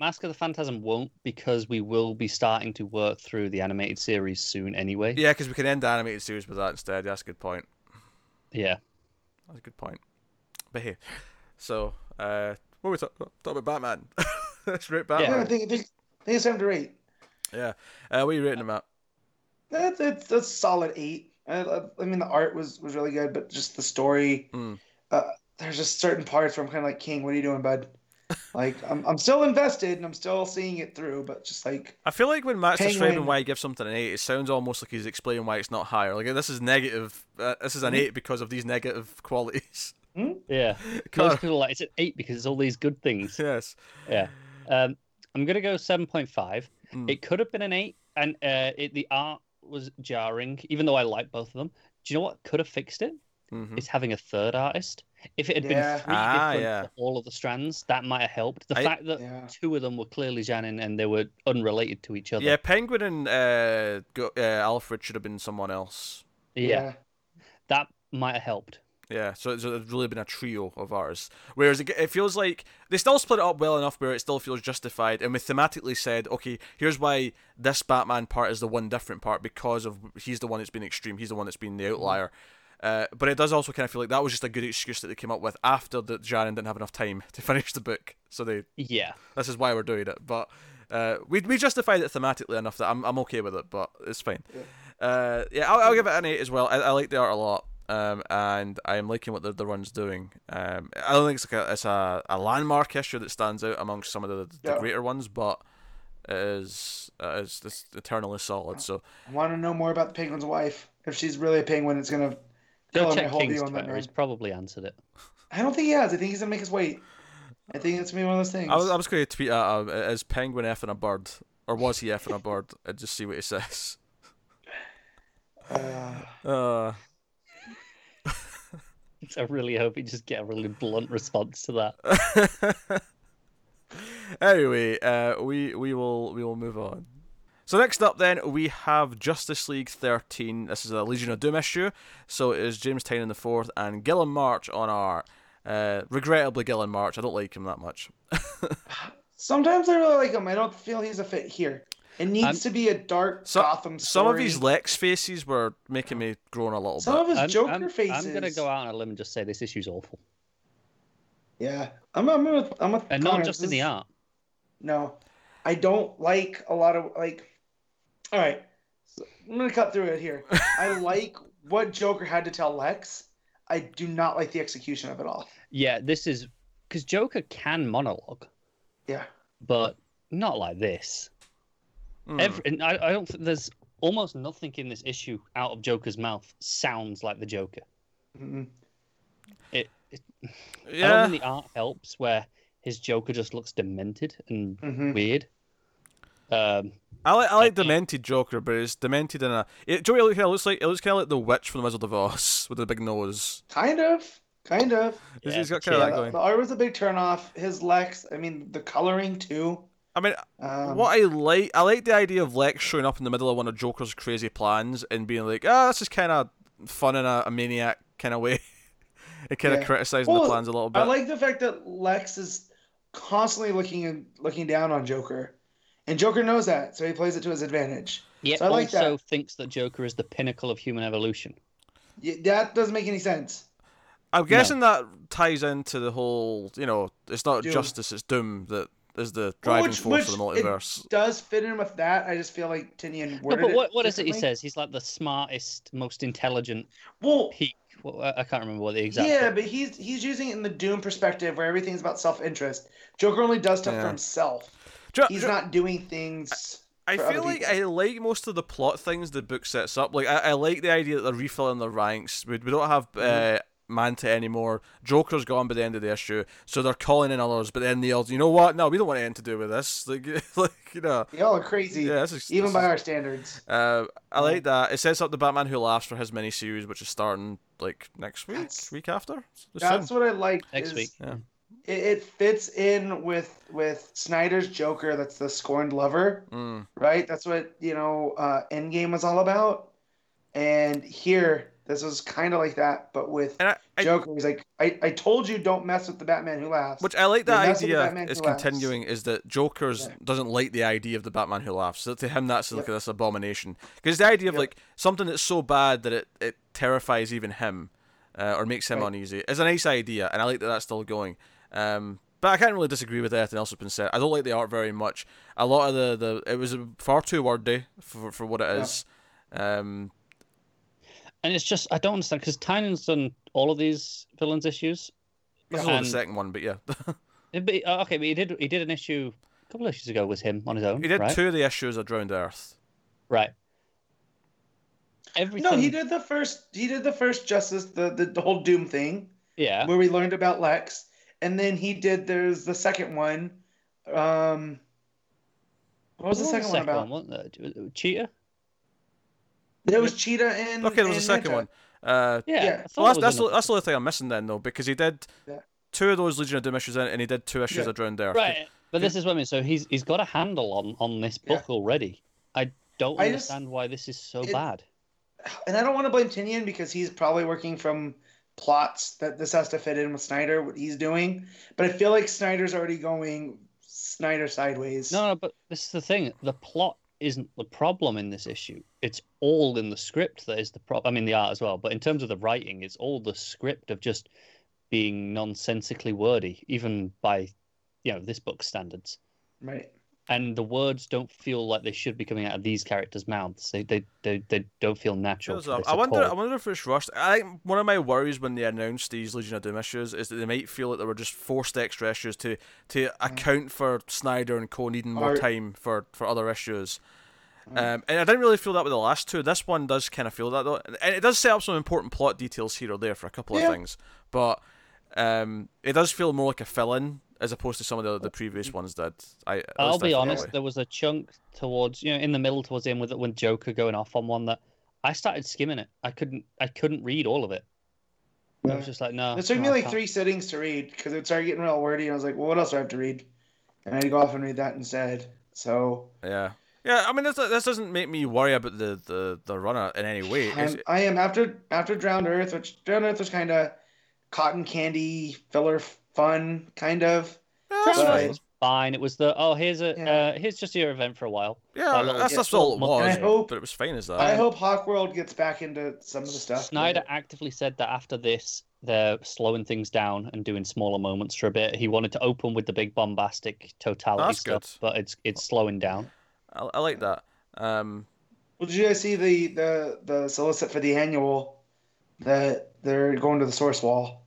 S3: Mask of the Phantasm won't because we will be starting to work through the animated series soon anyway.
S1: Yeah, because we can end the animated series with that instead. That's a good point.
S3: Yeah.
S1: That's a good point. But hey, so uh, what were we talking talk about? Batman. Let's rate
S2: Yeah, I
S1: Batman.
S2: think, I think, I think it's time to rate.
S1: Yeah. Uh, what are you rating him at?
S2: That's that's that's solid eight. I, I- I mean, the art was was really good, but just the story.
S1: Mm.
S2: Uh, there's just certain parts where I'm kind of like, King, what are you doing, bud? Like, I'm I'm still invested and I'm still seeing it through, but just like,
S1: I feel like when Matt's
S2: Penguin.
S1: describing why he gives something an eight, it sounds almost like he's explaining why it's not higher. Like this is negative. Uh, this is an eight because of these negative qualities.
S3: Yeah. Most people are like, it's an eight because it's all these good things.
S1: yes.
S3: Yeah. Um, I'm gonna go seven point five.
S1: Mm.
S3: It could have been an eight, and uh, it, the art was jarring, even though I like both of them. Do you know what could have fixed it?
S1: hmm
S3: It's having a third artist. If it had
S2: Yeah.
S3: been three
S1: Ah,
S3: different
S1: yeah.
S3: for all of the strands, that might have helped. The
S1: I-
S3: fact that
S2: yeah,
S3: two of them were clearly Janin and they were unrelated to each other.
S1: Yeah, Penguin and uh, go, uh, Alfred should have been someone else.
S3: Yeah, that might have helped.
S1: Yeah, so it's, it's really been a trio of ours. Whereas it, it feels like they still split it up well enough where it still feels justified, and we thematically said, okay, here's why this Batman part is the one different part because of he's the one that's been extreme, he's the one that's been the outlier. Uh, but it does also kind of feel like that was just a good excuse that they came up with after that Jaron didn't have enough time to finish the book, so they
S3: Yeah,
S1: this is why we're doing it. But uh, we we justified it thematically enough that I'm I'm okay with it, but it's fine. Uh, yeah, I'll, I'll give it an eight as well. I, I like the art a lot, um, and I'm liking what the, the run's doing. Um, I don't think it's like a, it's a, a landmark issue that stands out amongst some of the, the
S2: Yeah.
S1: greater ones, but it is uh, it's, it's eternally solid. So
S2: I want to know more about the penguin's wife. If she's really a penguin, it's gonna. Tell
S3: go
S2: him I
S3: check
S2: hold
S3: King's
S2: you on that,
S3: Twitter. He's
S2: man.
S3: probably answered it.
S2: I don't think he has. I think he's gonna make us wait. I think it's gonna be one of those things.
S1: I was I was going to tweet at him: Is Penguin effing a bird, or was he effing a bird? And just see what he says.
S2: Uh,
S1: Uh,
S3: I really hope he just get a really blunt response to that.
S1: anyway, uh, we we will we will move on. So next up, then we have Justice League 13. This is a Legion of Doom issue. So it is James Tynion the fourth and Gillen March on art. Uh, regrettably, Gillen March. I don't like him that much.
S2: sometimes I really like him. I don't feel he's a fit here. It needs
S3: I'm-
S2: to be a dark
S1: So-
S2: Gotham story.
S1: Some of his Lex faces were making me groan a little
S2: Some of
S1: bit.
S2: his
S3: I'm,
S2: Joker
S3: I'm,
S2: faces.
S3: I'm gonna go out on a limb and just say this issue's awful,
S2: Yeah, I'm. I'm. With, I'm. With
S3: and
S2: Connor.
S3: not just
S2: This
S3: in the
S2: is-
S3: art.
S2: No, I don't like a lot of like. All right, so I'm gonna cut through it here. I like what Joker had to tell Lex. I do not like the execution of it all.
S3: Yeah, this is because Joker can monologue,
S2: Yeah,
S3: but not like this.
S1: Hmm.
S3: Every, and I, I don't think there's almost nothing in this issue out of Joker's mouth sounds like the Joker.
S2: Mhm.
S3: It, it I
S1: yeah,
S3: don't think the art helps where his Joker just looks demented and
S2: Mhm.
S3: weird. Um,
S1: I like I like
S3: I think-
S1: demented Joker, but it's demented in a. It, Joey kind of looks like it looks kind of like the witch from the Wizard of Oz with the big nose.
S2: kind of, kind of.
S1: He's-
S3: Yeah,
S1: he's got
S3: but
S1: kind of
S3: yeah,
S1: that
S2: the,
S1: going.
S2: the art was a big turnoff. His Lex. I mean, the coloring too.
S1: I mean,
S2: Um,
S1: What I like, I like the idea of Lex showing up in the middle of one of Joker's crazy plans and being like, "Ah, this is kind of fun in a, a maniac kind of way." it kind of
S2: Yeah.
S1: criticizing the
S2: Well,
S1: plans a little bit.
S2: I like the fact that Lex is constantly looking and looking down on Joker, and Joker knows that, so he plays it to his advantage.
S3: yet
S2: So I like
S3: also thinks that Joker is the pinnacle of human evolution.
S2: Y- That doesn't make any sense.
S1: I'm guessing that ties into the whole, you know, it's not
S2: Doom.
S1: justice, it's doom that is the driving
S2: which-
S1: force of the
S2: which it-
S1: multiverse.
S2: Does fit in with that. I just feel like Tinian
S3: No,
S2: worded
S3: but what, what is it he
S2: differently.
S3: says? He's like the smartest, most intelligent
S2: Well,
S3: peak. Well, I I can't remember what the exact.
S2: yeah, but he's he's using it in the Doom perspective where everything's about self-interest. Joker only does stuff
S1: Yeah.
S2: for himself.
S1: Jo-
S2: He's
S1: Jo-
S2: not doing things.
S1: I
S2: for other
S1: feel like
S2: people.
S1: I like most of the plot things the book sets up. Like I, I like the idea that they're refilling their ranks. We, we don't have
S2: Mm-hmm.
S1: uh, Manta anymore. Joker's gone by the end of the issue, so they're calling in others. But then the others, you know what? No, we don't want anything to do with this. Like, like you know,
S2: Y'all are crazy,
S1: yeah, this is,
S2: even Mm-hmm.
S1: this
S2: by
S1: is-
S2: our standards.
S1: uh, I like that. It sets up the Batman Who Laughs for his miniseries, which is starting like next week,
S2: That's-
S1: week after. It's soon.
S2: That's what I like.
S3: Next
S2: is
S3: week.
S1: Yeah.
S2: it, it fits in with with Snyder's Joker. That's the scorned lover,
S1: Mm.
S2: right? That's what you know. Uh, Endgame was all about, and here this was kind of like that, but with
S1: And I, I,
S2: Joker. He's like, I, I told you don't mess with the Batman who laughs.
S1: Which I like
S2: Yeah,
S1: that
S2: that's what the
S1: idea
S2: Batman
S1: is
S2: Who Laughs.
S1: continuing is that Joker's
S2: Yeah.
S1: doesn't like the idea of the Batman who laughs. So to him, that's like
S2: Yep.
S1: this abomination because the idea of
S2: Yep.
S1: like something that's so bad that it, it terrifies even him uh, or makes him
S2: Right.
S1: uneasy is a nice idea, and I like that that's still going. Um, but I can't really disagree with anything else that's been said. I don't like the art very much. A lot of the, the it was far too wordy for for what it
S2: Yeah.
S1: is. Um,
S3: And it's just I don't understand because Tynan's done all of these villains issues.
S1: this is
S3: Yeah.
S1: only
S3: And- Mm,
S1: the second one, but yeah,
S3: Yeah, But he- okay, but he did he did an issue a couple of issues ago with him on his own.
S1: he did
S3: right?
S1: two of the issues of Drowned Earth.
S3: Right. Everything.
S2: no, he did the first. He did the first Justice, the the, the whole Doom thing,
S3: Yeah.
S2: where we learned about Lex, and then he did. There's the second one. Um, what was the second, one about?
S3: wasn't it? Uh, Cheetah.
S2: There was Cheetah and
S1: Okay, there was a
S2: and
S1: second
S2: Ninja.
S1: one. Uh,
S3: Yeah.
S2: Yeah.
S3: I thought
S1: Well, that's
S3: it
S1: that's,
S3: was in
S1: the, that's the only thing I'm missing then, though, because he did
S2: Yeah.
S1: two of those Legion of Doom issues, in, and he did two issues
S2: Yeah.
S1: of Drowned Earth.
S3: Right, but this is what I mean. So he's he's got a handle on on this
S2: Yeah.
S3: book already. I don't
S2: I just-
S3: understand why this is so
S2: it-
S3: bad.
S2: And I don't want to blame Tinian because he's probably working from plots that this has to fit in with Snyder, what he's doing. But I feel like Snyder's already going Snyder sideways.
S3: No, no, but this is the thing. The plot isn't the problem in this issue. It's all in the script that is the problem. I mean, the art as well, but in terms of the writing, it's all the script of just being nonsensically wordy, even by you know this book's standards.
S2: Right.
S3: And the words don't feel like they should be coming out of these characters' mouths. They they they, they don't feel natural.
S1: Shows
S3: to
S1: up.
S3: this
S1: I
S3: at
S1: wonder.
S3: all.
S1: I wonder if it's rushed. I think one of my worries when they announced these Legion of Doom issues is that they might feel that they were just forced extra issues to
S2: Mm.
S1: to account for Snyder and Co needing more
S2: Art.
S1: time for for other issues.
S2: Mm-hmm.
S1: Um, and I didn't really feel that with the last two. This one does kind of feel that though, and it does set up some important plot details here or there for a couple
S2: Yeah.
S1: of things, but um, it does feel more like a fill-in as opposed to some of the, the
S2: Mm-hmm.
S1: previous ones did. I at
S3: I'll
S1: least I
S3: be
S1: felt that
S3: honest.
S1: way.
S3: There was a chunk towards you know in the middle towards the end with when Joker going off on one that I started skimming it. I couldn't I couldn't read all of it. I was just like, no.
S2: It took
S3: no,
S2: me
S3: I
S2: like
S3: can't.
S2: three sittings to read because it started getting real wordy, and I was like, "Well, what else do I have to read?" And I'd go off and read that instead. So
S1: Yeah. Yeah, I mean, this, this doesn't make me worry about the, the, the runner in any way. It's-
S2: I'm, I am after after Drowned Earth, which Drowned Earth was kind of cotton candy filler fun, kind of.
S1: yeah, that's
S3: Christmas
S2: Right.
S1: fine.
S3: was fine. It was the oh here's a
S2: Yeah.
S3: uh, here's just your event for a while.
S1: Yeah,
S3: Our little-
S1: that's,
S2: yeah,
S1: that's all it
S3: little
S1: was.
S2: I hope-
S1: but it was fine as that.
S2: I hope Hawkworld gets back into some of the stuff.
S3: Um, Snyder actively said that after this they're slowing things down and doing smaller moments for a bit. He wanted to open with the big bombastic totality
S1: That's
S3: stuff,
S1: good.
S3: but it's it's slowing down.
S1: I, I like that. Um,
S2: Well, did you guys see the the the solicit for the annual that they're going to the source wall?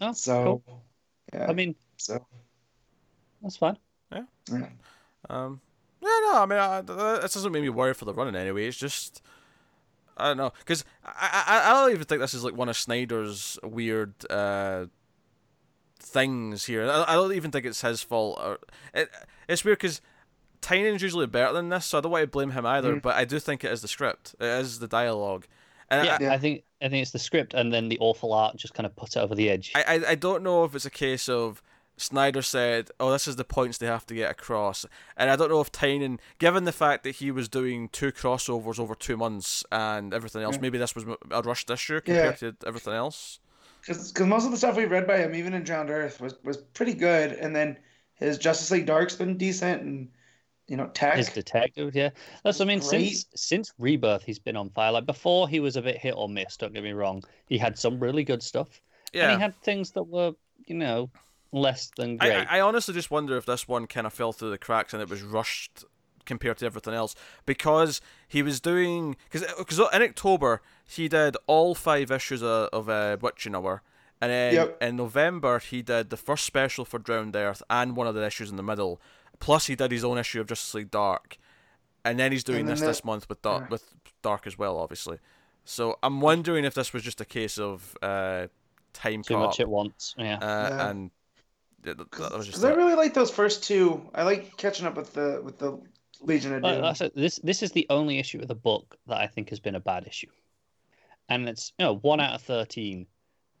S3: Oh,
S2: So, yeah.
S3: I mean,
S2: so
S3: that's fine.
S2: yeah.
S1: um, yeah, no, I mean, I, th- this doesn't make me worry for the running anyway. It's just, I don't know, because I, I, I don't even think this is like one of Snyder's weird uh, things here. I, I don't even think it's his fault. Or, it, it's weird because Tynan's usually better than this, so I don't want to blame him either. But I do think it is the script. It is the dialogue. And
S3: Yeah,
S1: I-
S3: I, think I think it's the script and then the awful art just kind of put it over the edge.
S1: I, I I don't know if it's a case of Snyder said, "Oh, this is the points they have to get across," and I don't know if Tynan, given the fact that he was doing two crossovers over two months and everything else, maybe this was a rushed issue compared to everything else.
S2: because most of the stuff we've read by him, even in Drowned Earth, was was pretty good. And then his Justice League Dark's been decent, and you know Tech.
S3: His detective, yeah. That's what I mean.
S2: Great.
S3: Since since Rebirth, he's been on fire. Like before, he was a bit hit or miss. Don't get me wrong. He had some really good stuff, and
S1: Yeah,
S3: he had things that were, you know, less than
S1: I,
S3: great.
S1: I I honestly just wonder if this one kind of fell through the cracks and it was rushed compared to everything else because he was doing because because in October he did all five issues of, of uh, Witching Hour. And then
S2: Yep.
S1: in November he did the first special for Drowned Earth and one of the issues in the middle. Plus he did his own issue of Justice League Dark, and then he's doing
S2: And then
S1: this
S2: the-
S1: this month with Dark
S2: Yeah.
S1: with Dark as well, obviously. So I'm wondering if this was just a case of uh, time
S3: Too
S1: caught
S3: much
S1: up,
S3: at once. Yeah.
S1: uh,
S2: Yeah.
S1: and th- th- that was just
S2: Because I
S1: it.
S2: really like those first two. I like catching up with the with the Legion of
S3: Well,
S2: Doom.
S3: that's it. This this is the only issue of the book that I think has been a bad issue, and it's you know one out of thirteen.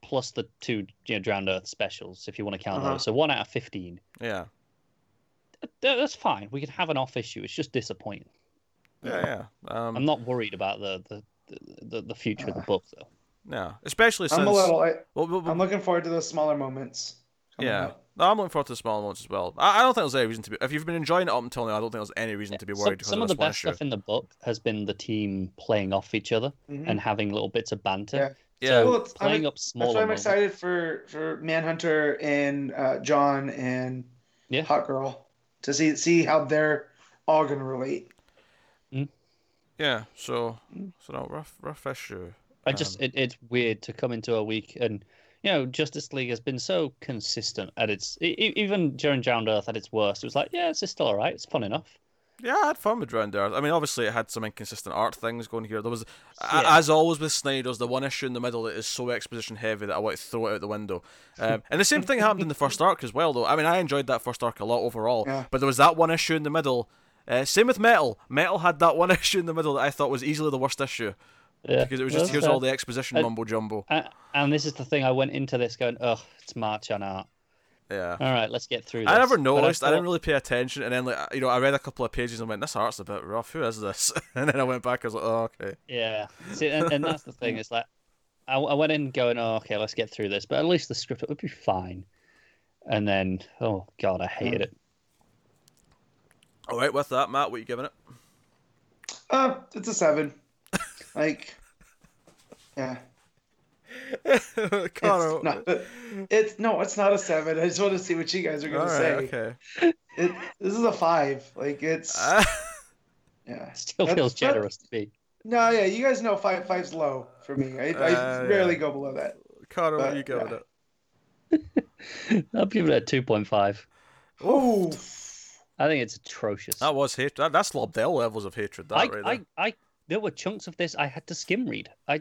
S3: plus the two you know, Drowned Earth specials, if you want to count
S2: Uh-huh.
S3: those. So one out of 15.
S1: Yeah.
S3: Th- That's fine. We can have an off issue. It's just disappointing.
S1: Yeah, yeah. Um,
S3: I'm not worried about the the, the, the future
S2: Ah.
S3: of the book, though.
S1: yeah. Especially since.
S2: I'm a little. I,
S1: well, well,
S2: I'm looking forward to those smaller moments. coming
S1: yeah.
S2: up.
S1: No, I'm looking forward to the smaller ones as well. I, I don't think there's any reason to be. If you've been enjoying it up until now, I don't think there's any reason to be
S3: Some-
S1: worried because
S3: some
S1: of
S3: of
S1: this
S3: the
S1: one
S3: best
S1: issue.
S3: stuff in the book has been the team playing off each other
S2: Mhm.
S3: and having little bits of banter.
S2: Yeah.
S1: Yeah.
S3: So
S2: Well, it's- I'm-
S3: playing up
S2: That's
S3: smaller.
S2: why I'm
S3: moments.
S2: excited for for Manhunter and uh, John and
S3: Yeah.
S2: Hot Girl to see see how they're all gonna relate.
S1: Yeah. So, so no, rough, rough issue.
S3: I just it, it's weird to come into a week and you know Justice League has been so consistent at its e- e- even during Drowned Earth at its worst. It was like yeah, it's just still all right. It's fun enough.
S1: Yeah, I had fun with Drowned Earth. I mean, obviously, it had some inconsistent art things going here. There was, a-
S3: Yeah.
S1: as always with Snyder's, the one issue in the middle that is so exposition heavy that I want to throw it out the window. Um, and the same thing happened in the first arc as well, though. I mean, I enjoyed that first arc a lot overall,
S2: Yeah.
S1: but there was that one issue in the middle. Uh, same with Metal. Metal had that one issue in the middle that I thought was easily the worst issue
S3: Yeah.
S1: because it was just
S3: Well,
S1: here's
S3: so-
S1: all the exposition
S3: I-
S1: mumbo jumbo.
S3: a- and this is the thing I went into this going, oh, it's March on art.
S1: Yeah.
S3: All right, let's get through. This.
S1: I never
S3: But
S1: noticed. I,
S3: thought-
S1: didn't really pay attention, and then like you know, I read a couple of pages and went, "This art's a bit rough. Who is this?" And then I went back. I was like, "Oh, okay."
S3: Yeah. See, and, and that's the thing. It's like I, I went in going, oh, okay, let's get through this, but at least the script it would be fine. And then, oh god, I hated it.
S1: All right, with that, Matt, what you giving it?
S2: Uh, it's a seven. like, yeah.
S1: Connor.
S2: It's not. It's no. It's not a seven. I just want to see what you guys are
S1: all
S2: gonna
S1: right,
S2: say.
S1: okay. Uh.
S2: It, this is a five. Like it's yeah.
S3: Still
S2: That-
S3: feels
S2: that-
S3: generous to me.
S2: No, yeah. You guys know five. Five's low for me. I, I
S1: Uh,
S2: rarely
S1: yeah.
S2: go below that.
S1: Connor, what
S2: Uh,
S1: you giving
S2: yeah.
S1: it?
S3: I'll give it a two point five.
S2: Oh,
S3: I think it's atrocious.
S1: That was hatred. That, that's Lobdell levels of hatred. That
S3: I,
S1: right
S3: I,
S1: there.
S3: I, there were chunks of this I had to skim read. I,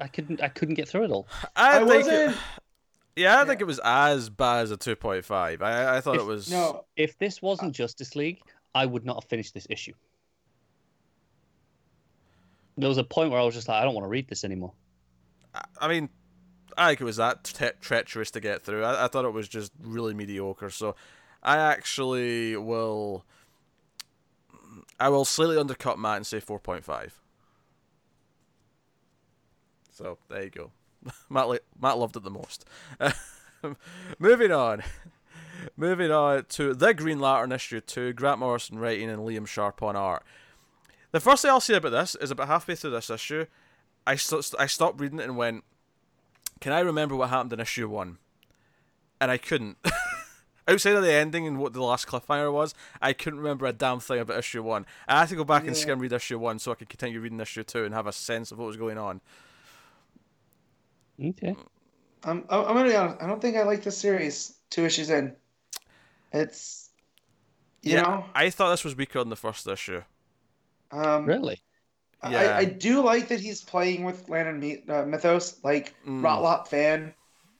S3: I couldn't, I couldn't get through it all.
S1: I,
S2: I,
S1: think.
S2: wasn't.
S1: It, yeah, I think it was as bad as a two point five. I, I thought it
S3: If-
S1: was.
S2: No,
S3: If this wasn't Justice League, I would not have finished this issue. There was a point where I was just like, I don't want to read this anymore.
S1: I, I mean, I think it was that tre- treacherous to get through. I, I thought it was just really mediocre. So, I actually will. I will slightly undercut Matt and say four point five. So there you go. Matt, li- Matt loved it the most. Moving on. Moving on to The Green Lantern issue 2, Grant Morrison writing and Liam Sharp on art. The first thing I'll say about this is about halfway through this issue, I, st- I stopped reading it and went, Can I remember what happened in issue 1? And I couldn't. Outside of the ending and what the last cliffhanger was, I couldn't remember a damn thing about issue 1. I had to go back and
S2: Yeah.
S1: skim read issue 1 so I could continue reading issue 2 and have a sense of what was going on.
S3: Okay.
S2: I'm. I'm I'm gonna be honest. I don't think I like this series. Two issues in. It's. You know.
S1: I thought this was weaker on the first issue.
S2: Um,
S3: Really?
S1: Yeah.
S2: I, I do like that he's playing with Lantern myth- uh, mythos. Like
S1: Mm.
S2: Rotlop fan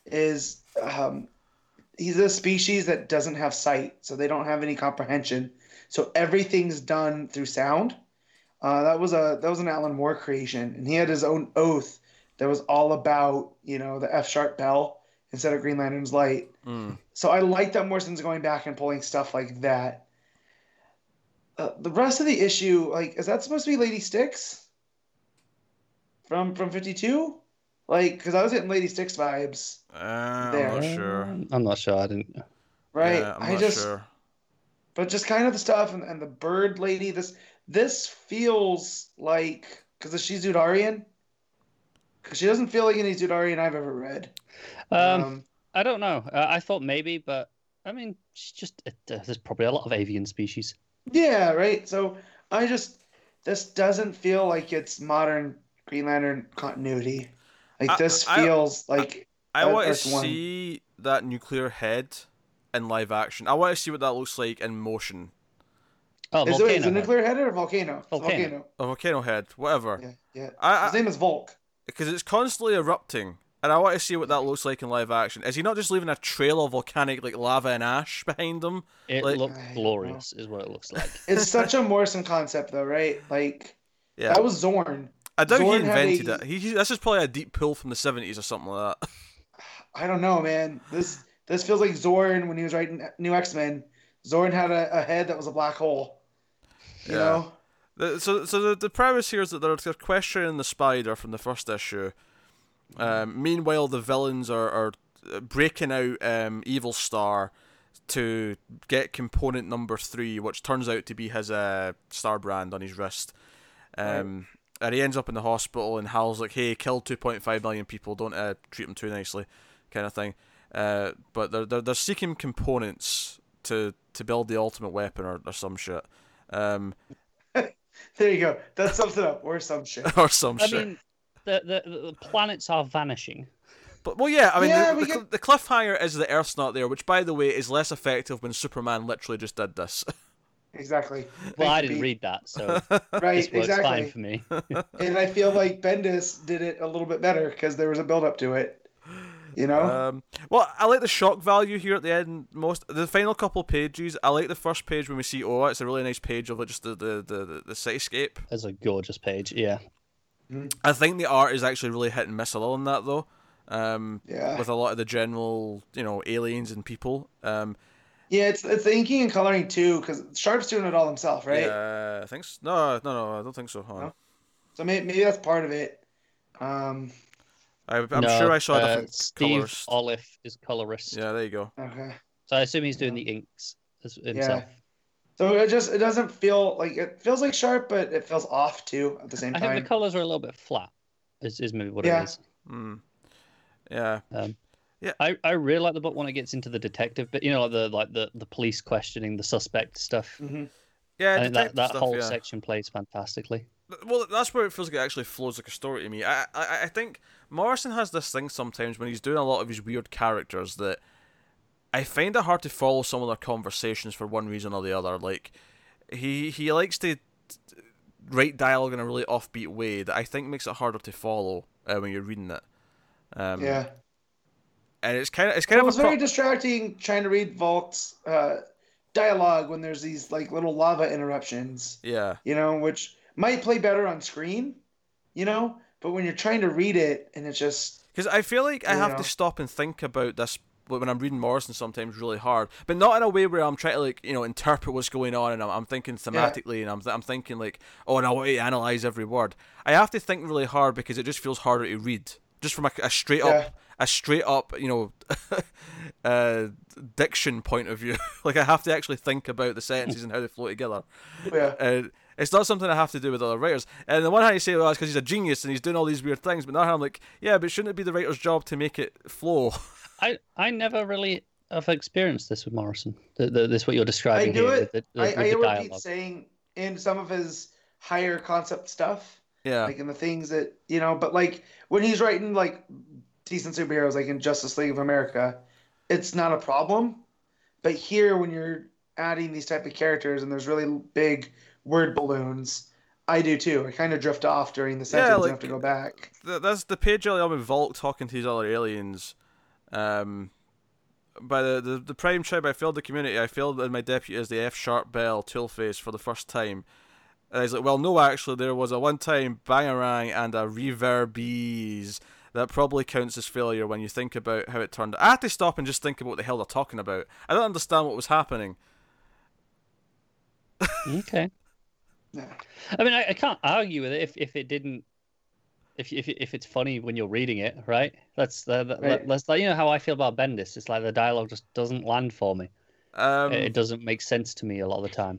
S2: is, um, he's a species that doesn't have sight, so they don't have any comprehension. So everything's done through sound. Uh, that was a that was an Alan Moore creation, and he had his own oath that was all about you know the F sharp bell instead of Green Lantern's light.
S1: Mm.
S2: So I like that Morrison's going back and pulling stuff like that. Uh, the rest of the issue, like, is that supposed to be Lady Sticks from from Fifty Two? Like, because I was getting Lady Sticks vibes,
S1: Uh, I'm
S2: There.
S1: not sure.
S3: Um, I'm not sure. I didn't.
S2: right?
S1: Yeah, I'm
S2: I
S1: not
S2: just,
S1: sure.
S2: but just kind of the stuff and, and the bird lady. This this feels like because she's Zudarian, because she doesn't feel like any Zudarian I've ever read.
S3: Um, I don't know. Uh, I thought maybe, but I mean, it's just it, uh, there's probably a lot of avian species.
S2: Yeah, right. So I just this doesn't feel like it's modern Green Lantern continuity. Like
S1: I-
S2: this
S1: I-
S2: feels like
S1: I
S2: that-
S1: want to
S2: that's one.
S1: see that nuclear head in live action. I want to see what that looks like in motion.
S3: Oh,
S2: is, it,
S3: volcano.
S2: is it nuclear head or volcano? It's
S3: Volcano.
S1: A volcano head, whatever.
S2: Yeah, yeah. His
S1: I
S2: name is Volk.
S1: because it's constantly erupting, and I want to see what that looks like in live action. Is he not just leaving a trail of volcanic like lava and ash behind him?
S3: It
S1: like-
S3: looked
S2: I don't know.
S3: glorious, is what it looks like.
S2: It's such a Morrison concept, though, right? Like
S1: Yeah,
S2: that was Zorn.
S1: I doubt he
S2: Zorn had
S1: invented
S2: a-
S1: it. He, he, this is probably a deep pull from the seventies or something like that.
S2: I don't know, man. This this feels like Zorn when he was writing New X Men. Zorn had a, a head that was a black hole. You
S1: Yeah.
S2: know?
S1: The- So, so the, the premise here is that they're, they're questioning the spider from the first issue. Um, meanwhile, the villains are, are uh, breaking out um, Evil Star to get component number three, which turns out to be his uh, star brand on his wrist. Um, And he ends up in the hospital, and Hal's like, "Hey, kill 2.5 million people. Don't uh, treat them too nicely," kind of thing. Uh, but they're, they're they're seeking components to to build the ultimate weapon or, or some shit. Um,
S2: There you go. That sums it up. Or some shit.
S1: or some
S3: I
S1: shit.
S3: mean, the, the the planets are vanishing.
S1: But well, yeah, I mean,
S2: Yeah,
S1: the,
S2: we
S1: the,
S2: get-
S1: the cliffhanger is the Earth's not there, which, by the way, is less effective when Superman literally just did this.
S2: Exactly.
S3: Well, I
S2: Thank
S3: didn't
S2: you,
S3: read that, so
S2: Pete.
S3: this
S2: Right,
S3: works fine
S2: exactly.
S3: for me.
S2: And I feel like Bendis did it a little bit better because there was a build up to it. You know?
S1: Um, well, I like the shock value here at the end. Most the final couple pages, I like the first page when we see Oa. It's a really nice page of like, just the the the, the, the cityscape.
S3: That's a gorgeous page. Yeah,
S1: I think the art is actually really hit and miss a lot on that though. Um,
S2: Yeah.
S1: with a lot of the general, you know, aliens and people. Um,
S2: yeah, it's it's the inking and coloring too, because Sharp's doing it all himself, right?
S1: yeah, I think s no, no, no, I don't think so. Hold on.
S2: No? So maybe, maybe that's part of it. Um,
S1: I, I'm
S3: No,
S1: sure I saw
S3: uh,
S1: different
S3: Steve
S1: colors.
S3: Olive is colorist,
S1: Yeah, there you go.
S2: okay.
S3: so I assume he's doing the inks as, himself.
S2: So it just it doesn't feel like it feels like Sharp, but it feels off too at the same
S3: I
S2: time.
S3: think the colors are a little bit flat. Is, is maybe what
S2: Yeah.
S3: it is.
S1: Mm. Yeah.
S3: Um,
S1: Yeah.
S3: I, I really like the book when it gets into the detective, but you know, like the like the, the police questioning the suspect stuff.
S2: Mhm.
S1: Yeah,
S3: I think that,
S1: detective
S3: that
S1: stuff,
S3: whole
S1: yeah.
S3: section plays fantastically.
S1: Well, that's where it feels like it actually flows like a story to me. I, I, I think Morrison has this thing sometimes when he's doing a lot of his weird characters that I find it hard to follow some of their conversations for one reason or the other. Like, he he likes to write dialogue in a really offbeat way that I think makes it harder to follow uh, when you're reading it. Um,
S2: Yeah,
S1: and it's kind of it's kind
S2: it
S1: of
S2: was
S1: a pro-
S2: very distracting trying to read Volk's uh, dialogue when there's these like little lava interruptions,
S1: yeah.
S2: you know, which might play better on screen, you know, but when you're trying to read it and it's just
S1: Because I feel like I
S2: You
S1: have
S2: know.
S1: to stop and think about this when I'm reading Morrison sometimes really hard, but not in a way where I'm trying to like you know interpret what's going on and I'm, I'm thinking thematically and I'm th- I'm thinking like oh and I want to analyze every word. I have to think really hard because it just feels harder to read just from a, a straight
S2: Yeah.
S1: up a straight up you know uh, diction point of view. like I have to actually think about the sentences and how they flow together
S2: oh, yeah,
S1: uh, it's not something I have to do with other writers. And on the one hand, you say, well, that's because he's a genius and he's doing all these weird things. But on the other hand, I'm like, yeah, but shouldn't it be the writer's job to make it flow?
S3: I, I never really have experienced this with Morrison. The, the, this what you're describing
S2: do
S3: here
S2: it.
S3: with the, the,
S2: I, I
S3: with
S2: hear
S3: the
S2: what Pete's
S3: dialogue.
S2: saying in some of his higher concept stuff.
S1: yeah.
S2: like in the things that you know but like when he's writing like decent superheroes like in justice league of america it's not a problem but here when you're adding these type of characters and there's really big word balloons i do too i kind of drift off during the sentence
S1: like-
S2: and have to go back
S1: Th- that's the page earlier on with Volk talking to his other aliens. Um, by the, the the prime tribe, I failed the community. I failed in my deputy as the F sharp bell tool face for the first time. And he's like, well, no, actually, there was a one time bangarang and a reverbees. That probably counts as failure when you think about how it turned. I had to stop and just think about what the hell they're talking about. I don't understand what was happening.
S3: Okay.
S2: yeah.
S3: I mean, I, I can't argue with it if, if it didn't, if, if if it's funny when you're reading it, right? That's uh, that,
S2: Right.
S3: that's like you know how I feel about Bendis. It's like the dialogue just doesn't land for me.
S1: Um,
S3: it, it doesn't make sense to me a lot of the time.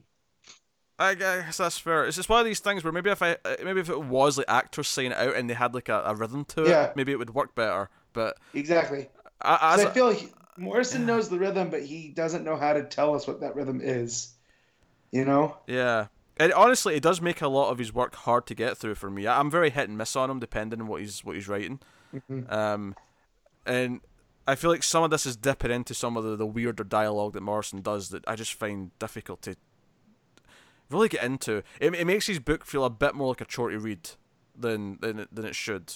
S1: I guess that's fair. It's just one of these things where maybe if I uh, maybe if it was like actors saying it out and they had like a, a rhythm to it,
S2: Yeah.
S1: maybe it would work better. But
S2: exactly 'Cause
S1: I, as
S2: i feel he, morrison knows the rhythm but he doesn't know how to tell us what that rhythm is you know
S1: yeah, and honestly, it does make a lot of his work hard to get through for me. I, I'm very hit and miss on him, depending on what he's what he's writing. Um, and I feel like some of this is dipping into some of the, the weirder dialogue that Morrison does that I just find difficult to really get into. It, it makes his book feel a bit more like a chore to read than than it, than it should.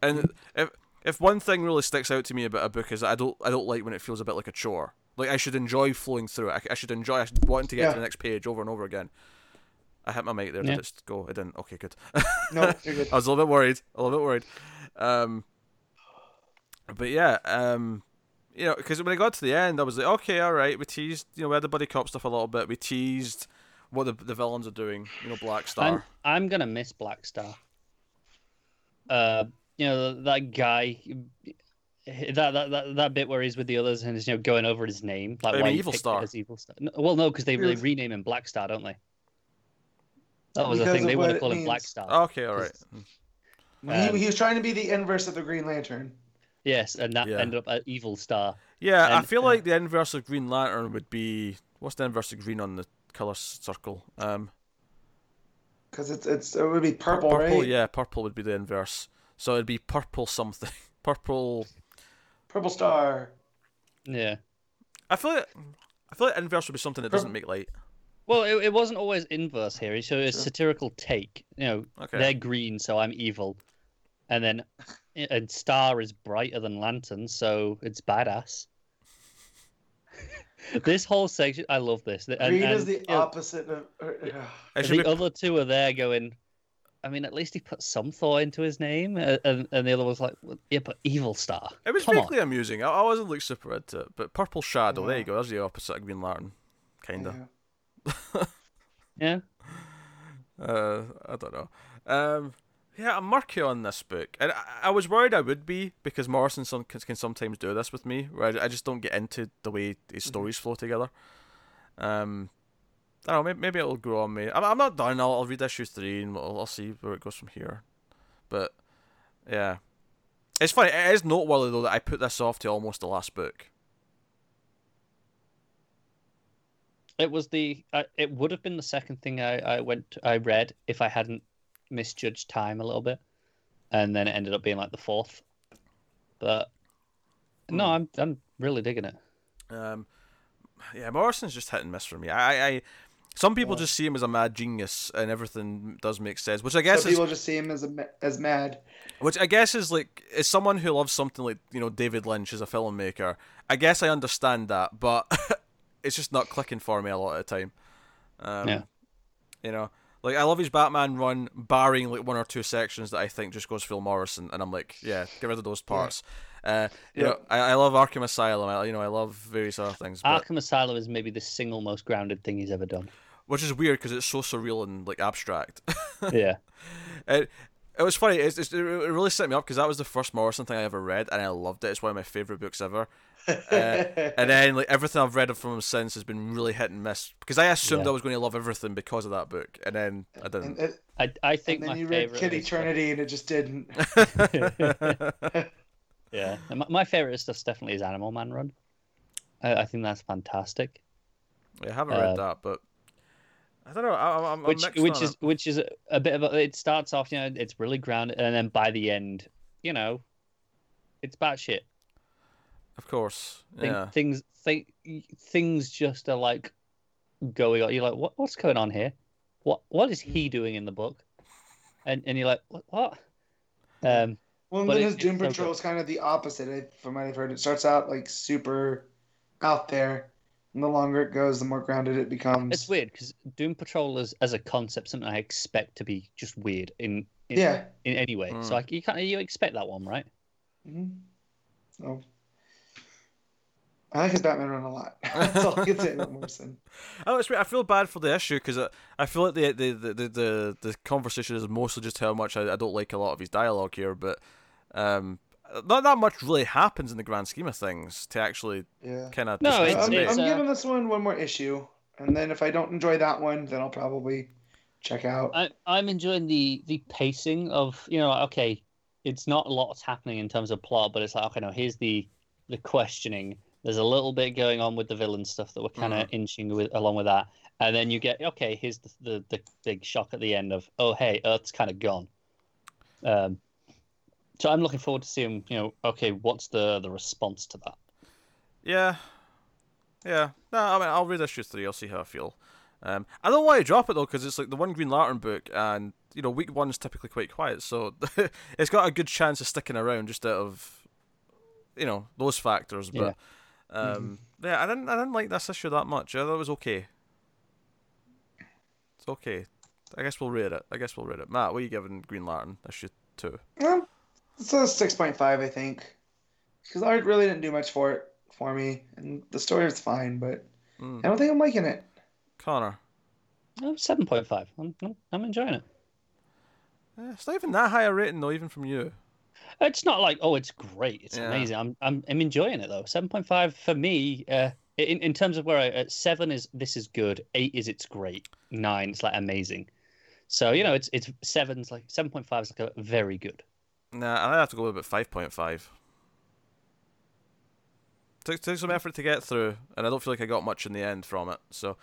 S1: And if if one thing really sticks out to me about a book is that I don't I don't like when it feels a bit like a chore. Like I should enjoy flowing through it. I, I should enjoy I should- wanting to get
S2: Yeah.
S1: to the next page over and over again. I hit my mic there.
S3: Yeah.
S1: Did it go? It didn't. Okay, good.
S3: Oh,
S2: no you're good
S1: I was a little bit worried. A little bit worried. Um, But yeah, um, you know, because when I got to the end, I was like, okay, all right, we teased, you know, we had the buddy cop stuff a little bit. We teased what the, the villains are doing, you know, Black
S3: I'm,
S1: Star.
S3: I'm gonna miss Black Star. Uh, you know th- that guy, that, that that that bit where he's with the others and is you know going over his name. Like
S1: Oh, you
S3: why
S1: mean
S3: he
S1: Evil
S3: picked it
S1: Star?
S3: As Evil Star. No, well, no, because they, they
S2: Yes.
S3: rename him Black Star, don't they? That was the
S2: Because
S3: thing
S2: of
S3: they want
S2: what
S3: to
S2: it
S3: call him Black
S2: means.
S3: Star.
S1: okay, all right.
S3: Um,
S2: he, he was trying to be the inverse of the Green Lantern.
S3: Yes, and that
S1: Yeah.
S3: ended up at Evil Star.
S1: Yeah, I
S3: and,
S1: feel
S3: uh,
S1: like the inverse of Green Lantern would be what's the inverse of green on the color circle? Um,
S2: Because it's it's it would be
S1: pur-
S2: purple,
S1: purple.
S2: right?
S1: Yeah, purple would be the inverse. So it'd be purple something. Purple.
S2: Purple Star.
S3: Yeah.
S1: I feel like I feel like inverse would be something that doesn't
S2: Purp-
S1: make light.
S3: Well, it, it wasn't always inverse here. It's a satirical take. You know,
S1: Okay.
S3: they're green, so I'm evil, and then and Star is brighter than Lantern, so it's badass. this whole section, I love this. And,
S2: Green is
S3: and,
S2: the
S3: you know,
S2: opposite of. uh, ugh.
S1: It should
S3: the
S1: be
S3: other two are there going. I mean, at least he put some thought into his name, uh, and, and the other was like, "Well, "Yeah, but Evil Star."
S1: It was
S3: Come on.
S1: vaguely amusing. I, I wasn't like super into it, but Purple Shadow. There you
S2: Yeah.
S1: go. That's the opposite of Green Lantern, kinda.
S2: Yeah.
S3: Yeah,
S1: Uh, I don't know. Um, yeah, I'm murky on this book, and I, I was worried I would be because Morrison some, can, can sometimes do this with me, where I, I just don't get into the way his stories flow together. Um, I don't know. Maybe, maybe it'll grow on me. I'm, I'm not done. I'll, I'll read issue three and I'll, I'll see where it goes from here. But yeah, it's funny. It is noteworthy though that I put this off to almost the last book.
S3: It was the. I it would have been the second thing I I went I read if I hadn't misjudged time a little bit, and then it ended up being like the fourth. But no, I'm I'm really digging it.
S1: Um, yeah, Morrison's just hit and miss for me. I, I some people
S2: Yeah.
S1: just see him as a mad genius, and everything does make sense, which I guess
S2: Some
S1: is,
S2: people just see him as a, ma- as mad.
S1: which I guess is like is someone who loves something like you know David Lynch as a filmmaker. I guess I understand that, but it's just not clicking for me a lot of the time. Um,
S3: Yeah.
S1: you know, like I love his Batman run, barring like one or two sections that I think just goes Phil Morrison, and I'm like, yeah, get rid of those parts. Uh, you know,
S2: Yep.
S1: I, I love Arkham Asylum. I, you know, I love various other things. But...
S3: Arkham Asylum is maybe the single most grounded thing he's ever done.
S1: which is weird because it's so surreal and like abstract.
S3: yeah,
S1: it, it was funny. It's, it's, it really set me up because that was the first Morrison thing I ever read, and I loved it. It's one of my favorite books ever. Uh, and then like everything I've read from him since has been really hit and miss because I assumed
S3: Yeah.
S1: I was going to love everything because of that book, and then I
S2: and,
S1: didn't.
S2: and
S3: I I think
S2: then
S3: my
S2: you read
S3: favorite.
S2: Kid
S3: is-
S2: Eternity, and it just didn't.
S3: yeah, And my, my favorite stuff definitely is Animal Man Run. I, I think that's fantastic.
S1: I haven't
S3: Uh,
S1: read that, but I don't know. I, I'm, I'm
S3: which
S1: mixed
S3: which
S1: on
S3: is
S1: it.
S3: which is a, a bit of a, it starts off you know it's really grounded and then by the end you know it's batshit
S1: of course,
S3: Thing,
S1: yeah.
S3: things think things just are like going on you're like what what's going on here what what is he doing in the book and and you're like what, what? um
S2: Well, and
S3: But
S2: then
S3: it-
S2: his Doom
S3: it's so
S2: Patrol
S3: good.
S2: is kind of the opposite, I- from what I've heard. It starts out like super out there, and the longer it goes, the more grounded it becomes.
S3: it's weird because doom patrol is as a concept something i expect to be just weird in, in
S2: Yeah.
S3: in any way
S1: Mm.
S3: so like you can't you expect that one right
S2: Mhm. So, I like his Batman run a lot. That's all I can say about Morrison.
S1: Oh, it's weird. I feel bad for the issue because I, I feel like the the, the, the, the the conversation is mostly just how much I, I don't like a lot of his dialogue here, but um, not that much really happens in the grand scheme of things to actually
S2: Yeah.
S1: kind of.
S3: No,
S2: I'm,
S3: it's-
S2: I'm,
S3: it's, uh,
S2: giving this one one more issue, and then if I don't enjoy that one, then I'll probably check out.
S3: I, I'm enjoying the the pacing of you know like, okay, it's not a lot's happening in terms of plot, but it's like okay, no, here's the the questioning. There's a little bit going on with the villain stuff that we're kind of inching with along with that, and then you get okay, here's the the, the big shock at the end of oh hey, Earth's kind of gone. Um, so I'm looking forward to seeing you know okay, what's the the response to that?
S1: Yeah, yeah. No, I mean I'll read issue three. I'll see how I feel. Um, I don't want to drop it though because it's like the one Green Lantern book, and you know week one's typically quite quiet, so it's got a good chance of sticking around just out of you know those factors. But um, yeah, I didn't I didn't like this issue that much. I thought it was okay. It's okay. I guess we'll rate it. I guess we'll rate it. Matt, what are you giving Green Lantern issue two?
S2: Well, it's a six point five, I think. because art really didn't do much for it for me, and the story was fine, but
S1: Mm.
S2: I don't think I'm liking it.
S1: Connor.
S3: Oh, 7.5. I'm, I'm- I'm enjoying it.
S1: Eh, it's not even that high a rating though, even from you.
S3: It's not like, oh, it's great. It's
S1: Yeah.
S3: amazing. I'm, I'm, I'm enjoying it, though. 7.5 for me, uh, in, in terms of where I, uh, 7 is this is good, 8 is it's great, 9 is like amazing. So, you know, it's it's 7's like 7.5 is like a very good.
S1: Nah, I have to go with about five point five. Took took some effort to get through, and I don't feel like I got much in the end from it. So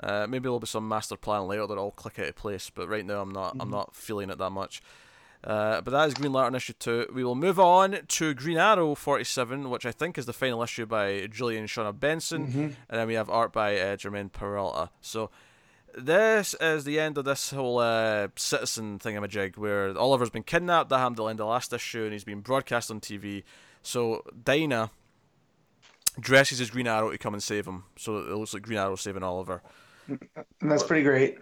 S1: uh, maybe there'll be some master plan later that I'll click out of place. But right now, I'm not. I'm not feeling it that much. Uh, but that is Green Lantern issue two. We will move on to Green Arrow forty seven, which I think is the final issue by Julian Shauna Benson, and then we have art by uh, Jermaine Peralta. So this is the end of this whole uh, citizen thingamajig where Oliver's been kidnapped. That happened at the end of last issue, and he's been broadcast on TV. So Dinah dresses as Green Arrow to come and save him. So it looks like Green Arrow saving Oliver.
S2: And that's pretty great.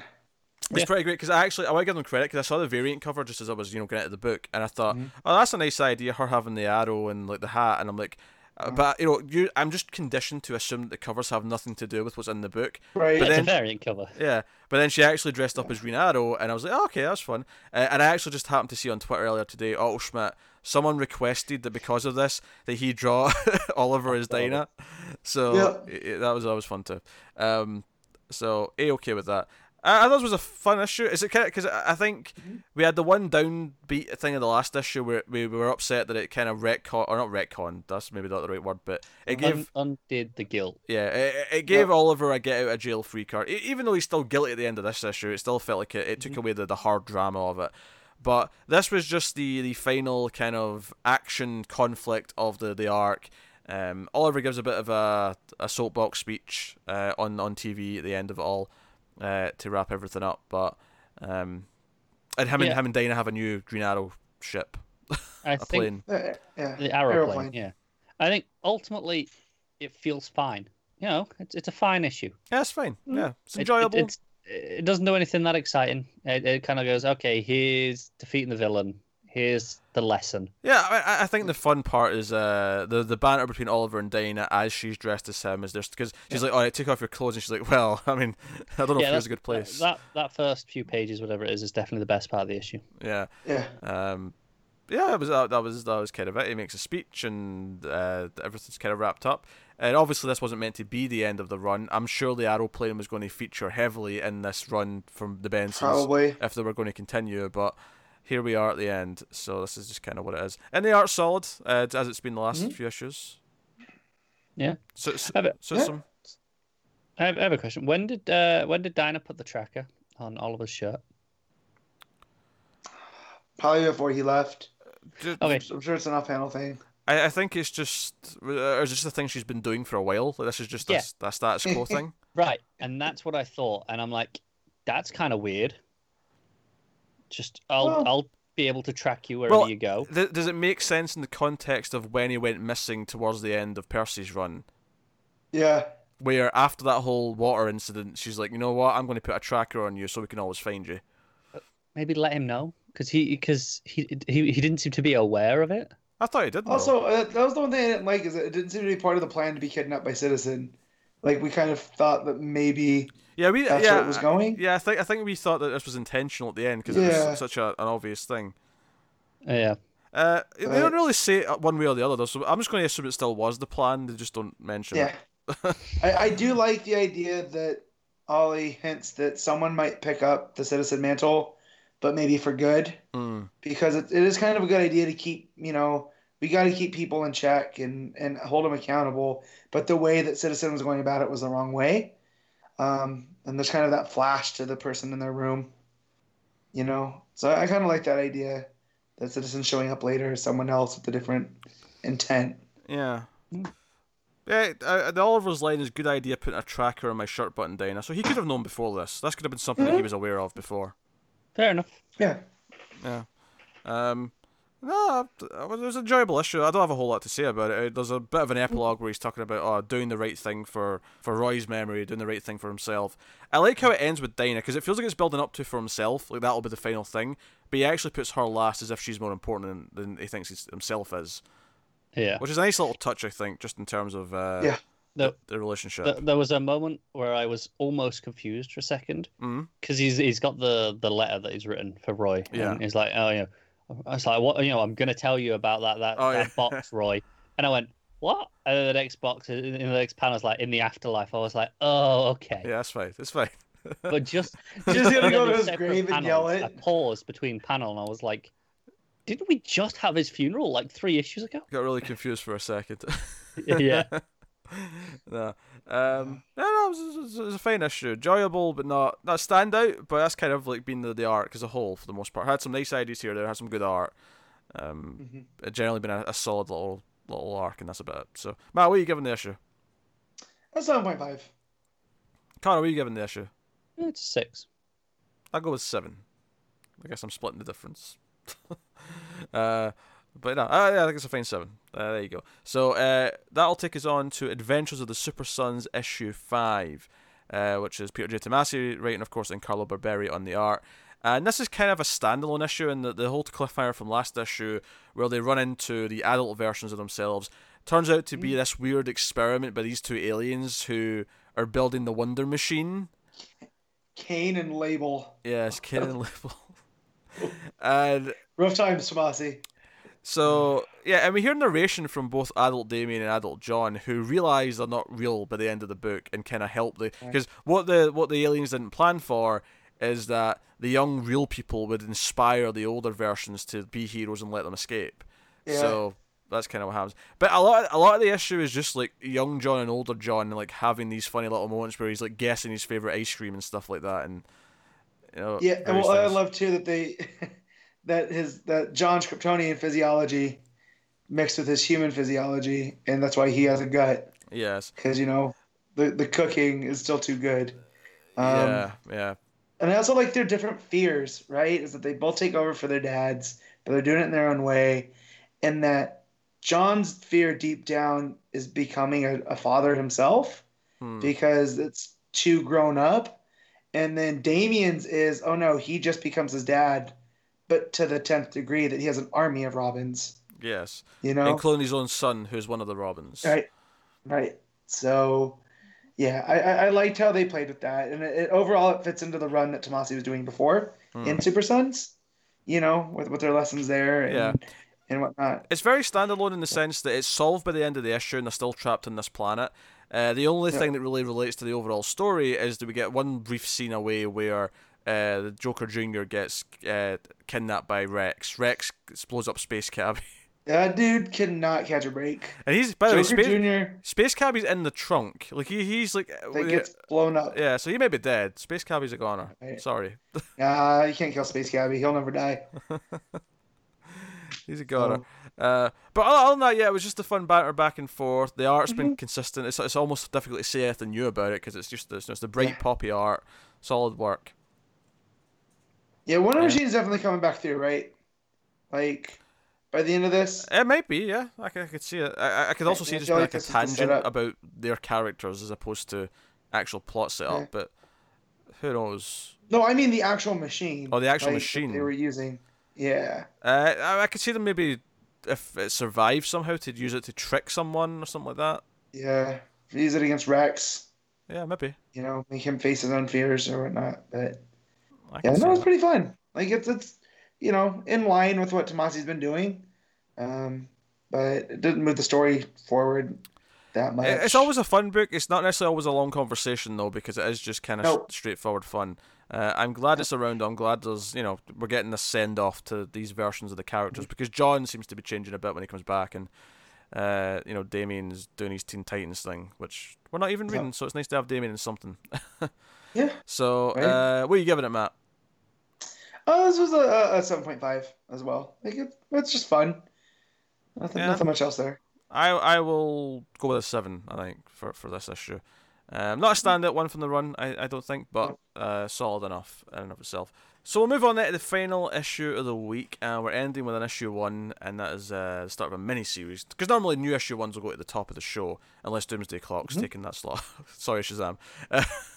S1: It's
S3: Yeah.
S1: pretty great because I actually I want to give them credit because I saw the variant cover just as I was you know getting out of the book, and I thought, oh, that's a nice idea. Her having the arrow and like the hat, and I'm like. uh, But you know, you I'm just conditioned to assume that the covers have nothing to do with what's in the book.
S2: Right.
S1: But
S3: It's
S1: then-
S3: a variant cover.
S1: Yeah, but then she actually dressed up as Green Arrow, and I was like, oh, okay, that's fun. Uh, and I actually just happened to see on Twitter earlier today, Otto Schmidt, someone requested that because of this, that he draw Oliver as Dinah. So
S2: Yeah.
S1: i- i- that was always fun too. Um, so a okay with that. I, I thought it was a fun issue. Is it kind of because I I think we had the one downbeat thing in the last issue where we were upset that it kind of retcon or not retcon. That's maybe not the right word, but it gave
S3: Un- undid the guilt.
S1: yeah, it, it- it gave Oliver a get out of jail free card. E- even though he's still guilty at the end of this issue, it still felt like it, it
S3: Mm-hmm.
S1: took away the, the hard drama of it. But this was just the, the final kind of action conflict of the, the arc. Um, Oliver gives a bit of a, a soapbox speech uh, on, on TV at the end of it all uh, to wrap everything up. But um, and him, and
S3: Yeah.
S1: him and Dinah have a new Green Arrow ship,
S3: I
S1: a
S3: think
S1: plane.
S2: Uh, yeah.
S3: the aeroplane,
S2: Aeroplane.
S3: Yeah, I think ultimately it feels fine. You know, it's, it's a fine issue.
S1: Yeah, it's fine. Yeah, it's
S3: Mm. It- it-
S1: enjoyable.
S3: it's- it doesn't do anything that exciting. It, it kind of goes, okay, here's defeating the villain. Here's the lesson.
S1: Yeah, I- I, I think the fun part is uh, the the banter between Oliver and Dana as she's dressed as him is just because she's like, "All right, take off your clothes," and she's like, "Well, I mean, I don't know if here's
S3: that's
S1: a good place."
S3: That, that first few pages, whatever it is, is definitely the best part of the issue.
S1: yeah,
S2: Yeah.
S1: um, yeah, that was that, that was that was kind of it. He makes a speech and uh, everything's kind of wrapped up. And obviously, this wasn't meant to be the end of the run. I'm sure the Arrow plane was going to feature heavily in this run from the Bensons.
S2: Probably.
S1: if they were going to continue, but here we are at the end. So this is just kind of what it is. And the art's solid, uh, as it's been the last few issues.
S3: Mm-hmm. Yeah.
S1: So, so,
S3: Have it.
S1: so
S2: Yeah.
S1: some.
S3: I have, I have a question. When did uh, when did Dinah put the tracker on Oliver's shirt?
S2: Probably before he left.
S1: ju-
S3: Okay,
S2: I'm sure it's an off-panel thing.
S1: I, I think it's just, or is this a thing she's been doing for a while? Like this is just a
S3: Yeah.
S1: s- a, status quo thing.
S3: right, and that's what I thought, and I'm like, that's kind of weird. Just I'll
S2: Well-
S3: I'll be able to track you wherever
S1: Well,
S3: you go.
S1: Th- does it make sense in the context of when he went missing towards the end of Percy's run?
S2: Yeah.
S1: Where after that whole water incident, she's like, you know what, I'm going to put a tracker on you so we can always find you.
S3: maybe let him know because he because he, he he didn't seem to be aware of it.
S1: I thought he did. though.
S2: Also, uh, that was the one thing I didn't like is that it didn't seem to be part of the plan to be kidnapped by Citizen. Like we kind of thought that maybe
S1: Yeah, we
S2: that's
S1: yeah,
S2: where it was going.
S1: Yeah, I think I think we thought that this was intentional at the end because it
S2: Yeah.
S1: was such a, an obvious thing.
S3: Yeah,
S1: Uh, they
S2: Right.
S1: don't really say it one way or the other though, so I'm just going to assume it still was the plan. They just don't mention
S2: Yeah.
S1: it.
S2: I, I do like the idea that Ollie hints that someone might pick up the Citizen Mantle, but maybe for good,
S1: Mm.
S2: because it, it is kind of a good idea to keep, you know, we got to keep people in check and, and hold them accountable. But the way that Citizen was going about it was the wrong way. Um, and there's kind of that flash to the person in their room, you know? So I, I kind of like that idea that Citizen showing up later is someone else with a different intent.
S1: Yeah.
S2: Hmm.
S3: Mm.
S1: Yeah, uh, the Oliver's line is good idea putting a tracker on my shirt button, Dana. So he could have known before this. This could have been something
S2: Mm-hmm.
S1: that he was aware of before.
S3: fair enough.
S2: Yeah.
S1: Yeah. Um, no, it was an enjoyable issue. I don't have a whole lot to say about it. Uh, There's a bit of an epilogue where he's talking about oh, doing the right thing for, for Roy's memory, doing the right thing for himself. I like how it ends with Dinah because it feels like it's building up to for himself. Like that'll be the final thing. But he actually puts her last as if she's more important than, than he thinks he's, himself is.
S3: Yeah.
S1: which is a nice little touch, I think, just in terms of uh,
S2: Yeah.
S1: the,
S3: No.
S1: the relationship.
S3: Th- there was a moment where I was almost confused for a second
S1: Mhm.
S3: because he's he's got the the letter that he's written for Roy.
S1: Yeah.
S3: and he's like, oh, you know, I was like, what, you know, I'm gonna tell you about that that,
S1: Oh,
S3: that
S1: yeah.
S3: box, Roy. And I went, what? And then the next box in in the next panel is like in the afterlife. I was like, oh, okay.
S1: Yeah, that's fine. That's fine.
S3: But just
S2: Just gonna
S3: and
S2: go
S3: then
S2: to
S3: in
S2: his
S3: separate
S2: grave and yell
S3: panels,
S2: it.
S3: I paused between panel and I was like, didn't we just have his funeral like three issues ago?
S1: Got really confused for a second.
S3: yeah.
S1: no. Um, no, no, it was, it was- it was a fine issue. Enjoyable, but not not standout. But that's kind of like been the, the arc as a whole for the most part. Had some nice ideas here. and There had some good art. Um,
S2: Mhm.
S1: it generally been a, a solid little little arc, and that's about it. So, Matt, what are you giving the issue?
S2: That's seven point five.
S1: Connor, what are you giving the issue?
S3: It's a six.
S1: I'll go with seven. I guess I'm splitting the difference. uh, but no, uh, yeah, I think it's a fine seven. Uh, there you go. So uh, that'll take us on to Adventures of the Super Sons issue five, uh, which is Peter J. Tomasi writing, of course, and Carlo Barberi on the art. And this is kind of a standalone issue, and the, the whole cliffhanger from last issue, where they run into the adult versions of themselves, turns out to be this weird experiment by these two aliens who are building the Wonder Machine.
S2: Kane and Label.
S1: Yes, Kid and Level. and
S2: Rough times, Tomasi.
S1: so, yeah, and we hear narration from both adult Damien and adult John, who realise they're not real by the end of the book and kind of help the because what the what the aliens didn't plan for is that the young real people would inspire the older versions to be heroes and let them escape.
S2: Yeah.
S1: So that's kind of what happens. But a lot, a lot of the issue is just like young John and older John, like having these funny little moments where he's like guessing his favorite ice cream and stuff like that, and you know,
S2: Yeah, and
S1: various
S2: well, I
S1: things.
S2: love too that they that his that John's Kryptonian physiology mixed with his human physiology, and that's why he has a gut
S1: yes,
S2: because you know the the cooking is still too good. Um,
S1: yeah, yeah.
S2: And I also like their different fears, right? Is that they both take over for their dads, but they're doing it in their own way, and that John's fear deep down is becoming a, a father himself
S1: Hmm.
S2: because it's too grown up. And then Damien's is, oh no, he just becomes his dad, but to the 10th degree that he has an army of Robins,
S1: Yes,
S2: you know?
S1: including his own son, who's one of the Robins.
S2: right. Right. So, yeah, I, I, I liked how they played with that. And it, it, overall, it fits into the run that Tomasi was doing before
S1: Hmm.
S2: in Super Sons, you know, with, with their lessons there and,
S1: Yeah.
S2: and whatnot.
S1: It's very standalone in the sense that it's solved by the end of the issue, and they're still trapped on this planet. Uh, the only
S2: Yeah.
S1: thing that really relates to the overall story is that we get one brief scene away where uh, the Joker Junior gets uh, kidnapped by Rex. Rex blows up Space Cabby,
S2: That dude cannot catch a break.
S1: and he's by the way,
S2: Joker
S1: Space,
S2: Jr.
S1: Space Cabby's in the trunk. Like he, he's like, uh,
S2: that gets blown up.
S1: yeah, so he may be dead. Space Cabby's a goner.
S2: Right.
S1: Sorry,
S2: Nah, you Ah, can't kill Space Gabby. He'll never die.
S1: He's a goner.
S2: Oh.
S1: Uh, but other than that, yeah, it was just a fun banter back and forth. The art's
S2: Mm-hmm.
S1: been consistent. It's, it's almost difficult to say anything new about it because it's just it's, just the bright poppy art, solid work.
S2: Yeah, Wonder
S1: Yeah.
S2: Machine's definitely coming back through, right? Like, by the end of this,
S1: It might be, yeah. I, c- I could see it. I, I- I could also see
S2: yeah,
S1: it just
S2: I
S1: being
S2: like
S1: like a
S2: this is the
S1: tangent
S2: setup.
S1: about their characters as opposed to actual plot setup.
S2: Yeah.
S1: But who knows?
S2: No, I mean the actual machine.
S1: Oh, the actual
S2: like, that
S1: machine.
S2: they were using. Yeah.
S1: Uh, I, I could see them maybe if it survives somehow to use it to trick someone or something like that.
S2: Yeah. Use it against Rex.
S1: Yeah, maybe.
S2: You know, make him face his own fears or whatnot. But
S1: I
S2: yeah,
S1: can see
S2: no, it's
S1: that.
S2: pretty fun. Like it's it's you know in line with what Tomasi's been doing, um, but it didn't move the story forward that much.
S1: It- It's always a fun book. It's not necessarily always a long conversation though, because it is just kind of
S2: Nope.
S1: straightforward fun. Uh, I'm glad it's around. I'm glad there's you know we're getting a send off to these versions of the characters
S2: Mm-hmm.
S1: because John seems to be changing a bit when he comes back, and uh, you know Damien's doing his Teen Titans thing, which we're not even
S2: Yeah.
S1: reading. So it's nice to have Damien in something.
S2: yeah.
S1: So
S2: Right.
S1: uh, what are you giving it, Matt?
S2: Oh, this was a, a, a seven point five as well. Like it, it's just fun. Nothing,
S1: Yeah.
S2: nothing much else there.
S1: I I will go with a seven. I think for for this issue. Um, not a standout one from the run, I, I don't think, but uh, solid enough in and of itself. So we'll move on then to the final issue of the week, and we're ending with an issue one, and that is uh, the start of a mini series. Because normally new issue ones will go to the top of the show, unless Doomsday Clock's taking that slot. Sorry, Shazam.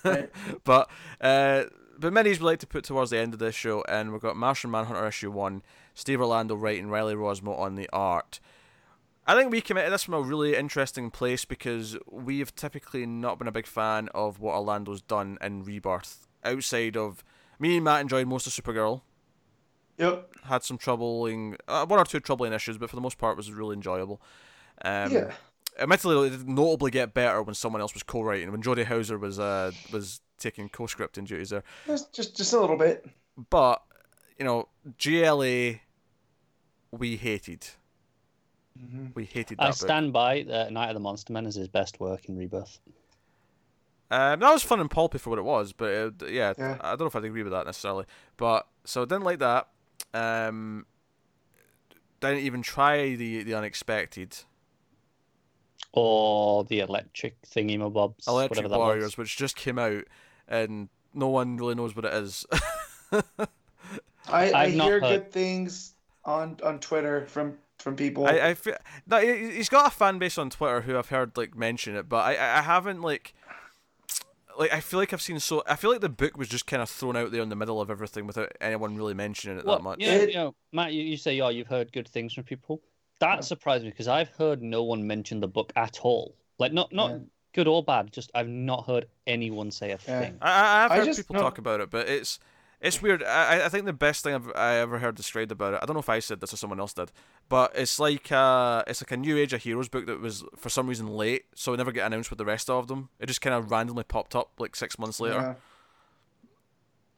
S2: Right.
S1: but uh, but minis we like to put towards the end of this show, and we've got Martian Manhunter issue one, Steve Orlando writing, Riley Rosmo on the art. I think we committed this from a really interesting place because we've typically not been a big fan of what Orlando's done in Rebirth. Outside of me and Matt enjoyed most of Supergirl,
S2: Yep.
S1: had some troubling, uh, one or two troubling issues, but for the most part, it was really enjoyable. Um,
S2: yeah.
S1: admittedly, it did notably get better when someone else was co-writing. When Jodie Hauser was uh, was taking co-scripting duties there,
S2: Just, just just a little bit.
S1: but you know, GLA, we hated.
S2: Mm-hmm.
S1: We hated that.
S3: I
S1: book.
S3: stand by that Night of the Monster Men is his best work in Rebirth.
S1: Um, that was fun and pulpy for what it was, but uh, d- yeah,
S2: Yeah.
S1: I don't know if I'd agree with that necessarily. But so I didn't like that. Um, didn't even try the the unexpected
S3: Or the electric thingy mobobs.
S1: Electric
S3: whatever that
S1: Warriors,
S3: was.
S1: which just came out, and no one really knows what it is.
S2: I, I
S3: I've not
S2: hear
S3: heard.
S2: good things on on Twitter from from people.
S1: I, I feel no, he- he's got a fan base on Twitter who I've heard like mention it, but I- I, I haven't like, like I feel like I've seen so I feel like the book was just kind of thrown out there in the middle of everything without anyone really mentioning it
S3: Well,
S1: that much.
S3: You know,
S2: It-
S3: you know, Matt, you, you say, oh, you've heard good things from people. That surprised me because I've heard no one mention the book at all. Like, not not
S2: Yeah.
S3: good or bad, just I've not heard anyone say a
S2: Yeah.
S3: thing.
S1: I, I- I've
S2: I
S1: heard
S2: just
S1: people
S2: know-
S1: talk about it, but it's it's weird. I, I- I think the best thing I've I ever heard described about it. I don't know if I said this or someone else did, but it's like uh it's like a new age of heroes book that was for some reason late, so it never get announced with the rest of them. It just kind of randomly popped up like six months later.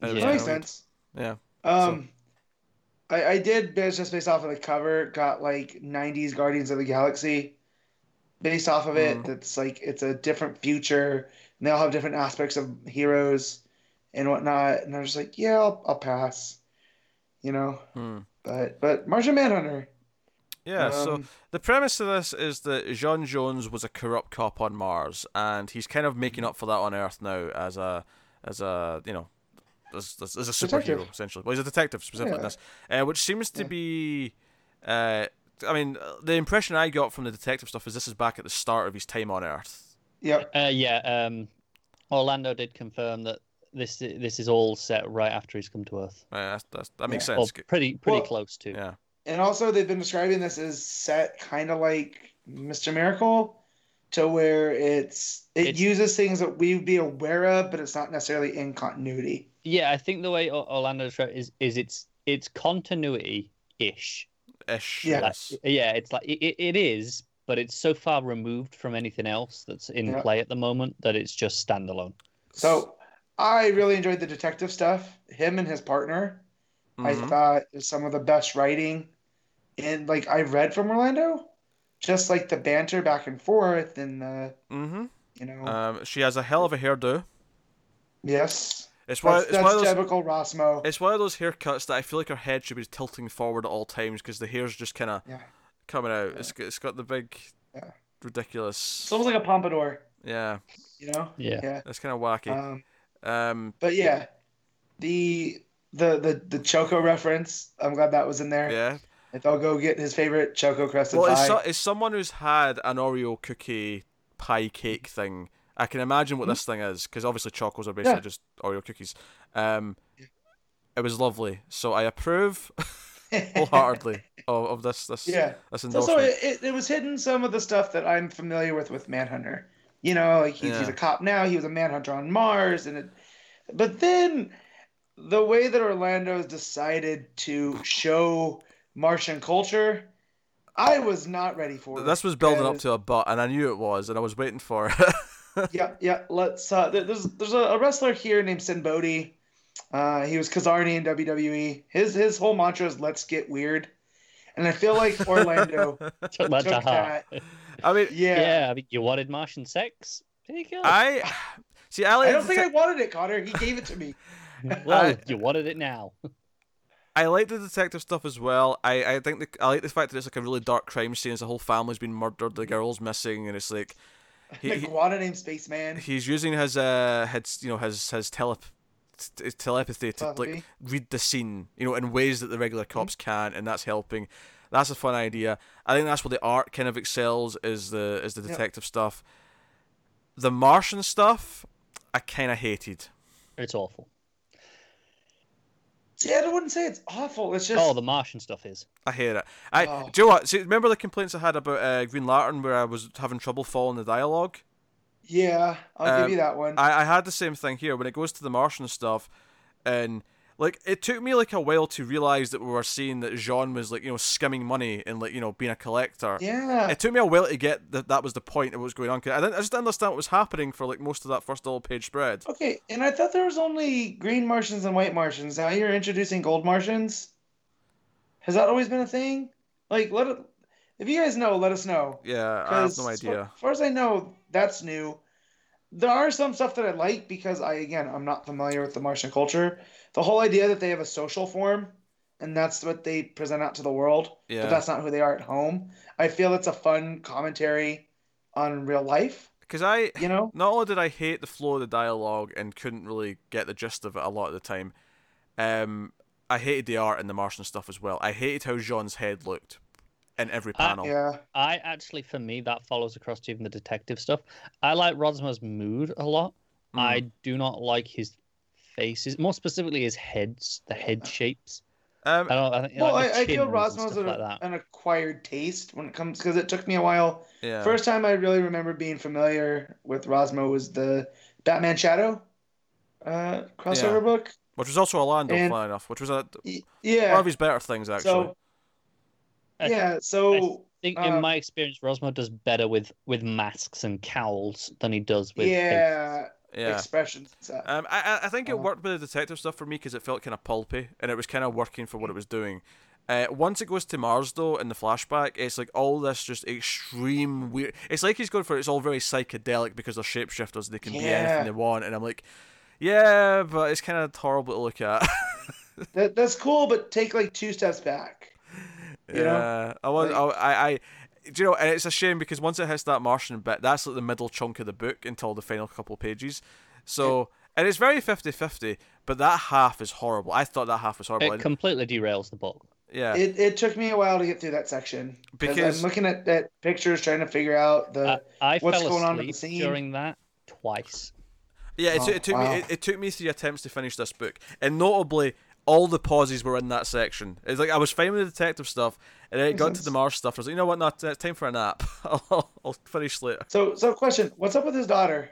S2: Yeah.
S1: and it was
S2: That
S3: Yeah.
S1: kinda
S2: makes
S1: weird.
S2: sense.
S1: Yeah.
S2: Um, I, I did manage just based off of the cover, got like 90s Guardians of the Galaxy based off of it.
S1: Mhm.
S2: That's like it's a different future, and they all have different aspects of heroes and whatnot. And I was just like, yeah, I'll, I'll pass, you know.
S1: Hmm.
S2: But but Martian Manhunter,
S1: Yeah, so
S2: Um,
S1: the premise of this is that John Jones was a corrupt cop on Mars, and he's kind of making up for that on Earth now as a, as a you know, as, as, as a superhero
S2: Detective.
S1: essentially. Well, he's a detective specifically in
S2: Yeah.
S1: this, uh, which seems to
S2: Yeah.
S1: be, uh, I mean, uh, the impression I got from the detective stuff is this is back at the start of his time on Earth.
S2: yep,
S3: Uh, yeah, um, Orlando did confirm that this i- this is all set right after he's come to Earth.
S1: Uh, that's, that's, that makes
S3: Well,
S1: sense. G-
S3: pretty pretty
S2: Well-
S3: close to.
S1: Yeah,
S2: and also they've been describing this as set kind of like Mr. Miracle, to where it's it
S3: It's-
S2: uses things that we'd be aware of, but it's not necessarily in continuity.
S3: Yeah, I think the way O- Orlando described it is is it's it's continuity ish.
S1: ish.
S2: Yeah.
S1: Yes.
S3: Yeah, it's like it, it- it is, but it's so far removed from anything else that's in
S2: Yeah.
S3: play at the moment that it's just standalone.
S2: So I really enjoyed the detective stuff. Him and his partner, I
S1: Mhm.
S2: thought, is some of the best writing. And like I read from Orlando, just like the banter back and forth, and the
S1: Mhm.
S2: you know,
S1: Um, she has a hell of a hairdo.
S2: yes,
S1: It's one.
S2: that's,
S1: It's one of
S2: that's
S1: those
S2: typical Rosmo.
S1: It's one of those haircuts that I feel like her head should be tilting forward at all times because the hair's just kind of
S2: Yeah.
S1: coming out. It's g- it's got the big
S2: Yeah.
S1: ridiculous.
S2: It's almost like a pompadour,
S1: Yeah,
S2: you know.
S3: Yeah.
S1: it's kind of wacky.
S2: Um,
S1: Um,
S2: but yeah, the the the the Choco reference. I'm glad that was in there.
S1: yeah.
S2: If I'll go get his favorite Choco crested
S1: Well,
S2: pie.
S1: it's, so, it's someone who's had an Oreo cookie pie cake thing. I can imagine what this thing is because obviously chocos are basically
S2: Hmm? Yeah.
S1: just Oreo cookies. Um, it was lovely, so I approve wholeheartedly of, of this this
S2: yeah.
S1: this
S2: So,
S1: endorsement.
S2: so it, it, it was hidden some of the stuff that I'm familiar with with Manhunter. You know, like he's, he's
S1: Yeah.
S2: a cop now. He was a manhunter on Mars, and it, but then the way that Orlando's decided to show Martian culture, I was not ready for.
S1: this was building up to a butt, and I knew it was, and I was waiting for it.
S2: Yeah, yeah. Let's. Uh, there- there's there's a, a wrestler here named Sin Bodhi. Uh, he was Kazarian in WWE. His his whole mantra is "Let's get weird," and I feel like Orlando
S3: Took that to
S2: took
S3: heart.
S2: that.
S1: I mean,
S3: Yeah.
S2: yeah.
S3: I mean, you wanted Martian sex? There you go.
S1: I see. I, like
S2: I don't
S1: the
S2: think I
S1: detec-
S2: wanted it, Connor. He gave it to me.
S3: well,
S1: I-
S3: you wanted it now.
S1: I, like the detective stuff as well. I I think the, I like the fact that it's like a really dark crime scene. It's a whole family's been murdered. The girl's missing, and it's like he,
S2: the Guana named Spaceman.
S1: he- he's using his uh his you know his his telep t- his telepathy to like
S2: Telepathy. Mm-hmm.
S1: read the scene you know in ways that the regular cops can't, and that's helping. That's a fun idea. I think that's where the art kind of excels is the is the
S2: Yep.
S1: detective stuff. The Martian stuff, I kind of hated.
S3: It's awful.
S2: See, I wouldn't say it's awful. It's just
S3: Oh, the Martian stuff is.
S1: I hear it. I
S2: Oh.
S1: do you know what? See, remember the complaints I had about uh, Green Lantern, where I was having trouble following the dialogue.
S2: yeah. I'll
S1: Um,
S2: give you that one.
S1: I, I had the same thing here when it goes to the Martian stuff, and like it took me like a while to realize that we were seeing that Jean was like you know skimming money and like you know being a collector.
S2: yeah.
S1: It took me a while to get that that was the point of what was going on. 'cause I didn't, I just didn't understand what was happening for like most of that first double page spread.
S2: Okay, and I thought there was only green Martians and white Martians. Now you're introducing gold Martians. Has that always been a thing? Like, let it, if you guys know, let us know.
S1: Yeah, I have
S2: 'Cause
S1: no
S2: as far-
S1: idea.
S2: As far as I know, that's new. There are some stuff that I like because I, again, I'm not familiar with the Martian culture. The whole idea that they have a social form, and that's what they present out to the world but
S1: Yeah,
S2: that's not who they are at home. I feel that's a fun commentary on real life,
S1: because I
S2: you know?
S1: not only did I hate the flow of the dialogue and couldn't really get the gist of it a lot of the time, um, I hated the art and the Martian stuff as well. I hated how Jean's head looked in every
S3: Ah,
S1: panel.
S2: Uh, Yeah.
S3: I actually, for me, that follows across to even the detective stuff. I like Rosmer's mood a lot.
S1: Mm.
S3: I do not like his faces, more specifically his heads, the head shapes.
S1: Um,
S3: I don't. I think,
S2: Well,
S3: like the
S2: I, I feel
S3: chins and
S2: Rosmo's
S3: stuff
S2: a,
S3: like that.
S2: an acquired taste when it comes because it took me a while.
S1: yeah.
S2: First time I really remember being familiar with Rosmo was the Batman Shadow uh, crossover
S1: Yeah.
S2: book.
S1: which was also Orlando,
S2: and-
S1: fun enough, which was a, one
S2: Y-
S1: of
S2: Yeah.
S1: his better things actually.
S2: So
S3: I-
S2: yeah, so
S3: I think,
S2: uh,
S3: in my experience, Rosmo does better with with masks and cowls than he does with. faces.
S2: yeah,
S1: yeah.
S2: expressions. and stuff.
S1: Um, I, I- I think
S2: Uh-huh.
S1: it worked with the detective stuff for me because it felt kind of pulpy and it was kind of working for what it was doing. Uh, once it goes to Mars though, in the flashback, it's like all this just extreme weird. It's like he's going for it's all very psychedelic because they're shapeshifters. They can be
S2: Yeah.
S1: anything they want, and I'm like, yeah, but it's kind of horrible to look at.
S2: That, that's cool, but take like two steps back.
S1: yeah,
S2: You know?
S1: I was,
S2: Like-
S1: I, I, I, do you know, and it's a shame because once it hits that Martian bit, that's like the middle chunk of the book until the final couple pages. So, and it's very 50-50, but that half is horrible. I thought that half was horrible.
S3: It
S1: and-
S3: completely derails the book.
S1: yeah,
S2: It, it took me a while to get through that section
S1: Because-
S2: I'm looking at, at pictures trying to figure out the.
S3: I, I
S2: Uh, what's
S3: fell
S2: going on with the
S3: asleep
S2: scene?
S3: during that twice.
S1: yeah. It,
S2: Oh,
S1: took it took
S2: wow.
S1: me it, it took me three attempts to finish this book, and notably, all the pauses were in that section. It's like I was fine with the detective stuff, and then it
S2: Makes
S1: got to
S2: sense.
S1: the Mars stuff. I was like, you know what? No, it's time for a nap. I'll, I'll finish later.
S2: So, so question: What's up with his daughter?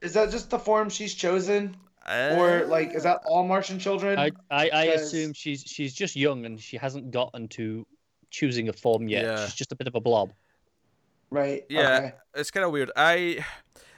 S2: Is that just the form she's chosen, or
S1: Uh,
S2: like, is that all Martian children?
S3: I, I, I
S2: Because-
S3: assume she's she's just young and she hasn't gotten to choosing a form yet.
S1: Yeah.
S3: She's just a bit of a blob.
S2: right.
S1: Yeah,
S2: okay.
S1: it's kind of weird. I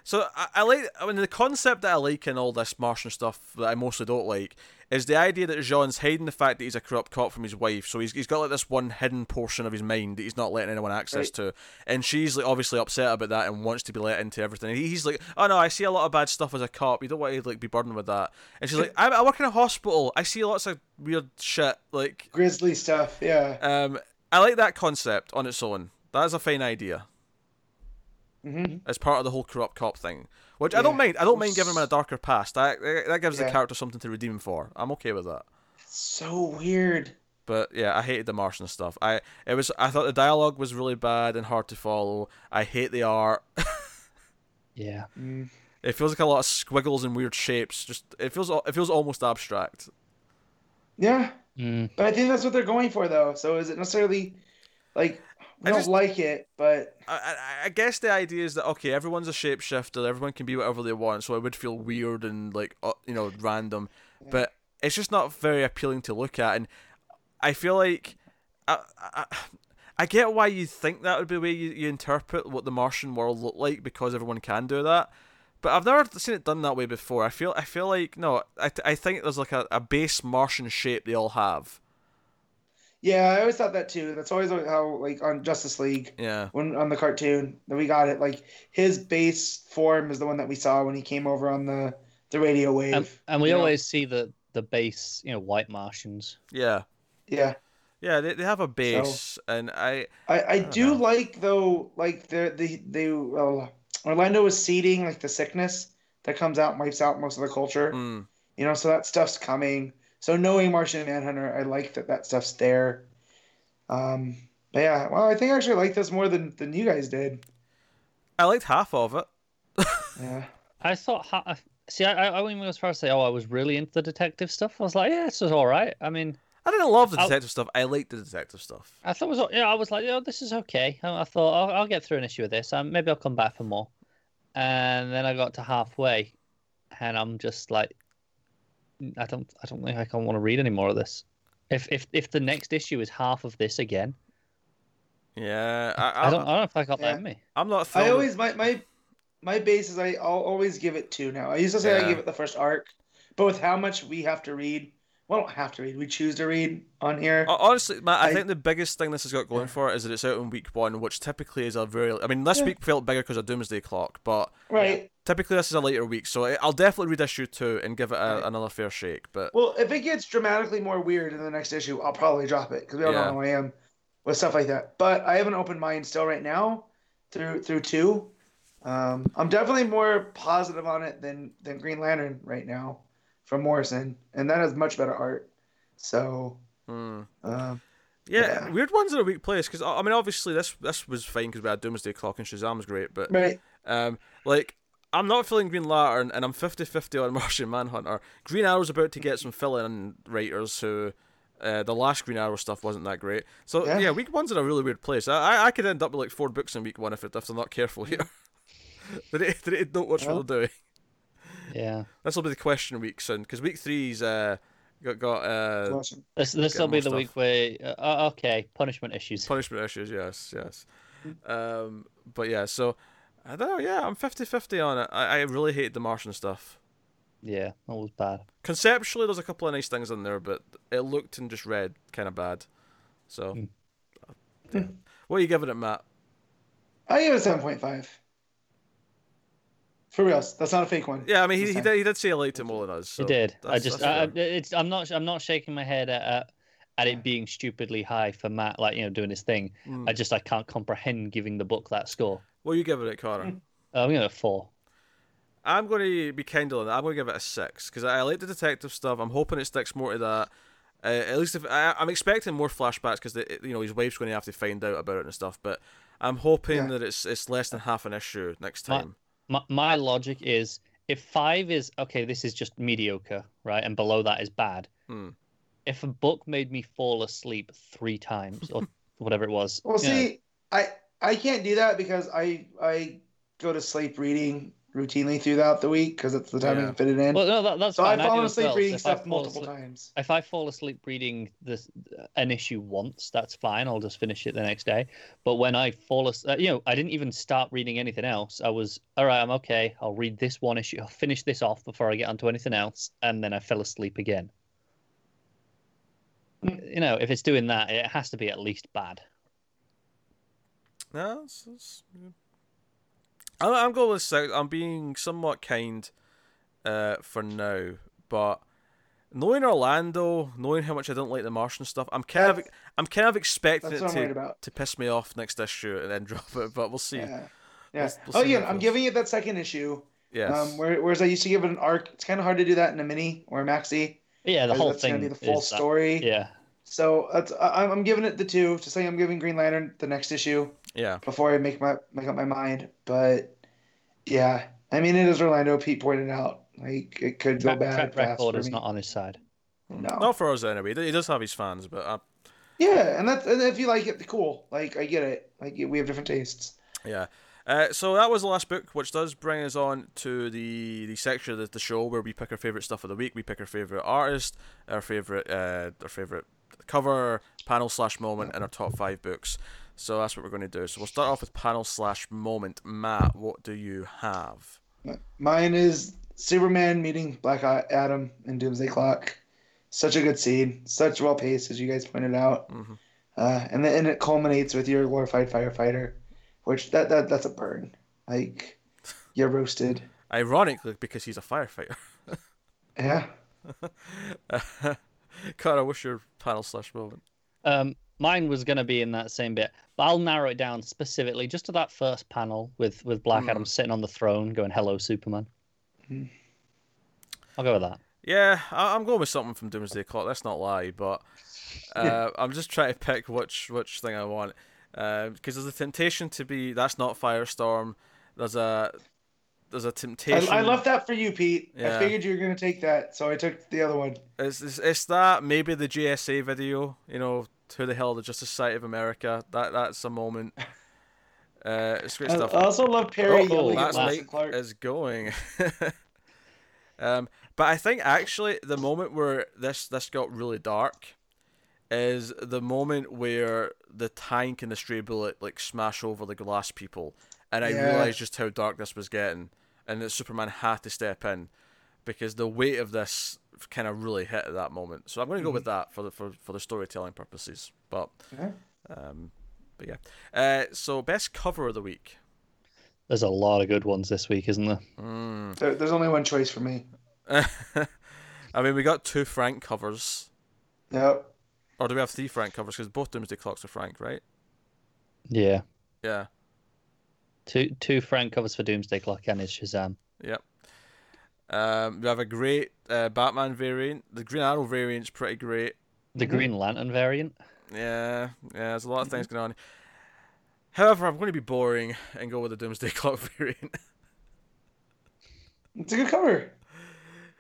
S1: so I, I like. I mean, the concept that I like in all this Martian stuff that I mostly don't like is the idea that Jean's hiding the fact that he's a corrupt cop from his wife. So he's, he's got like this one hidden portion of his mind that he's not letting anyone access
S2: Right.
S1: to, and she's like obviously upset about that and wants to be let into everything. And he- he's like, "Oh no, I see a lot of bad stuff as a cop. You don't want to like be burdened with that." And she's like, I, "I work in a hospital. I see lots of weird shit. Like,
S2: Grizzly stuff. Yeah.
S1: um, I like that concept on its own. That is a fine idea."
S2: hmm
S1: as part of the whole corrupt cop thing, which I
S2: Yeah.
S1: don't mind. I don't mind giving him a darker past. That that gives
S2: Yeah.
S1: the character something to redeem him for. I'm okay with that.
S2: So weird.
S1: But yeah, I hated the Martian stuff. I it was I thought the dialogue was really bad and hard to follow. I hate the art.
S3: Yeah.
S2: Mm.
S1: It feels like a lot of squiggles and weird shapes. Just it feels al- it feels almost abstract.
S2: Yeah,
S3: Mm.
S2: but I think that's what they're going for, though. So is it necessarily like we
S1: I
S2: don't
S1: just-
S2: like it, but
S1: I, I, I guess the idea is that okay, everyone's a shapeshifter. Everyone can be whatever they want. So it would feel weird and like uh, you know random, but it's just not very appealing to look at. And I feel like I, I, I get why you think that would be the way you, you interpret what the Martian world looked like because everyone can do that. But I've never seen it done that way before. I feel I feel like no, I, I think there's like a, a base Martian shape they all have.
S2: yeah, I always thought that too. That's always how like on Justice League.
S1: Yeah.
S2: when on the cartoon that we got it like his base form is the one that we saw when he came over on the the radio wave
S3: And, and we
S2: you know?
S3: always see the the base, you know, white Martians.
S1: Yeah.
S2: yeah
S1: Yeah, they, they have a base and I
S2: i i
S1: don't
S2: do
S1: know.
S2: like though like the the they uh, orlando was seeding like the sickness that comes out and wipes out most of the culture
S1: mm,
S2: you know so that stuff's coming so knowing martian manhunter i like that that stuff's there um but yeah well i think i actually like this more than than you guys did
S1: I liked half of it.
S2: yeah
S3: I thought ha- I- See, I, I I wouldn't even go as far as say, oh, I was really into the detective stuff. I was like, yeah, this was all right. I mean,
S1: I didn't love the
S3: I'll-
S1: detective stuff. I liked the detective stuff.
S3: I thought it was, all- yeah, I was like, oh, this is okay. I, I thought I'll, I'll get through an issue of this. Um, maybe I'll come back for more. And then I got to halfway, and I'm just like, I don't, I don't think I can want to read any more of this. If if if the next issue is half of this again,
S1: Yeah, I,
S3: I, don't, I don't know if I got
S2: Yeah.
S3: that in me.
S1: I'm not. Thrilled
S2: I
S1: with-
S2: always my my my base is I I'll always give it two now. I used to say
S1: Yeah.
S2: I give it the first arc, but with how much we have to read, well, don't have to read. We choose to read on here.
S1: Ho- Honestly, Matt, I,
S2: I-
S1: think the biggest thing this has got going for it is that it's out in week one, which typically is a very. I mean, this
S2: Yeah.
S1: week felt bigger because of Doomsday Clock, but
S2: right.
S1: typically this is a later week, so I- I'll definitely read issue two and give it a,
S2: Right.
S1: another fair shake. But
S2: Well, if it gets dramatically more weird in the next issue, I'll probably drop it because we all
S1: Yeah.
S2: know who I am with stuff like that. But I have an open mind still right now through through two. Um, I'm definitely more positive on it than than Green Lantern right now from Morrison, and that has much better art. So
S1: hmm.
S2: um,
S1: yeah,
S2: Yeah.
S1: weird ones in a weak place because I I mean, obviously this this was fine because we had Doomsday Clock and Shazam's great, but
S2: right,
S1: Um, like, I'm not feeling Green Lantern, and I'm 50 50 on Martian Manhunter. Green Arrow's about to get some fill in writers who. Uh, the last Green Arrow stuff wasn't that great, so yeah.
S2: Yeah.
S1: week one's in a really weird place. I, I I could end up with like four books in week one if it, if they're not careful here. they need- they need to know watch
S2: Well.
S1: what they're doing.
S3: Yeah,
S1: This will be the question week soon because week three's uh got got uh
S2: awesome.
S3: this this
S1: Get
S3: will be
S1: more
S3: the
S1: stuff.
S3: week where uh, uh, okay, punishment issues.
S1: punishment issues. Yes, yes. Um, but yeah, so I don't know. Yeah, I'm 50 50 on it. I, I really hate the Martian stuff.
S3: Yeah, that was bad.
S1: conceptually there's a couple of nice things in there but it looked and just read kind of bad so
S3: Mm. Hmm.
S1: yeah. what are you giving it matt
S2: I give it seven point five. For real, that's not a fake one.
S1: yeah i mean he,
S2: This
S1: he,
S2: time.
S1: did, he did say he liked it more than us so
S3: it did. I
S1: that's-
S3: just, I, I-
S1: that's fair.
S3: it's, I'm not, I'm not shaking my head at, at at it being stupidly high for Matt, like you know, doing his thing.
S1: Mm.
S3: I just, I can't comprehend giving the book that score. Uh,
S1: what are you giving it connor
S3: Hmm. I'm gonna go four.
S1: i'm going to be kindle on that i'm going to give it a six because i like the detective stuff i'm hoping it sticks more to that uh, at least if I, i'm expecting more flashbacks because you know his wife's going to have to find out about it and stuff but i'm hoping
S2: Yeah.
S1: that it's it's less than half an issue next
S3: Ma-
S1: time
S3: My, my logic is if five is okay, this is just mediocre, right, and below that is bad.
S1: Hmm.
S3: If a book made me fall asleep three times or whatever it was,
S2: Well,
S3: you know,
S2: see, I I can't do that because I I go to sleep reading routinely throughout the week because it's the time I
S1: Yeah.
S2: can fit it in.
S3: well, no, that, that's
S2: so
S3: fine.
S2: I've
S3: do
S2: fallen
S3: as
S2: asleep
S3: well. So
S2: reading
S3: if I
S2: stuff
S3: fall
S2: multiple
S3: asleep-
S2: times.
S3: if I fall asleep reading this an issue once, that's fine. I'll just finish it the next day. But when I fall asleep, you know, I didn't even start reading anything else. I was all right. I'm okay. I'll read this one issue. I'll finish this off before I get onto anything else, and then I fell asleep again. You know, if it's doing that, it has to be at least bad.
S1: No, it's, it's, yeah. I'm, I'm going with six. I'm being somewhat kind uh, for now, but knowing Orlando, knowing how much I don't like the Martian stuff, I'm kind of
S2: That's-
S1: I'm kind of expecting
S2: That's
S1: it
S2: what I'm worried
S1: to,
S2: about.
S1: to piss me off next issue and then drop it. But we'll see. Yeah.
S2: Yeah. Yeah.
S1: We'll- we'll
S2: Oh,
S1: see
S2: again,
S1: how it
S2: I'm
S1: goes.
S2: giving it that second issue.
S1: Yes.
S2: Um, where- whereas I used to give it an arc. It's kind of hard to do that in a mini or a maxi.
S3: Yeah, the
S2: 'cause
S3: whole
S2: that's gonna
S3: thing.
S2: be the full
S3: is that-
S2: story.
S3: Yeah,
S2: So that's I, I'm- I'm giving it the two. Just saying, I'm giving Green Lantern the next issue
S1: yeah.
S2: before I make my make up my mind. But yeah, I mean, it is Orlando. Pete pointed out like it could go
S3: track,
S2: bad.
S3: track
S2: fast
S3: record
S2: for
S3: is
S2: me.
S3: not on his side.
S2: No.
S1: Not for us anyway. He does have his fans, but I,
S2: Yeah, and that's and if you like it, cool. Like I get it. Like we have different tastes.
S1: Yeah. Uh, so that was the last book, which does bring us on to the the section of the, the show where we pick our favorite stuff of the week. We pick our favorite artist, our favorite uh, our favorite cover, panel slash moment, and our top five books. So that's what we're going to do. So we'll start off with panel slash moment. Matt, what do you have?
S2: Mine is Superman meeting Black Adam and Doomsday Clock. Such a good scene. Such well paced, as you guys pointed out.
S1: Mhm.
S2: Uh, and then and it culminates with your glorified firefighter, which that, that that's a burn. Like you're roasted.
S1: Ironically, because he's a firefighter.
S2: Yeah.
S1: Connor, what's your panel slash moment?
S3: Um, mine was going to be in that same bit, but I'll narrow it down specifically just to that first panel with with Black
S1: Hmm.
S3: Adam sitting on the throne, going "Hello, Superman."
S2: Hmm.
S3: I'll go with that.
S1: Yeah, I, I'm going with something from Doomsday Clock. Let's not lie, but uh, I'm just trying to pick which which thing I Uh, want because there's a temptation to be that's not Firestorm. There's a there's a
S2: I,
S1: temptation.
S2: I left that for you, Pete.
S1: Yeah.
S2: I figured you were gonna take that, so I took the other one.
S1: It's, it's, it's that maybe the GSA video. You know, who the hell the Justice Society of America? That that's a moment. Uh, it's great
S2: I,
S1: stuff.
S2: I also love Perry
S3: Oh,
S2: yelling at
S1: that's
S3: Lance
S2: Lawson
S1: Mike
S2: Clark.
S1: is going. um, but I think actually the moment where this this got really dark is the moment where the tank and the stray bullet like smash over the glass people, and I
S2: Yeah.
S1: realized just how dark this was getting, and that Superman had to step in because the weight of this kind of really hit at that moment. So I'm going to go with that for the for, for the storytelling purposes. But
S2: Yeah.
S1: um, but yeah. Uh, so best cover of the week.
S3: There's a lot of good ones this week, isn't there?
S1: Mm.
S2: There, there's only one choice for me.
S1: I mean, we got two Frank covers,
S2: Yep.
S1: or do we have three Frank covers? Because both Doomsday Clocks are Frank, right?
S3: Yeah.
S1: Yeah,
S3: Two two Frank covers for Doomsday Clock and his Shazam.
S1: yep. Um, we have a great uh, Batman variant. The Green Arrow variant's pretty great.
S3: The Green Lantern variant.
S1: Yeah, yeah. There's a lot of things
S3: Mm-hmm.
S1: going on. However, I'm going to be boring and go with the Doomsday Clock variant.
S2: It's a good cover.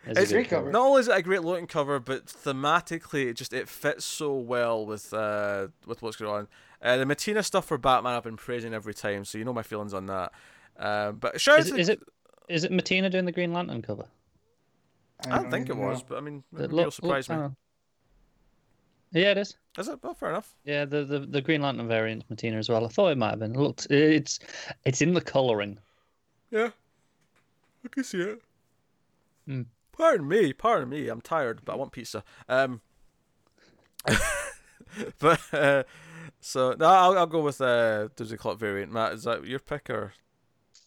S3: is a
S1: It's
S3: good
S2: great cover.
S1: Not only is it a great looking cover, but thematically, it just it fits so well with uh with what's going on. Uh, the Matina stuff for Batman, I've been praising every time, so you know my feelings on that. Um, but shout out
S3: Is,
S1: to-
S3: it- is it is it Matina doing the Green Lantern cover?
S1: I don't think it
S2: even
S1: was,
S2: know.
S1: but I mean,
S3: It
S1: it
S3: look-
S1: will surprise
S3: look-
S1: me.
S3: oh. Yeah, it is.
S1: Is it? Well, fair enough.
S3: Yeah, the, the the Green Lantern variant Matina as well. I thought it might have been. It looked, it's it's in the coloring.
S1: Yeah, I can see it.
S3: Hmm.
S1: Pardon me, pardon me. I'm tired, but I want pizza. Um, but uh, so no, I'll, I'll go with uh, Doomsday Clock variant. Matt, is that your pick or?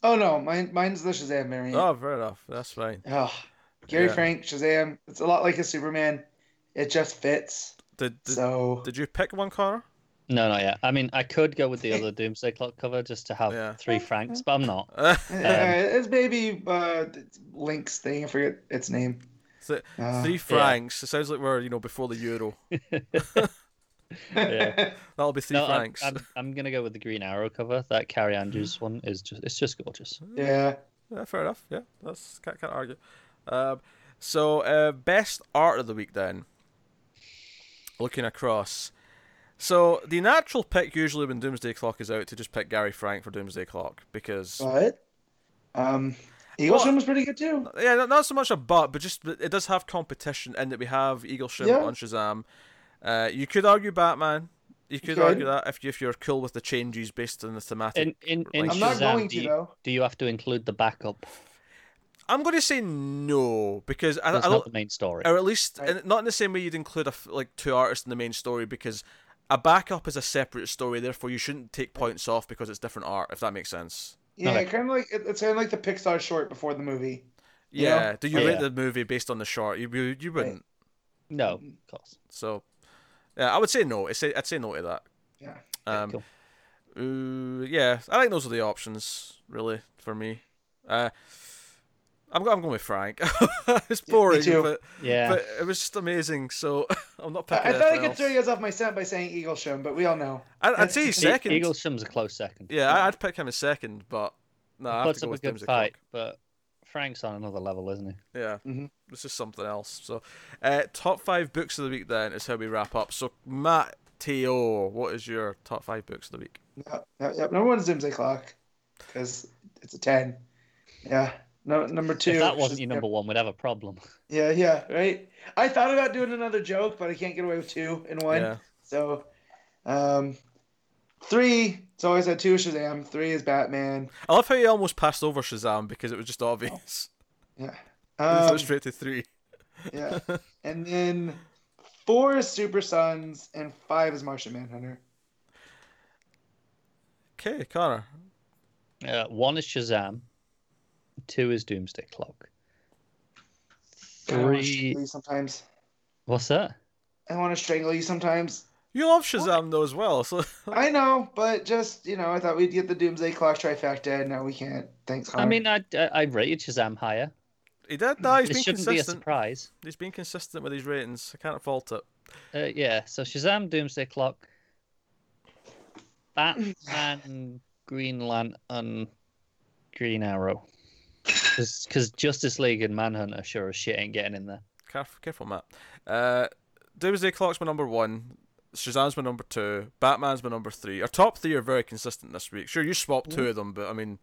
S2: Oh no, mine mine's the Shazam variant.
S1: Oh, fair enough. That's fine.
S2: Ugh. Gary
S1: Yeah.
S2: Frank Shazam. It's a lot like a Superman. It just fits.
S1: Did did,
S2: so
S1: did you pick one, Connor?
S3: No, not yet. I mean, I could go with the other Doomsday Clock cover just to have
S1: Yeah.
S3: three Franks, but I'm not.
S2: uh, it's maybe uh, Link's thing. I forget its name.
S1: Th-
S2: Uh,
S1: Three francs. It sounds like we're you know before the euro.
S3: Yeah.
S1: That'll be three
S3: No, I'm,
S1: francs.
S3: I'm, I'm gonna go with the Green Arrow cover. That Carrie Andrews one is just it's just gorgeous.
S2: yeah.
S1: Yeah, fair enough. Yeah, that's can't, can't argue. Um, so uh, best art of the week then. Looking across, so the natural pick usually when Doomsday Clock is out to just pick Gary Frank for Doomsday Clock because
S2: But um, Eagles
S1: Well-
S2: one was pretty good too.
S1: yeah, not, not so much a but, but just that it does have competition in that we have Eagle Shim
S2: Yeah.
S1: on Shazam. Uh, you could argue Batman. You could
S2: could.
S1: argue that if you if you're cool with the changes based on the thematic.
S3: In in, in
S1: I'm
S2: I'm
S1: not
S2: not
S3: Shazam,
S2: going
S3: do
S2: to
S3: you-
S2: though.
S3: Do you have to include the backup?
S1: I'm going to say no because I, Oh. I
S3: That's
S1: don't
S3: not the main story.
S1: or at least
S2: Right.
S1: and not in the same way you'd include a f like two artists in the main story because a backup is a separate story therefore you shouldn't take points off because it's different art if that makes sense
S2: Yeah,
S3: Okay.
S2: kind of like it- it's kind of like the Pixar short before the movie.
S1: yeah,
S2: Yeah.
S1: do you
S3: Yeah.
S1: rate the movie based on the short you you, you wouldn't
S3: No, of course.
S1: so yeah i would say no i'd say, I'd say no to that
S2: Yeah.
S3: Okay,
S1: um
S3: cool.
S1: ooh, yeah i think those are the options really for me uh i'm, go- I'm going with frank it's boring
S2: too.
S1: but
S3: Yeah.
S1: but it was just amazing so i'm not picking
S2: I, I thought I
S1: anything
S2: could
S1: else.
S2: throw you guys off my scent by saying Eagle Shim, but we all know.
S1: I, i'd say
S2: E-
S1: he's
S3: E-
S1: second
S3: Eagle Shum's a close second.
S1: Yeah, I- I'd pick him as second, but no, I have
S3: puts
S1: to go
S3: up a
S1: with
S3: good
S1: Doomsday
S3: fight, Mm-hmm.
S1: Clock.
S3: but Frank's on another level, isn't he?
S1: Yeah,
S2: Mhm.
S1: this is something else. So, uh, top five books of the week then is how we wrap up. So, Matt T.O., what is your top five books of the week?
S2: Yep, yep, yep. Number one is Doomsday Clock because it's a ten. Yeah. No, number two.
S3: if that
S2: is
S3: wasn't your
S2: Shazam.
S3: number one, we'd have a problem.
S2: Yeah, yeah, right. I thought about doing another joke, but I can't get away with two in one.
S1: Yeah,
S2: So, um, three. So I said two is Shazam. Three is Batman.
S1: I love how you almost passed over Shazam because it was just obvious.
S2: Yeah.
S1: you
S2: Um,
S1: went straight to three.
S2: yeah. And then four is Super Sons, and five is Martian Manhunter.
S1: Okay, Connor.
S3: Uh, one is Shazam. Two is Doomsday Clock.
S2: God, I wanna
S3: Three.
S2: strangle you sometimes.
S3: What's that?
S2: I want to strangle you sometimes.
S1: You love Shazam though as well, so
S2: I know, but just you know, I thought we'd get the Doomsday Clock trifecta, and now we can't. Thanks, Connor.
S3: I mean,
S1: Um,
S3: I, I, I rated Shazam higher.
S1: he did. No, he's
S3: It
S1: been
S3: shouldn't be a
S1: consistent.
S3: surprise.
S1: he's been consistent with his ratings. I can't fault it.
S3: Uh, yeah, so Shazam, Doomsday Clock, Batman, Green Lantern, Green Arrow. Because Justice League and Manhunter sure as shit ain't getting in there.
S1: Caref- Careful, Matt. Uh, Doomsday Clock's my number one. Shazam's my number two. Batman's my number three. Our top three are very consistent this week. Sure, you swapped two of them, but I mean,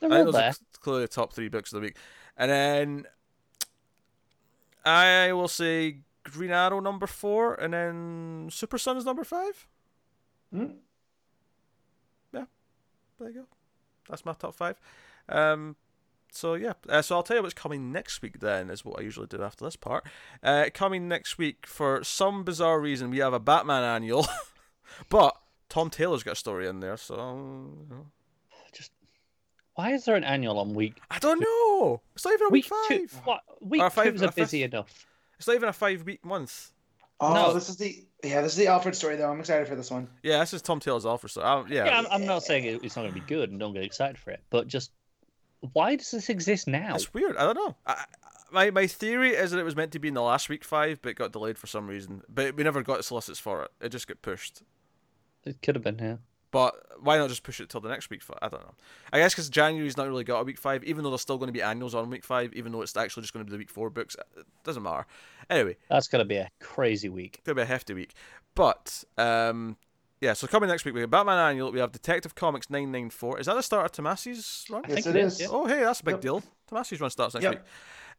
S3: They're
S1: I
S3: all
S1: think those
S3: there.
S1: are c- clearly the top three books of the week. And then I will say Green Arrow number four, and then Super Sun's number five.
S2: Hmm.
S1: Yeah, there you go. That's my top five. Um, so yeah, uh, so I'll tell you what's coming next week. Then is what I usually do after this part. Uh, coming next week for some bizarre reason we have a Batman annual, but Tom Taylor's got a story in there, so you know.
S3: Why is there an annual on week
S1: I don't know. It's not even a week,
S3: week two?
S1: five.
S3: What week
S1: Or five-
S3: two's are
S1: or fifth.
S3: busy enough?
S1: It's not even a five week month.
S2: Oh,
S3: No.
S2: this is the yeah, this is the Alfred story though. I'm excited for this one.
S1: Yeah, this is Tom Taylor's offer. So I, yeah,
S3: Yeah, I'm, I'm not saying it- it's not going to be good and don't get excited for it, but just why does this exist now?
S1: it's weird. I don't know. I, I- my my theory is that it was meant to be in the last week five, but it got delayed for some reason. But we never got solicits for it. It just got pushed.
S3: It could have been here.
S1: But why not just push it till the next week five? I don't know. I guess because January's not really got a week five, even though there's still going to be annuals on week five, even though it's actually just going to be the week four books. It doesn't matter. Anyway,
S3: That's going to be a crazy week.
S1: Could be a hefty week. But um, yeah, so coming next week we have Batman Annual, we have Detective Comics nine nine four. Is that the start of Tomasi's run?
S3: I
S2: Yes,
S3: think
S2: it
S3: it is,
S2: is.
S3: yeah.
S1: Oh hey, that's a big
S2: Yep.
S1: deal. Tomasi's run starts next
S2: Yep.
S1: week.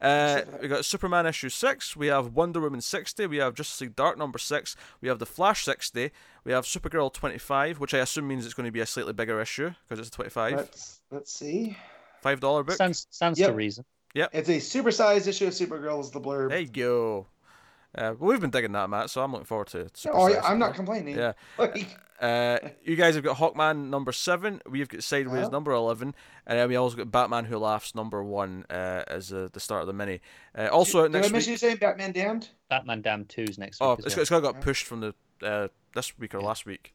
S1: Uh,
S2: Except for that.
S1: we got Superman issue six. We have Wonder Woman sixty. We have Justice League Dark number six. We have the Flash sixty. We have Supergirl twenty five, which I assume means it's going to be a slightly bigger issue because it's a twenty five
S2: Let's let's see.
S1: five dollar book.
S3: Stands, stands to
S2: Yep.
S3: reason.
S2: It's a supersized issue of Supergirl is the blurb.
S1: There you go. Uh, well, we've been digging that, Matt. So I'm looking forward to.
S2: oh, yeah,
S1: Supersize.
S2: I'm not complaining.
S1: Yeah.
S2: Like,
S1: Uh, you guys have got Hawkman number seven. We've got Sideways
S2: Uh-huh.
S1: number eleven, and then we also got Batman Who Laughs number one uh, as uh, the start of the mini. Uh, also out
S2: did I
S1: next
S2: mention
S1: week.
S2: you saying Batman Damned?
S3: Batman Damn 2's next
S1: Oh, it's
S3: week. as
S1: got,
S3: well.
S1: it's got got
S2: Yeah.
S1: pushed from the uh, this week or last week.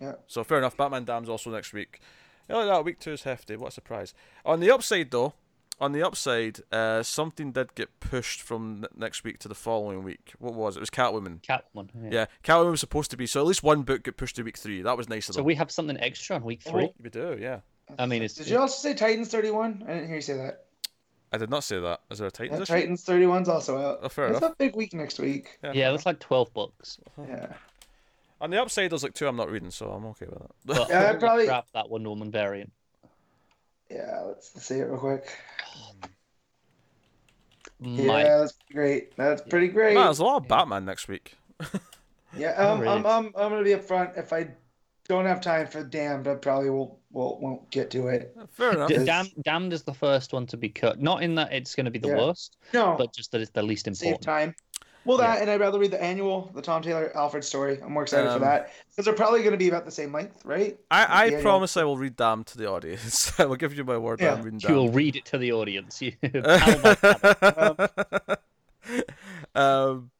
S2: Yeah.
S1: So fair enough. Batman Dam's also next week. Yeah, look at that week two is hefty. What a surprise. On the upside though, on the upside, uh, something did get pushed from n- next week to the following week. What was it? It was Catwoman.
S3: Catwoman. Yeah.
S1: Yeah, Catwoman was supposed to be so at least one book got pushed to week three. That was nice of
S3: So
S1: them.
S3: we have something extra on week three.
S1: we do, yeah.
S3: I mean, it's
S2: Did you also say Titans 31? I didn't hear you say that.
S1: I did not say that. Is there a
S2: Yeah,
S1: Titans issue?
S2: Titans 31's also out.
S1: Oh, fair
S2: it's
S1: enough.
S2: a big week next week.
S3: yeah, that's like 12 books.
S2: Yeah.
S1: On the upside, there's like two I'm not reading, so I'm okay with that.
S3: But
S2: Yeah,
S3: I'm gonna
S2: probably-
S3: grab that Wonder Woman variant.
S2: Yeah, let's, let's see it real quick.
S3: Might.
S2: Yeah, that's great. That's pretty great.
S1: Man, there's a lot of Batman next week.
S2: Yeah,
S3: Oh,
S2: um,
S3: really?
S2: I'm, I'm, I'm gonna be upfront. If I don't have time for Damned, I probably will, will won't get to it.
S1: Fair enough.
S3: D-
S2: Yes.
S3: Damned, Damned is the first one to be cut. Not in that it's going to be the
S2: Yeah.
S3: worst,
S2: No,
S3: but just that it's the least
S2: save
S3: important.
S2: time. Well, that
S3: Yeah.
S2: and I'd rather read the annual, the Tom Taylor Alfred story. I'm more excited for
S1: Um,
S2: that because they're probably gonna be about the same length, right?
S1: I, I
S2: Yeah, yeah.
S1: promise I will read Damn to the audience. I will give you my word that I'm
S2: Yeah.
S1: reading
S3: You will
S1: Damn.
S3: read it to the audience. You,
S1: um,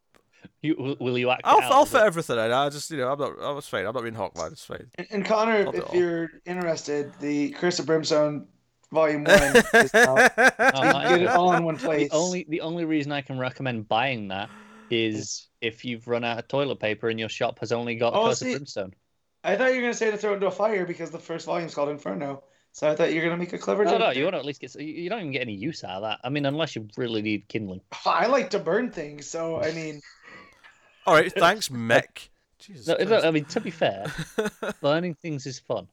S3: you- will- will you act?
S1: I'll,
S3: it out
S1: I'll
S3: as
S1: fit
S3: well?
S1: everything in. I just, you know, I'm not, I was fine. I'm not reading Hawkman. It's fine.
S2: And, and Connor,
S1: I'll
S2: if,
S1: do it
S2: if
S1: all.
S2: you're interested, the Curse of Brimstone, Volume One is out. You
S3: not
S2: can get it
S3: yet.
S2: all in one
S3: The
S2: place.
S3: only the only reason I can recommend buying that is if you've run out of toilet paper and your shop has only got
S2: Oh,
S3: Curse
S2: see-
S3: of Brimstone.
S2: I thought you were gonna say to throw it into a fire because the first volume's called Inferno. So I thought you were gonna make a clever
S3: No,
S2: joke.
S3: no, you want to at least get. You you don't even get any use out of that. I mean, unless you really need kindling.
S2: I like to burn things, so I mean,
S1: All right. Thanks, Mick. Jesus.
S3: No, no,
S1: Christ.
S3: I mean, to be fair, burning things is fun.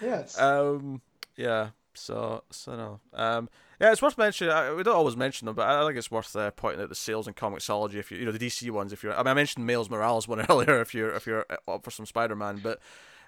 S2: yes.
S1: Um, yeah. So, so no. Um, yeah, it's worth mentioning. I, we don't always mention them, but I, I think it's worth uh, pointing out the sales and comicsology. If you, you know, the DC ones. If you're, I mean, I mentioned Miles Morales one earlier. If you're, if you're uh, up for some Spider-Man, but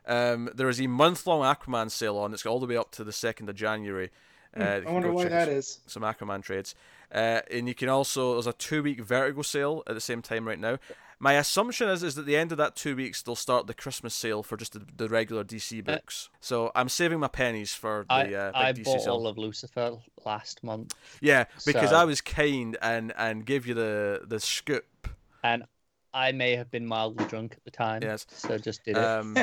S1: um, there is a month-long Aquaman sale on. It's all the way up to the second of January. Uh, you
S2: Hmm, I
S1: can
S2: wonder
S1: go
S2: why
S1: check
S2: that
S1: it-
S2: is.
S1: Some Aquaman trades, uh, and you can also there's a two week Vertigo sale at the same time right now. My assumption is is that the end of that two weeks they'll start the Christmas sale for just the, the regular DC books. so I'm saving my pennies for the
S3: Uh, I,
S1: uh,
S3: I
S1: big
S3: bought
S1: DC sale.
S3: all of Lucifer last month,
S1: yeah, because
S3: so-
S1: I was kind and and gave you the the scoop.
S3: and I may have been mildly drunk at the time.
S1: Yes.
S3: So just did it.
S1: Um,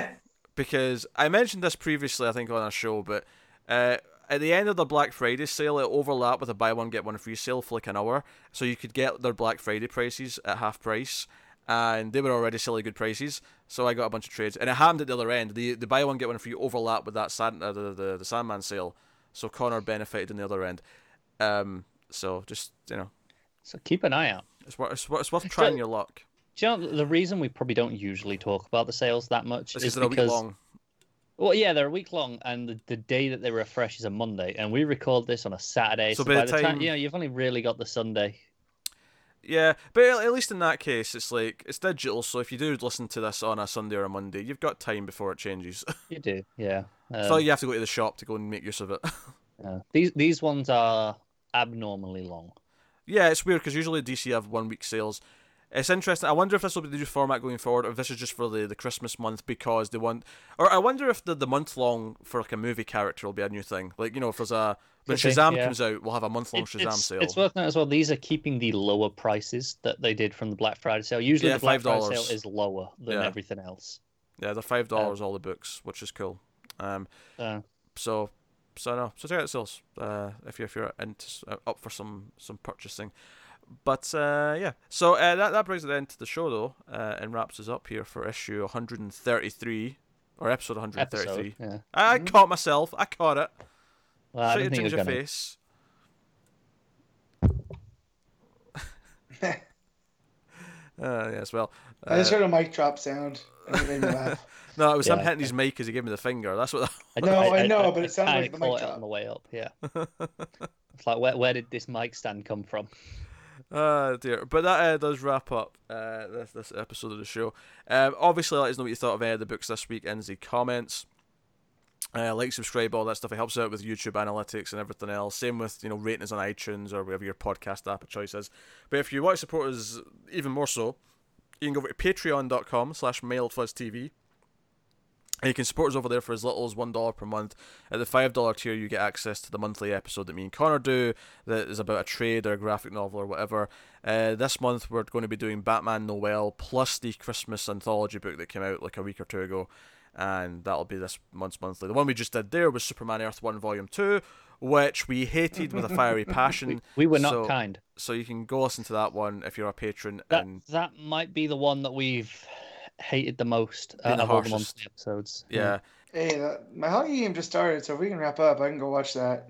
S1: because I mentioned this previously, I think, on our show, but uh, at the end of the Black Friday sale, it overlapped with a buy one get one free sale for like an hour, so you could get their Black Friday prices at half price, and they were already selling good prices. So I got a bunch of trades, and it happened at the other end. the The buy one get one free overlapped with that Sand, uh, the, the the Sandman sale, so Connor benefited on the other end. Um, so just you know,
S3: So keep an eye out.
S1: it's worth it's, wor- it's worth trying
S3: So-
S1: your luck.
S3: Do you know the reason we probably don't usually talk about the sales that much
S1: This is
S3: is
S1: a week
S3: because
S1: long.
S3: well, yeah, they're a week long, and the, the day that they refresh is a Monday, and we record this on a Saturday. So, by, the time, you know, you've only really got the Sunday.
S1: Yeah, but at at least in that case, it's like it's digital. So if you do listen to this on a Sunday or a Monday, you've got time before it changes.
S3: You do, yeah.
S1: it's
S3: Um,
S1: not like you have to go to the shop to go and make use of it.
S3: yeah. These these ones are abnormally long.
S1: yeah, it's weird because usually DC have one week sales. It's interesting. I wonder if this will be the new format going forward, or if this is just for the, the Christmas month because they want, or I wonder if the, the month long for like a movie character will be a new thing. Like you know, if there's a when
S3: Could be,
S1: Shazam
S3: yeah.
S1: comes out, we'll have a month long
S3: It-
S1: Shazam
S3: it's,
S1: sale.
S3: it's worth noting as well. These are keeping the lower prices that they did from the Black Friday sale. Usually,
S1: Yeah,
S3: the Black Friday
S1: $5.
S3: sale is lower than
S1: Yeah.
S3: everything else.
S1: yeah, they're five dollars all the books, which is cool. Um,
S3: Uh,
S1: so so no so check out sales uh if you're if you're into, s- uh, up for some some purchasing but uh yeah so uh, that that brings it end to the show though uh, and wraps us up here for issue 133 or episode 133
S3: episode. Yeah.
S1: I caught myself I caught it
S3: Well, I
S1: Shut
S3: don't
S1: your
S3: think
S1: ginger
S3: you're gonna.
S1: face uh yes well
S2: I just
S1: uh,
S2: heard a mic drop sound. And it made me laugh.
S1: no it was him
S3: Yeah.
S1: hitting his mic as he gave me the finger that's what that
S2: No, I know, but it sounded like
S3: kinda
S2: the mic
S3: caught it
S2: drop.
S3: on the way up. Yeah, it's like where where did this mic stand come from?
S1: Oh dear. But that uh, does wrap up uh, this, this episode of the show. Um, obviously, let us know what you thought of any of the books this week in the comments. Uh, like, subscribe, all that stuff. It helps out with YouTube analytics and everything else. Same with you know ratings on iTunes or whatever your podcast app of choice is. But if you want to support us even more so, you can go over to patreon.com slash mailfuzztv. And you can support us over there for as little as $1 per month. At the $5 tier, you get access to the monthly episode that me and Connor do that is about a trade or a graphic novel or whatever. Uh, this month, we're going to be doing Batman Noel plus the Christmas anthology book that came out like a week or two ago. And that'll be this month's monthly. The one we just did there was Superman Earth 1 Volume 2, which we hated with a fiery passion.
S3: We were not
S1: Mm. So-
S3: kind.
S1: So you can go listen to that one if you're a patron.
S3: That
S1: and
S3: that might be the one that we've hated the most
S1: Been
S3: out
S1: the
S3: of all the
S1: harshest.
S3: monthly episodes.
S1: yeah.
S2: hey, that, my hockey game just started, so if we can wrap up, I can go watch that.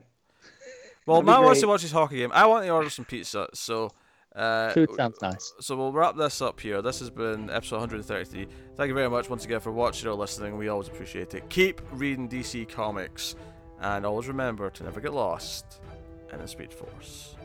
S1: Well,
S2: That'd be
S1: Matt wants to
S2: great.
S1: watch his hockey game. I want to order some pizza. So. Uh,
S3: food sounds nice.
S1: So we'll wrap this up here. This has been episode 133. Thank you very much once again for watching or listening. We always appreciate it. Keep reading DC Comics and always remember to never get lost in the Speed Force.